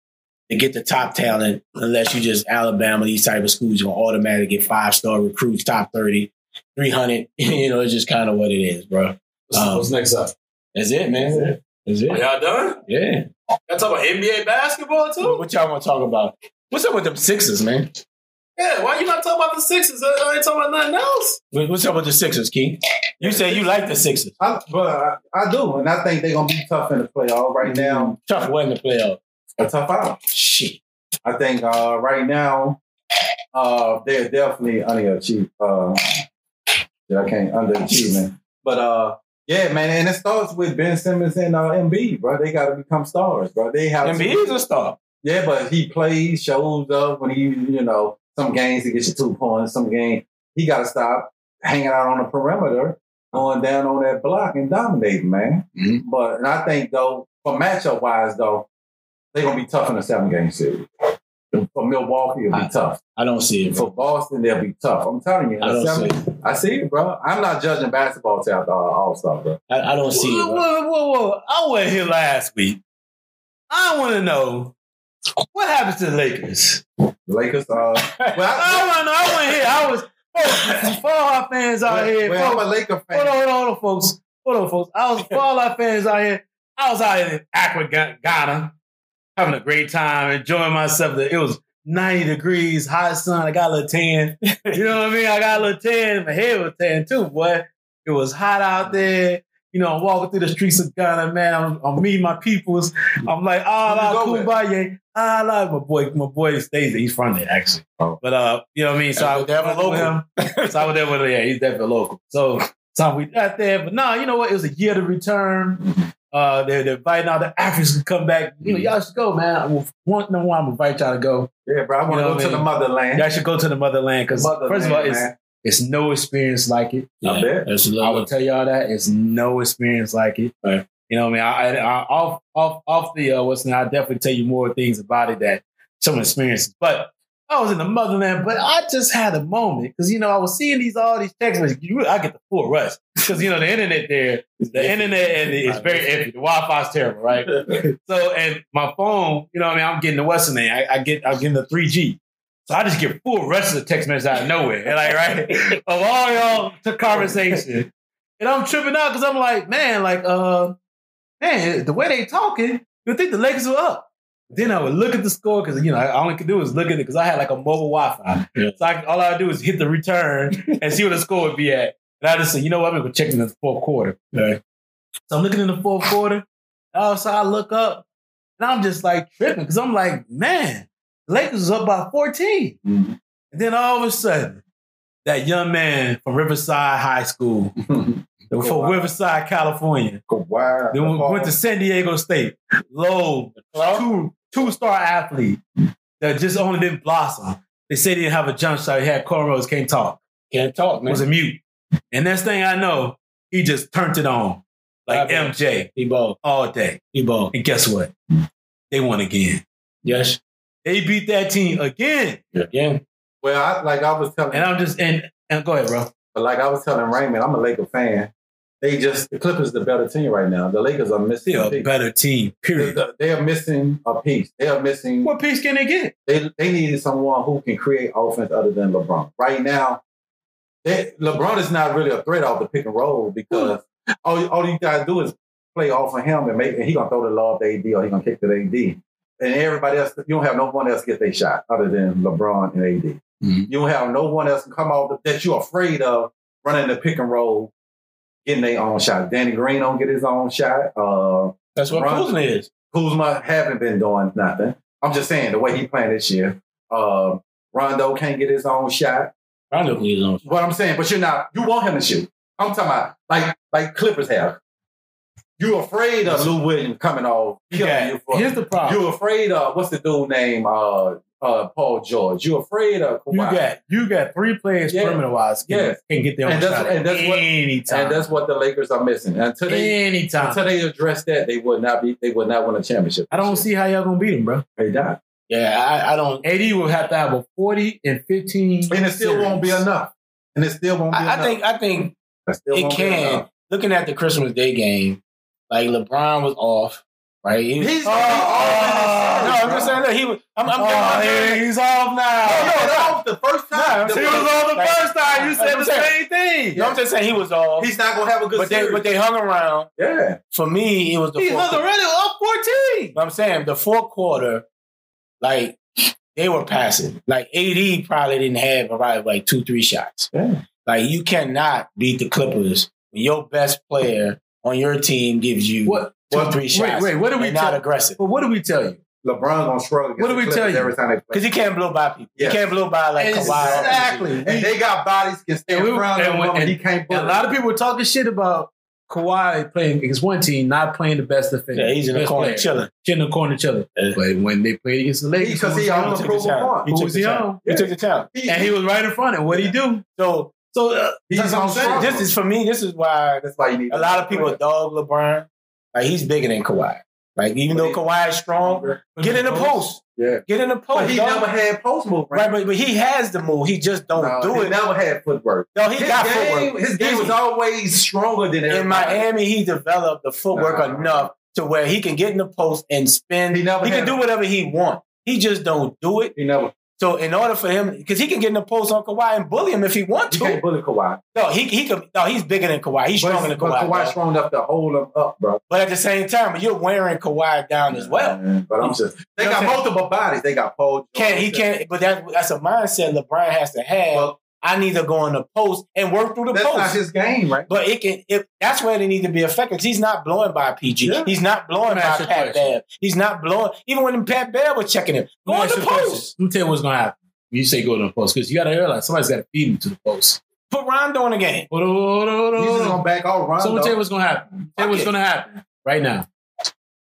to get the top talent. Unless you just Alabama, these type of schools, you're gonna automatically get five star recruits, top 30, 300. you know, it's just kind of what it is, bro.
What's,
Um,
what's next up?
That's it, man. That's
Are
it.
y'all done?
Yeah.
Y'all talking about NBA basketball
What
too?
what y'all want to talk about? What's up with them Sixers, man?
Yeah. Why you not talking about the Sixers? I I ain't talking about nothing else.
What- What's up with the Sixers, Key? You say you like the Sixers.
I, but I, I do, and I think they're gonna be tough in the playoff. Right
Mm-hmm.
now,
Tough way in the playoff.
a tough out.
Shit.
I think uh, right now uh, they're definitely underachieved. Uh, yeah, I can't underachieving, but uh, yeah, man, and it starts with Ben Simmons and uh, Embiid, bro. They got to become stars, bro. They have to-
Embiid's a star.
yeah, but he plays, shows up when he, you know, some games he gets you two points, some game he got to stop hanging out on the perimeter, going down on that block and dominating, man.
Mhm.
But and I think though, for matchup wise though, they're gonna be tough in a seven game series. For Milwaukee, it'll be
I-
tough.
I don't see it.
For Boston, they'll be tough. I'm telling you, in
I
a
don't see
seven,
it.
I see it, bro. I'm not judging basketball till after All Star, bro.
I, I don't see it.
Whoa,
bro.
whoa, whoa, whoa. I went here last week. I want to know what happens to the Lakers.
The Lakers, uh, well, I,
I want to know. I went here. I was folks, for all our fans out
well,
here.
well,
folks,
I'm a Laker fan.
hold on, hold on, hold on, folks. Hold on, folks. I was for all our fans out here. I was out in Accra, Ga- Ghana, having a great time, enjoying myself. It was 90 degrees, hot sun. I got a little tan. You know what I mean? I got a little tan. My head was tan too, boy. It was hot out there. You know, I'm walking through the streets of Ghana, man. I'm, I'm meeting my peoples. I'm like, ah,
Who you go with?
kumbaya. Ah, la. my boy, my boy stays there. He's from there, actually.
Oh.
But uh, you know what I mean? So I,
They're
I
local.
with him. So I was there with him. Yeah, he's definitely local. So, so we got there. But no, you know what? It was a year to return. Uh, they're, they're inviting all the Africans to come back. You know, y'all should go, man. I will, one, number one, I'm gonna invite y'all to go.
Yeah, bro. I want to
You know
go
what
to
I
the
mean?
motherland.
Y'all should go to the motherland because,
Motherland,
first of all, it's
man.
it's no experience like it.
I bet.
That's a
I
little,
would tell y'all that it's no experience like it.
Right.
You know what I mean? I, I, I off off off the uh, what's now. I definitely tell you more things about it that some experiences. But I was in the motherland, but I just had a moment because you know I was seeing these all these text messages. You, I get the full rush because you know the internet there, the internet and the, it's very iffy. The Wi-Fi is terrible, right? so and my phone, you know what I mean? I'm getting the what's the name? I, I get I'm getting the three G. So I just get full rush of the text messages out of nowhere. And like right of all y'all to conversation. And I'm tripping out because I'm like, man, like, uh, man, the way they talking, you'd think the Lakers were up. Then I would look at the score because you know I all I could do is look at it because I had like a mobile Wi-Fi,
Yeah.
so I, all I would do is hit the return and see what the score would be at. And I just said, you know what, I'm gonna check in the fourth quarter.
Right.
So I'm looking in the fourth quarter. Oh, so I look up and I'm just like tripping because I'm like, man, the Lakers is up by 14.
Mhm.
And then all of a sudden, that young man from Riverside High School from
Wow.
Riverside, California.
Kawhi.
Then we
Paul.
went to San Diego State. Low, two two star athlete that just only didn't blossom. They said he didn't have a jump shot. He had cornrows, can't talk,
can't talk, man.
was a mute. And next thing I know, he just turned it on like
Okay.
MJ
He ball.
all day.
He ball.
And guess what? They won again.
Yes.
They beat that team again.
Yeah.
Well, I, like I was telling,
And I'm just and, and go ahead, bro.
like I was telling Raymond, I'm a Laker fan. They just the Clippers the better team right now. The Lakers are missing.
They're
a
a
piece.
better team. Period.
They- They are missing a piece. They are missing.
What piece can they get?
They they needed someone who can create offense other than LeBron. Right now, they, LeBron is not really a threat off the pick and roll because all, all you gotta do is play off of him and make and he gonna throw the lob to AD or he gonna kick to AD. And everybody else, you don't have no one else get their shot other than LeBron and AD.
Mhm.
You don't have no one else come off that you're afraid of running the pick and roll, getting their own shot. Danny Green don't get his own shot. Uh,
That's what
Ron-
Kuzma is.
Kuzma haven't been doing nothing. I'm just saying the way he playing this year. Uh, Rondo can't get his own shot.
Rondo can get his own.
What I'm saying, but you're not. You want him to shoot. I'm talking about like like Clippers have. You're afraid of Lou Williams coming off. killing
Yeah,
you for-
here's the problem.
you're afraid of what's the dude name? Uh, uh, Paul George. You're afraid of
You
Kawhi.
got you got three players
Yeah.
perimeter wise can,
Yes.
can get their own
And that's-
shot
and that's what-
anytime.
and that's what the Lakers are missing. Until they
anytime.
until they address that, they would not be. They would not win a championship.
I don't see how y'all gonna beat him, bro.
They not.
Yeah, I, I don't.
AD will have to have a forty and fifteen,
And it still won't be
series.
enough. And it still won't be
I,
enough.
I think I think
It still
it
won't be
can.
enough.
Looking at the Christmas Day game, like LeBron was off, right? He was,
He's
Oh,
oh,
no, I'm just saying. Look, he was. I'm. I'm
Oh, yeah, he's off now.
No, no, that was the first time.
No,
The
he
first-
was on the first time. You said the
same thing.
No, I'm just saying he was off.
He's not gonna have a good
but they
series.
but they hung around.
yeah.
For me, it was the
He
fourth
was already up 14.
But I'm saying the fourth quarter, like they were passing. Like AD probably didn't have about like two, three shots.
Yeah.
Like you cannot beat the Clippers when your best player on your team gives you
What?
two,
what-
three shots.
Wait, wait. What do
and
we
not
tell?
aggressive
But what do we tell you?
LeBron gonna struggle. against
What do
the
we
Clippers
tell you?
Every time they play.
because he can't blow by people.
Yes.
He can't blow by like Kawhi.
Exactly.
And they got bodies against
And
Aaron
we-
Brown
and
and,
we-
and he can't.
And a lot of people were talking shit about Kawhi playing against one team, not playing the best defense.
Yeah, he's in the
Best
corner
player.
chilling.
Shit in the corner chilling.
Yeah.
But when they played against the Lakers,
because
who was
he
he on?
on the
took
proof
the challenge.
point.
He
Who
took
was
the
he
challenge.
on?
He took the challenge.
And he was right in front of him. What'd he do?
So, so uh,
He's
that's what I'm
on
saying.
struggle.
This is for me. This is why
That's why you need
a lot of people dog LeBron. Like he's bigger than Kawhi. Like even though Kawhi is strong, get in the post.
Yeah.
Get in the post.
But he
dog.
never had post move.
right, but, but he has the move. He just don't
No,
do
he
it.
never had footwork.
no, he
his
got
game,
footwork.
His game was always stronger than
in
everybody.
Miami. He developed the footwork
Nah.
enough to where he can get in the post and spin.
He never
can
had-
do whatever he wants. He just don't do it.
He never.
So in order for him, because he can get in the post on Kawhi and bully him if he wants
He
to.
can't bully Kawhi.
No, he he could. No, he's bigger than Kawhi. He's stronger
But,
than
but
Kawhi.
Kawhi's
dog.
strong enough to hold him up, bro.
But at the same time, you're wearing Kawhi down as well.
Man, But I'm just. They
You know
got
what I'm
multiple bodies. They got Paul. George.
Can't he can't? But that that's a mindset LeBron has to have.
Well-
I need to go in the post and work through the
That's
post.
not his game, right?
but it can. If that's where they need to be effective. 'Cause He's not blowing by PG.
Yeah.
He's not
Let
blowing
me ask
by
you a
Pat
question.
Bev. He's not blowing. Even when Pat Bev was checking him, go in
Let me ask
the
you a question.
post.
Let me tell you what's gonna happen. You say go to the post because you gotta realize somebody's gotta feed him to the post.
Put Rondo in the game.
Hold on, hold on, hold on,
He's
hold
just
on.
gonna back out
So I'm
Rondo.
gonna tell you what's gonna happen. Tell you what's
Okay.
gonna happen right now.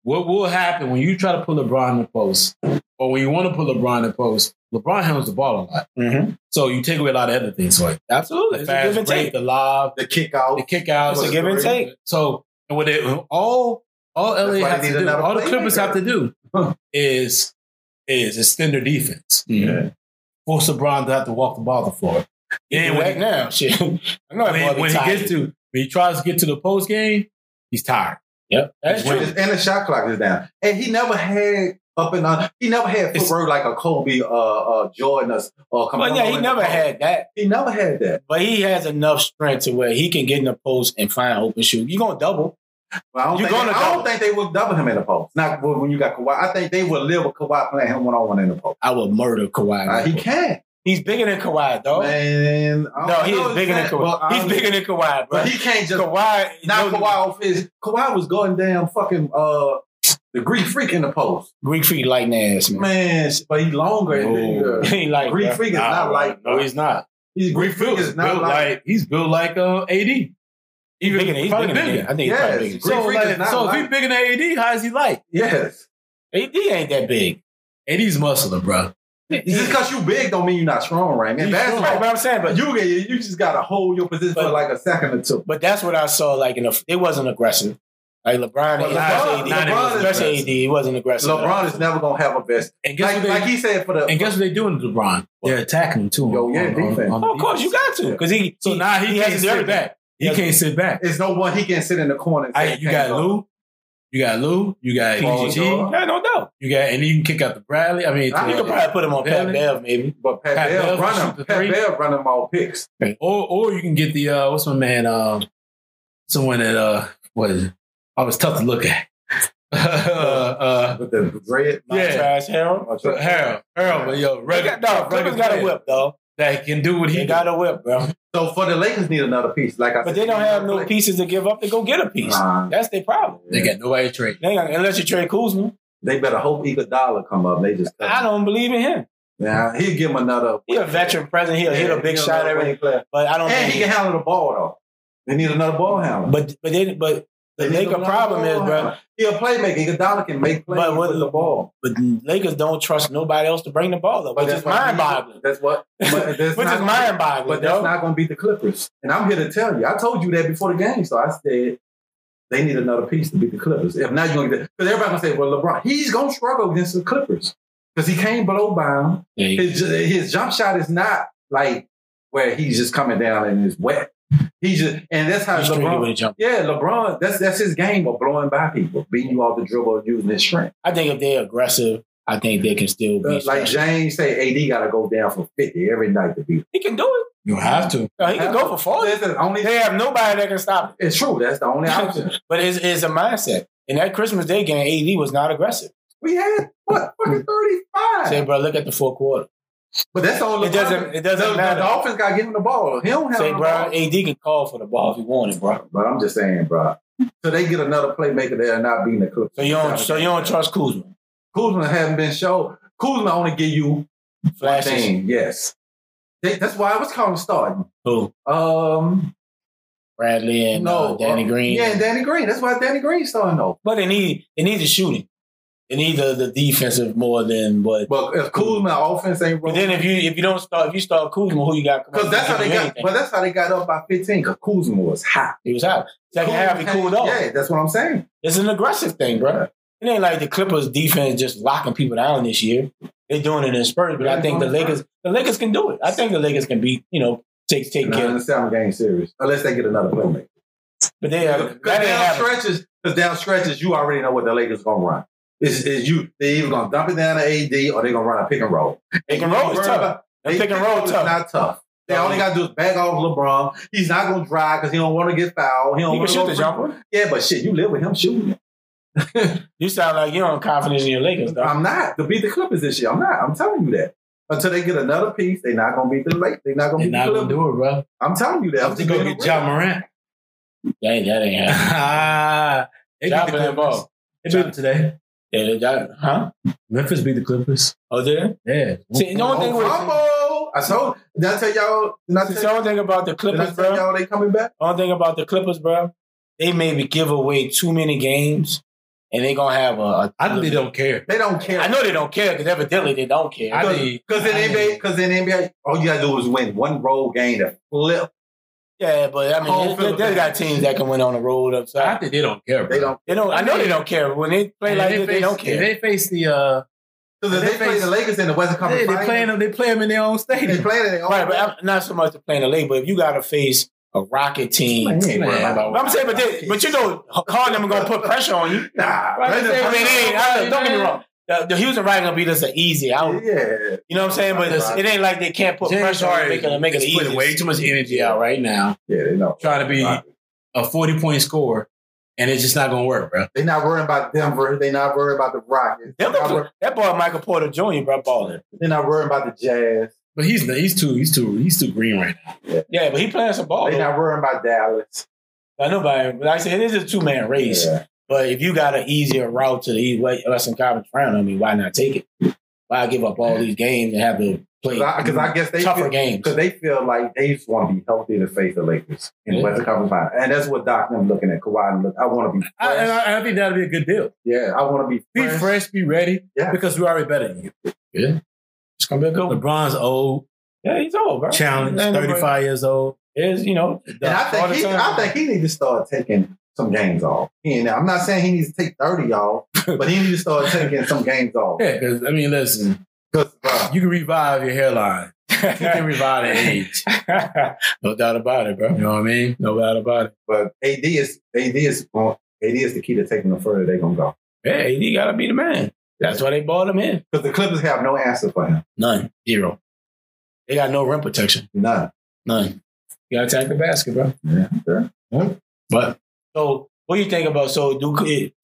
What will happen when you try to pull LeBron in the post, or when you want to pull LeBron in the post? LeBron handles the ball a lot,
Mhm.
so you take away a lot of other things, like
Absolutely,
the
it's a give
fast
and
break,
take.
the lob,
the kick out.
the kickouts.
It's a give and take.
So and what they all all
That's
LA
why
have
they
to
need
do,
another
all the
playmaker.
Clippers have to do
Huh.
is is extend their defense,
Yeah.
force LeBron to have to walk the ball the floor. Then when
right
he-
now, shit. I know that boy
when,
be
when he
tired.
gets to when he tries to get to the post game, he's tired.
Yep. That's
When-
true.
And the shot clock is down. And he never had up and on. He never had
It's-
footwork like a Kobe, uh, uh Jordan, or uh,
But yeah, he never had that.
He never had that.
But he has enough strength to where he can get in the post and find open shoot. You're gonna double.
Well, I don't,
You
think,
gonna
I don't
double.
think they would double him in the post. Not when when you got Kawhi. I think they would live with Kawhi playing him one on one in the post.
I would murder Kawhi.
Uh, he can't.
He's bigger than Kawhi, dog.
Man, I
no,
don't
he
know
is bigger than
exact-
Kawhi.
well, I
He's
don't-
bigger than Kawhi, bro.
But he can't just
Kawhi,
knock
no,
Kawhi off his. Kawhi was going damn fucking uh, the Greek freak in the post.
Greek freak lightning ass man.
Man, but he longer and
Whoa.
bigger.
He ain't like
Greek
that.
freak is not like
no, he's not.
He's Greek Freak is not
built
like,
he's built like uh, AD. Even
He's bigger than he's
probably
bigger than that. I think he's
Yes.
probably bigger.
So,
Greek Freak is
like,
not
so if
light.
he's bigger than AD, how is he like?
yes.
AD ain't that big.
AD's muscular, bro.
Just because you big don't mean you're not strong, right? Man,
He's
basketball,
Right, but I'm saying, but
you you just gotta hold your position for
But-
like a second or two.
but that's what I saw. Like in the, it wasn't aggressive. Like LeBron,
Well, LeBron-
especially AD,
LeBron is
especially
aggressive.
AD, he wasn't aggressive.
LeBron is never gonna have a best.
And guess
Like,
what they
like he said for the
and guess what they doing to LeBron? They're attacking him too.
Yo, yeah, defense.
the
Oh, of course, you
defense.
got to because he.
So
he,
now he,
has
can't
to do
sit
everything.
back. He
Yes.
can't sit back.
it's no one he can sit in the corner. And
I,
say,
you
"Can't
got
go."
Lou. You got Lou. You got
Paul
PG.
George.
Yeah, no doubt.
You got and you can kick out the Bradley. I mean,
I
You
to-
could probably put him on Pat
Bevin.
Bev, maybe.
but Pat,
Pat
Bev
Bev
run
shoot
him.
the
Pat
three.
Bev run him all picks.
Or or you can get the uh what's my man um someone that uh was I was tough to look at. uh, uh
With the red,
Yeah.
Montrezl Harrell.
Harold, Harold, but yo,
They
rugged,
got, dog, Clippers got a
player.
whip, though.
that can do what he
They
got.
got a whip, bro.
So for the Lakers need another piece. Like I
But
said,
they don't have no pieces to give up to go get a piece.
Nah.
That's their problem.
They got nobody to trade.
They got, unless you trade Kuzma.
They better hope Iguodala come up. They just
I don't believe in him.
Nah, he'll give him another.
He's a veteran present. He'll hit a big
He'll
shot
know
every
when he play.
but I don't
And
think
he can handle the ball though. They need another ball handler.
but but they, but the
They need
Laker
another
problem
ball
is, bro,
handler. He a playmaker. Iguodala can make plays
But what-
with the ball.
but the Lakers don't trust nobody else to bring the ball up,
But
which
that's
is
why he-
mind boggling.
That's what. But
Which
that's
is
not gonna-
mind boggling,
But that's not going to beat the Clippers. And I'm here to tell you. I told you that before the game. So I said they need another piece to beat the Clippers. If not, you're going to get because everybody's going to say, "Well, LeBron, he's going to struggle against the Clippers because he came below bound. His his jump shot is not like where he's just coming down and is wet. He's just and that's how
He's straight
LeBron.
away jump.
Yeah, LeBron. That's that's his game of blowing by people, beating you off the dribble, and using his strength.
I think if they're aggressive, I think they can still be.
Like
special.
James say, AD got to go down for fifty every night to beat.
he can do it.
You have to.
No, he can go for forty.
That's the only
They have nobody that can stop
It's true. That's the only option.
it. but it's, it's a mindset. In that Christmas Day game, AD was not aggressive.
We had what fucking thirty
Say,
five.
bro, look at the fourth quarter.
But that's all.
It
LeBron-
doesn't- it doesn't
the,
matter.
The offense got to give him the ball. He don't have
Say,
the
bro,
ball.
AD can call for the ball if he wanted, bro.
But I'm just saying, bro. So they get another playmaker there, and not being the cook.
So you don't, so you don't trust Kuzma.
Kuzma hasn't been shown. Kuzma only give you
Flashes.
thing. Yes, They- that's why I was calling starting.
Who?
Um,
Bradley and
no,
uh, Danny
uh,
Green.
Yeah, and Danny Green. That's why Danny Green starting though.
But it need it needs the shooting. It needs the, the defensive more than what.
But if Kuzma offense ain't
But
rolling,
then if you if you don't start if you start Kuzma, who you got?
because that's how they got. But that's how they got up by fifteen. Because Kuzma was hot.
He was out. Second half, he cooled off.
Yeah, that's what I'm saying.
It's an aggressive thing, bro. It ain't like the Clippers defense just locking people down this year. They're doing it in spurts, but I think the Lakers the Lakers can do it. I think the Lakers can be you know take take
Nine
care.
and seven game series, unless they get another playmaker.
But they have
Because
that ain't
down
happening.
stretches, because down stretches, you already know what the Lakers gonna run. Is is you they either gonna dump it down to AD or they gonna run a pick and roll.
Pick and roll is tough. That
They
pick and roll
is
tough.
not tough. They all they gotta do is back off LeBron. He's not gonna drive because he don't want to get fouled. He don't
He can
want to
shoot the jumper.
Yeah, but shit, you live with him shooting. it.
You sound like you don't have confidence in your Lakers, dog.
I'm not to beat the Clippers this year. I'm not. I'm telling you that. Until they get another piece, they're not gonna beat the Lakers. They're not gonna
They're
beat
not
the
gonna
Clippers.
do it, bro.
I'm telling you that.
Have to go
being
get John Morant.
That ain't that ain't happening.
Ah, they beat
John
the
playing
Clippers.
ball.
They beat them today.
Yeah, they got huh?
Memphis beat the Clippers.
Oh, did it?
Yeah.
See, the only thing with
Fumble. Oh, I told. Did I tell y'all? Did I
See,
tell,
the only thing about the
did I tell
Clippers, bro.
y'all they coming back?
Only thing about the Clippers, bro. They maybe give away too many games, and they gonna have a. a
I think they don't care.
They don't care.
I know they don't care because evidently they don't care.
I think-
Because because in
I
NBA, because in NBA, all you gotta do is win one road game to flip.
yeah, but I
Home
mean, they,
field
they, they got
advantage.
teams that can win on the road
Oh, I
upside.
think they don't care. Bro.
They don't
They don't. I know they don't care when they play like
they,
this.
face,
They don't care.
They face the. Uh,
because if
They
they, play
face-
the Lakers in the Western
they,
Conference
they playing
Finals,
them. They play them in their own
they
stadium.
playing in their own.
Right, but I'm not so much to play in the league. But if you gotta face a Rocket team,
Man, you ain't
Man,
worried about-
I'm saying, but they, but you know, Harden them gonna put pressure on you.
nah,
Right,
they
I'm saying,
I mean,
just-
they ain't, I, don't get me wrong. The, the Houston Rockets gonna beat us an easy out.
yeah,
You know what I'm saying? But
Listen,
it ain't like they can't put
James
pressure on
Harden
making make it
is putting
easy.
way too much energy out right now,
yeah, they know.
trying to be a forty-point scorer, and it's just not gonna work, bro.
They're not worrying about Denver. They're not worrying about the Rockets. They're
Them
not,
look-
worry,
that boy Michael Porter Jr. bro balling.
they're not worrying about the Jazz.
But he's he's too he's too he's too green right now.
Yeah, but he playing some ball.
They're
though.
not worrying about Dallas.
I know, but like I said, it is a two man race.
Yeah.
But if you got an easier route to the East West- Western Conference final, I mean, why not take it? Why give up all these games and have to play
Because
Mm-hmm.
I, guess they
tougher
feel-
games?
Because they feel like they just want to be healthy to face the Lakers in the
Yeah.
Western Conference Finals. And that's what Doc and them looking at Kawhi and look. I want to be
I,
fresh.
and I, I think that'd be a good deal.
yeah, I want to be
Be
fresh.
fresh, be ready,
Yeah.
because we're already better than you. Yeah.
It's gonna be a good one.
LeBron's old,
Yeah, he's old, bro.
challenged,
Ain't nobody-
35 years old.
Is you know,
And I
all
think
the
he,
time.
I think he needs to start taking some games off. He ain't- I'm not saying he needs to take 30 y'all, but he needs to start taking some games off.
Yeah, because, I mean, listen,
Because uh,
you can revive your hairline. You can revive the age.
no doubt about it,
You
bro.
know what I mean?
No doubt about it.
but AD is AD is going. AD is the key to taking them further. They're gonna go
Yeah, AD gotta be the man. That's why they bought him in.
because the Clippers have no answer for him.
None. Zero. They got no rim protection.
None.
None. You gotta attack the basket, bro.
Yeah, sure.
But so what do you think about so do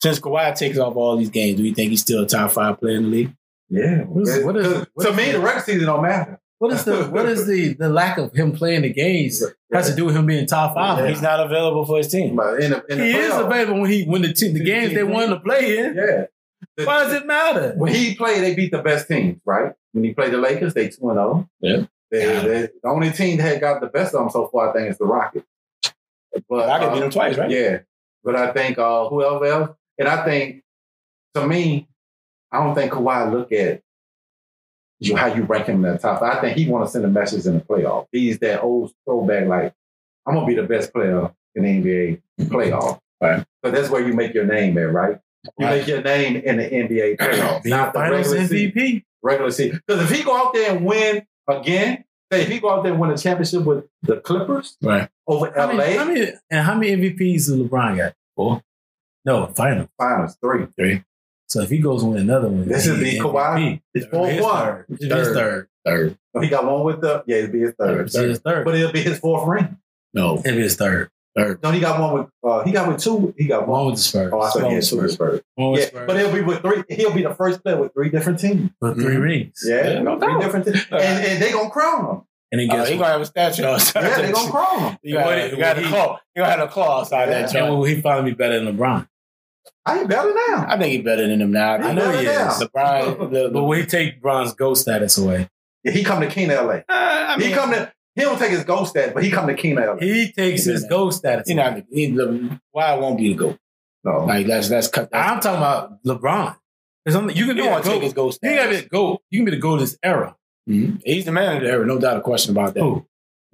since Kawhi takes off all these games, do you think he's still a top five player in the league?
yeah.
is- what is-
'Cause to me, the record season don't matter.
What is the what is the the lack of him playing the games has to do with him being top five?
He's not available for his team.
But in the, in the
He is
playoff,
available when he when the team, the games they want to play in.
Yeah.
Why does it matter?
When he played, they beat the best teams, right? When he played the Lakers, they 2 0.
Yeah.
They,
Yeah.
they, the only team that had got the best of them so far, I think, is the Rockets. But
I could beat
uh,
him twice, right?
Yeah. But I think uh, whoever else, and I think to me, I don't think Kawhi look at you how you rank him in the top. I think he want to send a message in the playoff. He's that old throwback, like I'm gonna be the best player in the NBA playoff.
Mm-hmm. Right.
But that's where you make your name at, right? You
Right.
make your name in the NBA playoff,
Being
not the
Finals
regular season
MVP.
regular season. Because if he go out there and win again, say if he go out there and win a championship with the Clippers
Right.
over
How
LA,
many, how many and how many MVPs does LeBron got? Four. No, final.
finals three.
So if he goes and win another one,
This is
he
the
MVP.
Kawhi. It's four
His
one.
third. It'll be his third. Third.
He got one with the yeah, it'll be his
It'll
third.
be his third.
But it'll be his fourth ring.
No, it'll be his third. Third.
No, he got one with uh he got with two. He got one.
One with the Spurs.
Oh, I
One
thought he had
with
two with
Spurs.
Spurs.
One with
Yeah,
Spurs.
but he'll be with three. He'll be the first player with three different teams.
for 3
Mhm.
rings.
Mm-hmm. Yeah, Oh,
Yeah, no
three
doubt.
different teams, and, and they gonna crown
And then
Uh,
guess
he
what?
gonna have a statue outside.
him. Yeah, they
that
gonna
shit.
crown him.
You got, you got a claw. You got a claw outside that
And
joint.
will he finally be better than LeBron?
I ain't better now.
I think he's better than him now.
He
I know
better
he
now.
is. LeBron, the,
But
the,
will he take LeBron's ghost status away?
Yeah, he come to King LA.
Uh, I mean,
He come to he don't take his goal stat, but he come to King LA.
He takes his ghost status.
he
away.
not. He, the, why won't be the goat?
No.
Like that's that's cut. That's,
I'm talking about LeBron. 'Cause I'm- You can
you
be
don't
a
want to take
goat.
his goat
You gotta be a
status.
goat. You can be the goat of this era.
Mhm. He's the man of the era, no doubt, a question about that.
Who?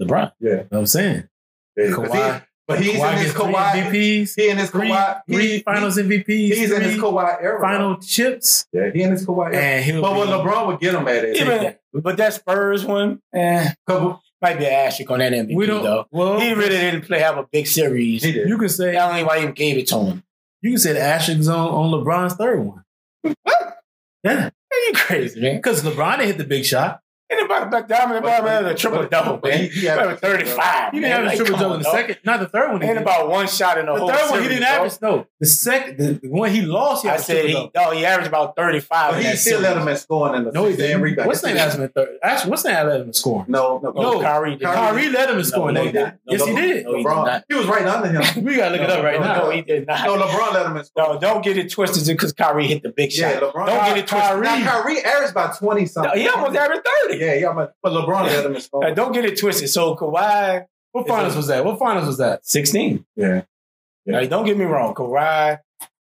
LeBron.
You know what I'm saying?
Yeah, 'cause
Kawhi.
he- but he's
Kawhi
in his
gets three
Kawhi.
MVPs.
He in his
Three,
Kawhi.
three
he-
finals MVPs.
He's in his
three
Kawhi era.
final chips.
Yeah, he in his Kawhi era.
And he'll
But when
be-
LeBron would get him at it,
Even- but that Spurs one, eh,
couple,
might be an asterisk on that MVP
we don't
though.
well
He really didn't play have a big series.
he did.
you can
I
say
don't know why he even gave it to him.
you can say the asterisks on, on LeBron's third one.
What?
Yeah.
Are you crazy, man?
Because LeBron didn't hit the big shot.
Anybody back down in the bottom had a triple double,
But
man.
he- he
He
had-
had 35.
He didn't have a triple double in the second, not the third one. he
And
did.
about one shot in the,
the
whole
third one he
series,
didn't
dog.
average. No, the second, the, the one he lost, he
I
had a
said
triple
he,
double.
no, he averaged about 35.
But he
in that
still
series.
let him in scoring in the
No, he
six and
didn't.
rebound.
What's name has him in third? Actually, what's name has him in scoring?
No, no,
No,
No.
Oh, Kyrie did.
Kyrie-
Kyrie led him in scoring.
no,
that
no,
game.
no,
yes,
no,
he did.
no, he did
LeBron.
not.
He was right under him.
We gotta look it up right
no,
now.
No, he did not.
No, LeBron let him in scoring.
No, don't get it twisted because Kyrie hit the big
Yeah,
shot.
LeBron.
Don't get it twisted.
Now, Kyrie averaged by 20 something.
No, he almost averaged 30.
Yeah, yeah, but but LeBron let him in
Uh,
scoring.
don't get it twisted. So Kawhi,
What finals was that? What finals was that?
16.
Yeah. Yeah.
Like, don't get me wrong. Kawhi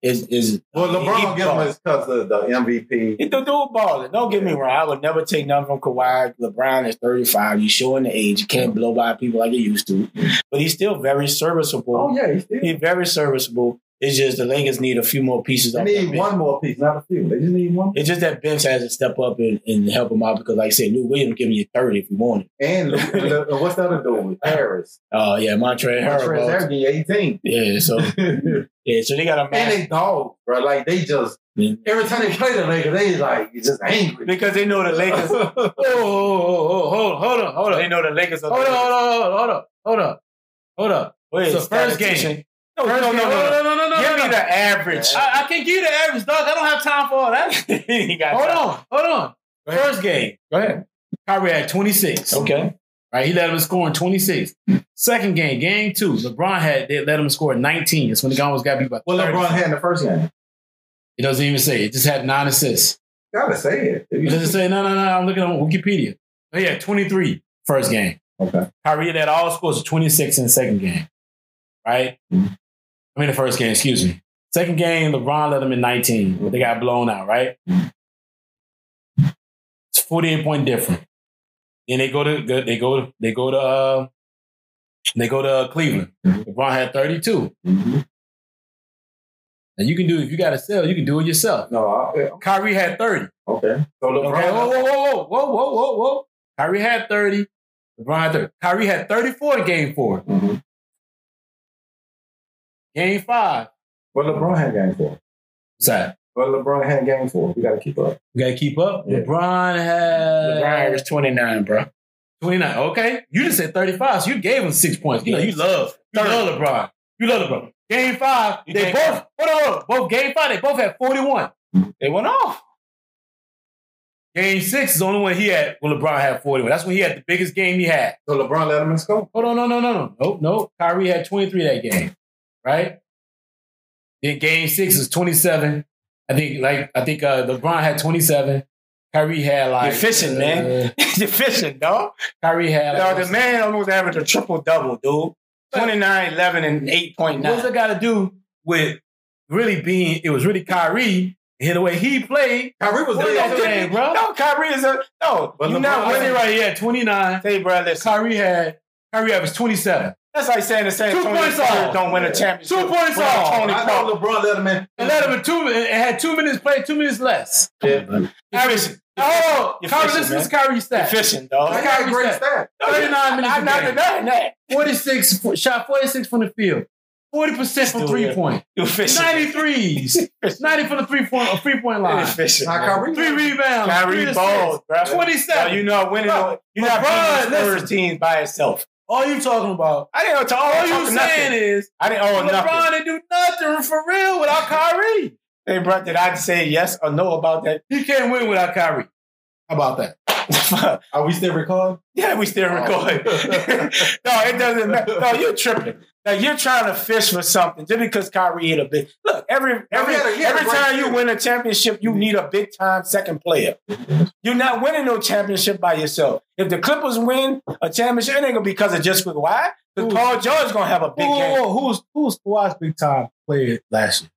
is is
Well, LeBron
He
don't get him
balled.
because of the MVP.
He the dude balling. Don't get me wrong. I would never take nothing from Kawhi. LeBron is 35. You showing the age. You can't blow by people like you used to. But he's still very serviceable.
Oh yeah, he still.
He's very serviceable. It's just the Lakers need a few more pieces.
They
off that
need
bench.
one more piece, not a few. They just need one.
It's just that bench has to step up and, and help him out because, like I said, Lou Williams giving you 30 if you want it.
And Lu- and Lu- and what's the other dude? with Harris.
Oh, yeah, Montrezl
Trent
Harrell.
Harris getting 18.
Yeah, so
and
yeah, so they got a match
they dog, bro. Like they just every time they play the Lakers, they like just angry.
because they know the Lakers.
Lakers.
Oh, oh, oh, oh, hold on, hold on, hold
they
on,
know the Lakers. Are
hold on, hold on, hold on, hold on, hold on.
Wait,
So first game.
statistician. No,
First
no,
game-
no, no, no.
no, no, no, no,
Give
no,
me
no.
the average.
I, I can give you the average, dog. I don't have time for all that.
he got
Hold
that.
on, hold on.
Go ahead.
First game,
Go ahead.
Kyrie had 26.
Okay.
Right, he let him score in 26. Second game, game two, LeBron had they let him score 19. That's when the guy almost got beat by.
Well,
30.
LeBron had in the first game.
It doesn't even say. It just had nine assists.
Gotta say it.
It doesn't say. No, no, no. I'm looking on Wikipedia. Oh yeah, 23 first game.
Okay.
Kyrie had all scores of 26 in the second game. Right.
Mhm.
I mean the first game. Excuse me. Second game, LeBron let him in 19. They got blown out. Right. It's 48 point difference. Then they go to go- they go they go to uh, they go to Cleveland.
Mhm.
LeBron had 32.
Mhm.
And you can do if you got to sell, you can do it yourself.
No, I,
Kyrie had 30.
okay. So LeBron,
Okay, whoa, whoa, whoa, whoa, whoa, whoa, whoa, whoa. Kyrie had 30. LeBron had 30. Kyrie had 34 to game four.
Mhm.
Game five.
what LeBron had game for?
What's that?
What LeBron had game for? We gotta keep up.
You gotta keep up.
Yeah.
LeBron had
LeBron averaged 29, bro.
29. Okay. You just said 35, so you gave him six points. You know, you love, you love LeBron. You love LeBron. Game five,
You
they
think-
both, hold on, hold on. Both game five, they both had 41.
They went off.
Game six is the only one he had when LeBron had 41. That's when he had the biggest game he had.
So LeBron let him in score.
Hold on, no, no, no, no. Nope, nope. Kyrie had 23 that game, right? Then game six is 27. I think like I think uh LeBron had 27. Kyrie had like
You're fishing,
uh,
man. You're fishing, dog.
Kyrie had
Dog,
like,
the man almost averaged a triple double, dude. 29, 11, and
What's
8.9.
it got to do with really being? It was really Kyrie and the way he played.
Kyrie was
What
there.
is that
yesterday.
game, bro?
No, Kyrie is a no.
But
you're
LeBron-
not
I say
winning.
right here, 29.
Hey, bro, listen.
Kyrie had Kyrie averaged 27.
That's like saying the San
Two
Antonio
points
Spurs
off.
don't win a championship.
Two points
without
off.
Tony
I
Parker.
thought LeBron let him in.
And let him with two. It had two minutes played, two minutes less.
You're fishing.
Oh,
You're
Kyrie,
fishing,
listen,
man.
to Kyrie
You're
stat.
fishing, dog.
I got a great
Kyrie
stat.
39 minutes.
I'm
a
not
game.
denying that.
46 fo- shot 46 from the field. 40% from
Still
three
here.
point.
You're fishing.
93s. 90 from the three point a three point
You're
line.
fishing.
Now Kyrie,
man.
Three rebounds. three
Kyrie balls,
assists,
bro.
27.
Dog, You know, winning.
Bro,
You're not
LeBron,
beating the
listen.
Spurs team by itself.
all you talking about.
I didn't know to
All
all
you saying
nothing.
is
I didn't owe nothing.
LeBron didn't do nothing for real without Kyrie.
Hey, bro, did I say yes or no about that?
He can't win without Kyrie. How about that?
Are we still recording?
Yeah, we
Oh.
still recording. no, it doesn't matter. No, you're tripping. Like you're trying to fish for something just because Kyrie hit a big look.
Oh,
Every every
had a- he had a
every
great
time you
year.
win a championship, you need a big time second player. You're not winning no championship by yourself. If the Clippers win a championship, it ain't gonna be because of just quick. Why? Because
Who-
Paul George gonna have a big game.
who's who's Kawhi's big time player last year?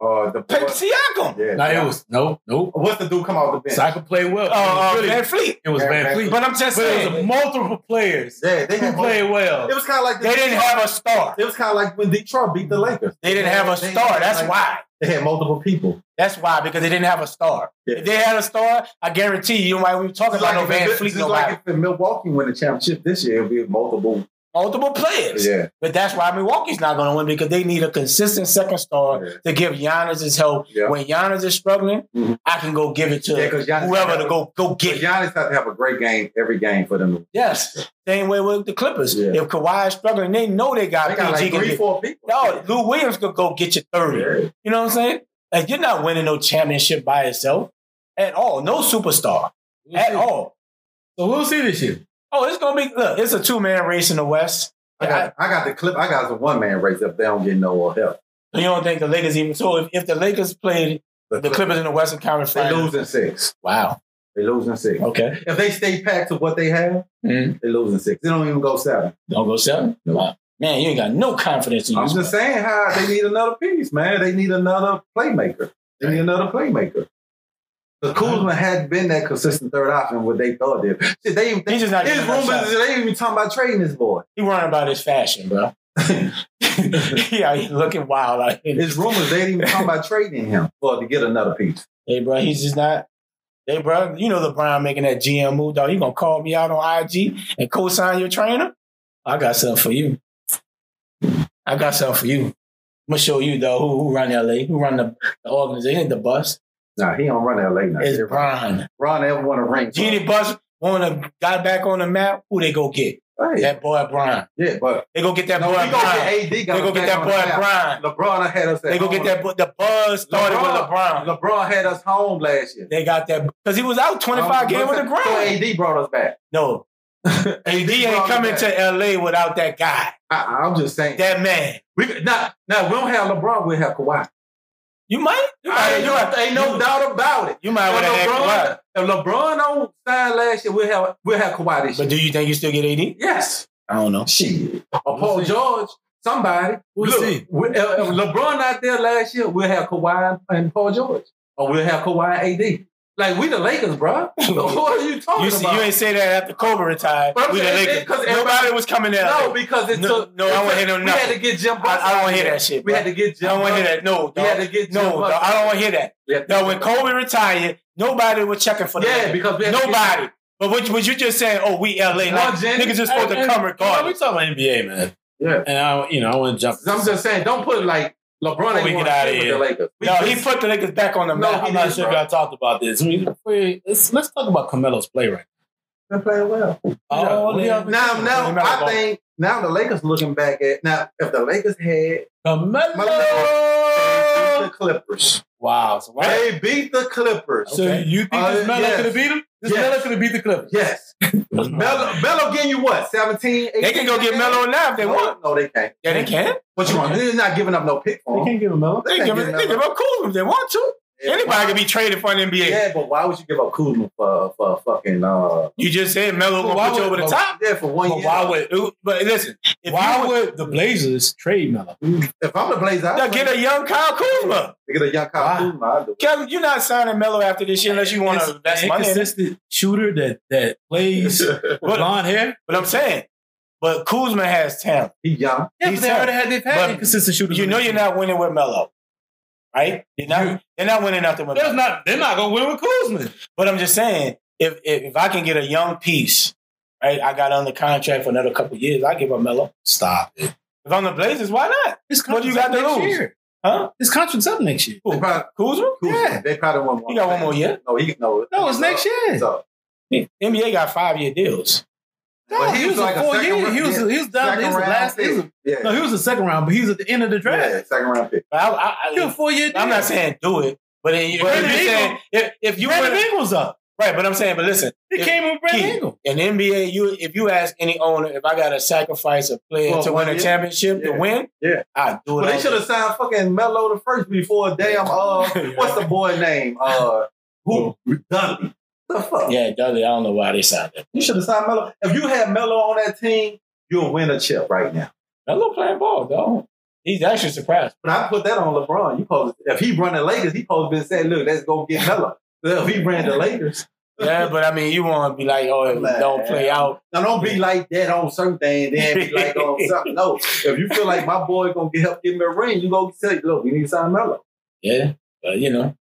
Uh, the
Pep Siakam.
yeah.
No, it was nope, nope.
What's the dude come off the bench?
Saka played well.
Uh, uh,
it was, really,
Van Fleet.
it was
Van
Van
Fleet.
Fleet.
But I'm just
But it was
saying
multiple players
Yeah, they
who
had both-
played well.
It was kind of like
they didn't have a star.
It was kind of like when Detroit beat the Lakers.
They didn't have a
They-
star. That's
like-
why.
They had multiple people.
That's why, because they didn't have a star.
Yeah.
If they had a star, I guarantee you, you might we talking
Just
about
like,
no
if,
Van
it-
Fleet,
just
nobody.
like if Milwaukee win the championship this year, it'll be multiple.
Multiple players.
Yeah,
But that's why Milwaukee's not going to win because they need a consistent second star
Yeah.
to give Giannis his help.
Yeah.
When Giannis is struggling,
Mhm.
I can go give it to
Yeah, 'cause Giannis-
whoever to go go
but
get it.
Giannis has to have a great game every game for them.
Yes. Same way with the Clippers.
Yeah.
If Kawhi is struggling, they know they got,
They got
PG
like
can
three,
get-
four people.
No, Lou Williams could go get you 30.
Yeah.
You know what I'm saying? Like you're not winning no championship by yourself at all. No superstar
We'll
at
see.
all.
So we'll see this year.
Oh, it's gonna be look. It's a two man race in the West.
I got, I got the clip. I got the one man race if they don't get no help.
I- you don't think the Lakers even so? If, if the Lakers played the Clippers in the Western Conference
they
Finals,
losing six.
wow.
They losing six.
Okay,
If they stay packed to what they have,
Mhm.
they losing six. They don't even go seven.
don't go seven.
No.
Wow. Man, you ain't got no confidence in
I'm
you.
just saying how they need another piece, man. They need another playmaker. They need another playmaker. Because Kuzma had been that consistent third option what they thought they Shit, they even
He's just not
his
getting enough
rumors
shots.
is they ain't even talking about trading this boy.
He worrying about his fashion, bro. yeah, he looking wild out here.
His rumors they ain't even talking about trading him for to get another piece.
Hey, bro, he's just not. Hey, bro, you know LeBron making that GM move, dog. You gonna call me out on IG and co-sign your trainer? I got something for you. I got something for you. I'm gonna show you, though, who, who run LA, who run the, the organization, ain't the bus.
Nah, he don't run LA now.
It's Bron.
Ron ever won a ring.
Genie Bus wanna got back on the map. Who they go get?
Hey,
That boy Bron.
yeah, but
They go get that
no,
boy
we
Bron.
gonna get AD
They go get that boy Bron.
boy Bron. LeBron had us at
They go
home.
get that boy. The buzz started with LeBron.
LeBron. LeBron had us home last year.
They got that because he was out 25
Um,
game on the
so-
ground.
So AD brought us back.
No. AD ain't
brought
coming
it
to LA without that guy,
I, I'm just saying.
that man.
We now, now we don't have LeBron. We have Kawhi.
You might. You might.
ain't,
you might-
ain't no
you-
doubt about it.
You might
If
want to
LeBron,
have Kawhi.
if LeBron don't sign last year, we'll have we'll have Kawhi this year.
But do you think you still get AD?
yes,
I don't know.
she or Paul
see.
George, somebody.
We'll
Look,
see.
we- if if LeBron not there last year, we'll have Kawhi and Paul George, or we'll have Kawhi and AD. Like we the Lakers, bro. what are you talking
You, see,
about?
you ain't say that after Kobe retired.
But I'm
We the
saying
Lakers.
that 'cause
Nobody
everybody-
was coming to LA.
no, because it
No,
took.
no, I
it
don't
took-
hear no
We
nothing.
had to get Jim.
I, I don't
Butler.
want to hear that shit.
We
Bro.
had to get
I
Jim.
don't want to hear
Butler.
that. No,
We had
dog.
to get
no,
Jim
dog.
Butler.
I don't want to hear that.
We had to-
No, when Kobe retired, nobody was checking for that.
yeah, because we had to get-
nobody. But what, what you just saying? Oh, we LA. Like,
One gen-
niggas just supposed to come regardless.
We talking about NBA, man.
Yeah.
And I, you know, I want to jump.
I'm just saying, don't put like LeBron ain't
we
going
get outta
to with
here.
the Lakers. We
No,
just-
he put the Lakers back on the
No,
map.
he
I'm not
didn't,
sure
bro.
if y'all talked about this. I mean, wait, let's, let's talk about Carmelo's play right
been playing well.
now.
Oh, yeah.
Now, now
Carmelo
I
ball.
think now the Lakers looking back at now if the Lakers had
Carmelo.
the Clippers,
Wow. So why?
they beat the Clippers.
So you think
Uh,
this Melo
yes.
could have beat him? This
Yes.
Melo could have beat the Clippers.
Yes, Melo, Melo getting you what 17, 18?
They can go get Melo now if they
No,
want.
No, they can't.
Yeah, they can.
What you want? They're not giving up no pick for him.
give him Melo. They,
They
give,
can't give
they give up Kuzma if they want to. Anybody can be traded for an NBA.
Yeah, but why would you give up Kuzma for for fucking uh?
You just said Melo
But
gonna
why
put you over
would-
the top.
Yeah, for one
But
year.
why would? ooh, But listen, if
Why
why would?
would the Blazers trade Melo?
If I'm the Blazers,
Now
I'd
get a young Kyle Kuzma.
get a young Kyle
Why?
Kuzma. I'd do it.
Kevin, you're not signing Melo after this year unless you want to invest money. in it.
inconsistent shooter that that plays with
But,
blonde hair.
but I'm saying, but Kuzma has talent.
He young.
Yeah,
He's
but they
tough.
already had they've had
But
inconsistent shooters.
You
on
know
their
you're
team.
not winning with Melo, right? You're not. They're not winning nothing with
They're
Melo.
not. They're not gonna win with Kuzma.
But I'm just saying, if if, if I can get a young piece, right? I got under contract for another couple years. I give up Melo.
Stop it.
If I'm the Blazers, why not?
His
What do you
contract's up
got to
next
lose?
year.
Huh?
His contract's up next year.
They probably,
Kuzma?
Kuzma,
Yeah.
they probably won one.
He got one more year.
No, he no.
No, it's next year.
So,
NBA got five year deals.
No,
But
he, was, like
a
four
second
years.
round-
He was. He was down. He was the last. He was,
pick. Yeah.
no, he was the second round, but he was at the end of the draft.
yeah, second round pick.
But I, I, I,
He was a four year.
I'm not saying do it, but then you,
Brandon
if you're
Ingram-
saying if, if you
Brandon
were-
Ingram's up.
right, but I'm saying, but listen,
He
If-
came with Brandon
Keith.
Ingram.
in the NBA, you if you ask any owner if I got to sacrifice a player
Well,
to win
well,
a
yeah.
championship
Yeah.
to win,
Yeah.
I do it.
Well,
all
they should
day.
have signed fucking Melo the first before damn. Uh, what's the boy name? Uh, who Dudley? The fuck?
Yeah, Dudley, I don't know why they signed him.
You should have signed Melo. If you had Melo on that team, you'll win a chip right now.
Melo playing ball, dog. He's actually surprised.
But I put that on LeBron. You supposed if he run the Lakers, he supposed to been saying, "Look, let's go get Melo." If he ran the Lakers,
Yeah, but I mean, you want to be like, oh, if you
Man.
don't play out.
Now don't be like that on certain things, then be like on something. No, if you feel like my boy gonna get help give me a ring, you go say, look, we need to sign Melo.
Yeah, but you know,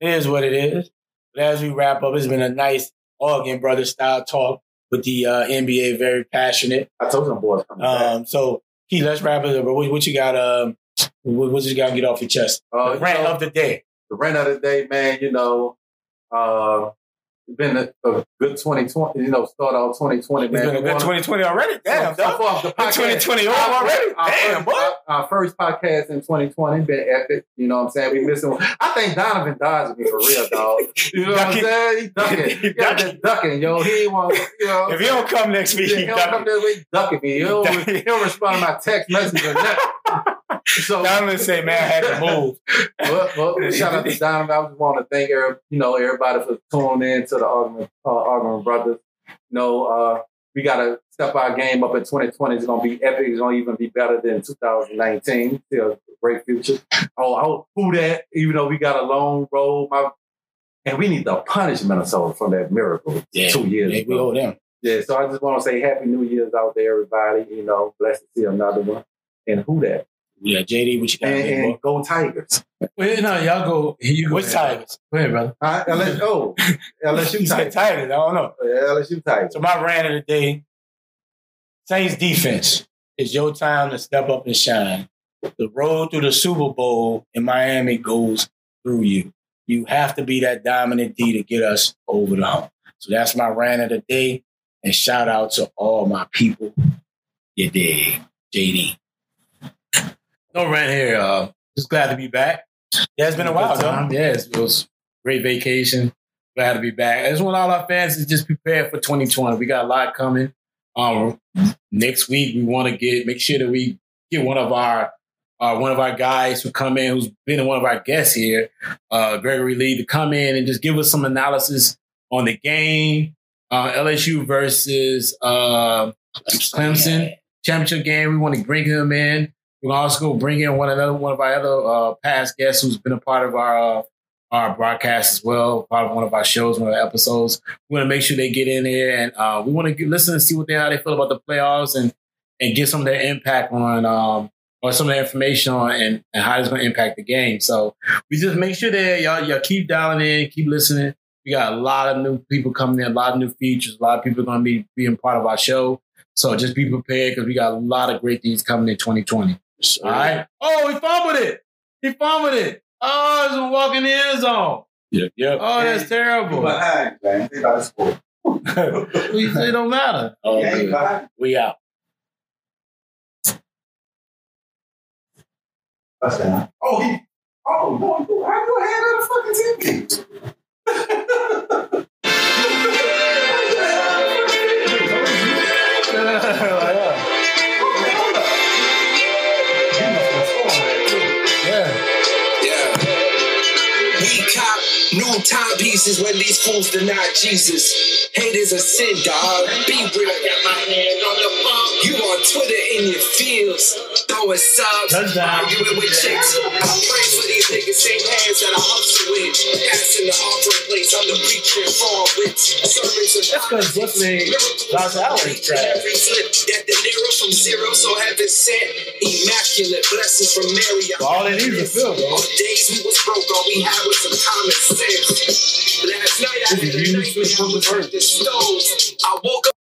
it is what it is. But as we wrap up, it's been a nice Oregon brother style talk with the uh, NBA, very passionate.
I told them boys coming back.
Um, so Keith, let's wrap it up. bro. What, what you got? Um, what, what you got to get off your chest?
Uh,
the rant
you know,
of the day.
the rant of the day, man. You know, uh, it's been a, a good 2020. You know, start out 2020,
It's
man.
been a
We
good
wanna-
2020 already. Damn,
so, so
dog.
far, the
It's
podcast-
2020 over already.
Our
Damn,
first,
boy.
Our, our first podcast in 2020 been epic. You know what I'm saying? We missing one. I think Donovan dodged me for real, dog. You know what I'm
Ducking.
saying? He ducking. He got
Ducking.
that ducking, yo. He ain't want, you know.
If you don't come next week,
Yeah,
yeah,
he don't come this way, ducking me. He don't, he don't respond to my text messages or nothing. So,
Donovan say, "Man, I had to move."
well, well, shout out to Donovan. I just want to thank every, you know everybody for tuning in to the Argument uh, Argument Brothers. You know, uh, we got to step our game up in 2020. It's going to be epic. It's going to even be better than 2019. Still a great future. Oh, I hope who that, even though we got a long road. My, and we need to punish Minnesota from that miracle
Yeah,
two years
yeah,
ago.
we owe them.
Yeah, so I just want to say Happy New Year's out there, everybody. You know, blessed to see another one. And who that?
Yeah, JD, what you got?
And,
big boy?
and go Tigers.
Wait, no, y'all go. You go.
What's
ahead.
Tigers?
Go ahead, brother.
Huh? LSU, oh,
You
LSU
said
Tigers.
Tigers. I don't know.
Yeah, LSU Tigers.
So my rant of the day: Saints defense. It's your time to step up and shine. The road through the Super Bowl in Miami goes through you. You have to be that dominant D to get us over the hump. So that's my rant of the day. And shout out to all my people. You dig, JD.
No rant here. Uh, just glad to be back.
Yeah, it's been a while,
Good
though.
time. Yeah, it's- it was great vacation. Glad to be back. I just want all our fans to just prepare for 2020. We got a lot coming. Um, next week we want to get make sure that we get one of our uh, one of our guys who come in who's been one of our guests here, uh, Gregory Lee, to come in and just give us some analysis on the game, uh, LSU versus uh, Clemson championship game. We want to bring him in. We're gonna also gonna bring in one another one of our other uh, past guests who's been a part of our uh, our broadcast as well, part of one of our shows, one of our episodes. We want to make sure they get in there, and uh, we want to listen and see what they how they feel about the playoffs and and get some of their impact on um, or some of their information on and, and how it's going to impact the game. So we just make sure that y'all y'all keep dialing in, keep listening. We got a lot of new people coming in, a lot of new features, a lot of people going to be being part of our show. So just be prepared because we got a lot of great things coming in 2020. All right. Oh, he fumbled it. He fumbled it. Oh, it's walking the end zone.
Yep, yep.
Oh, that's terrible.
behind, man. They about to score.
it don't matter.
Oh,
They ain't
good.
behind.
we out.
Touchdown.
Oh, he. Oh, boy, boy, how your head on the fucking TV? Yeah. We cop new timepieces when these fools deny Jesus. Hate is a sin, dog. Be real. I got my hand on the pump. You on Twitter in your fields, throwing subs,
Touchdown.
arguing with chicks. I pray for these niggas, same hands that I hustle with. Passing the offering place, I'm the preacher for with. Sermons and
That's 'cause Brooklyn Los Allen's trash.
Every flip that the narrow from zero, so heaven sent. Immaculate blessings from Mary. I
All it is is Phil, bro.
on days we was broke, all we had was some common sense. Last night I had a nightmare I was under stones. I woke up.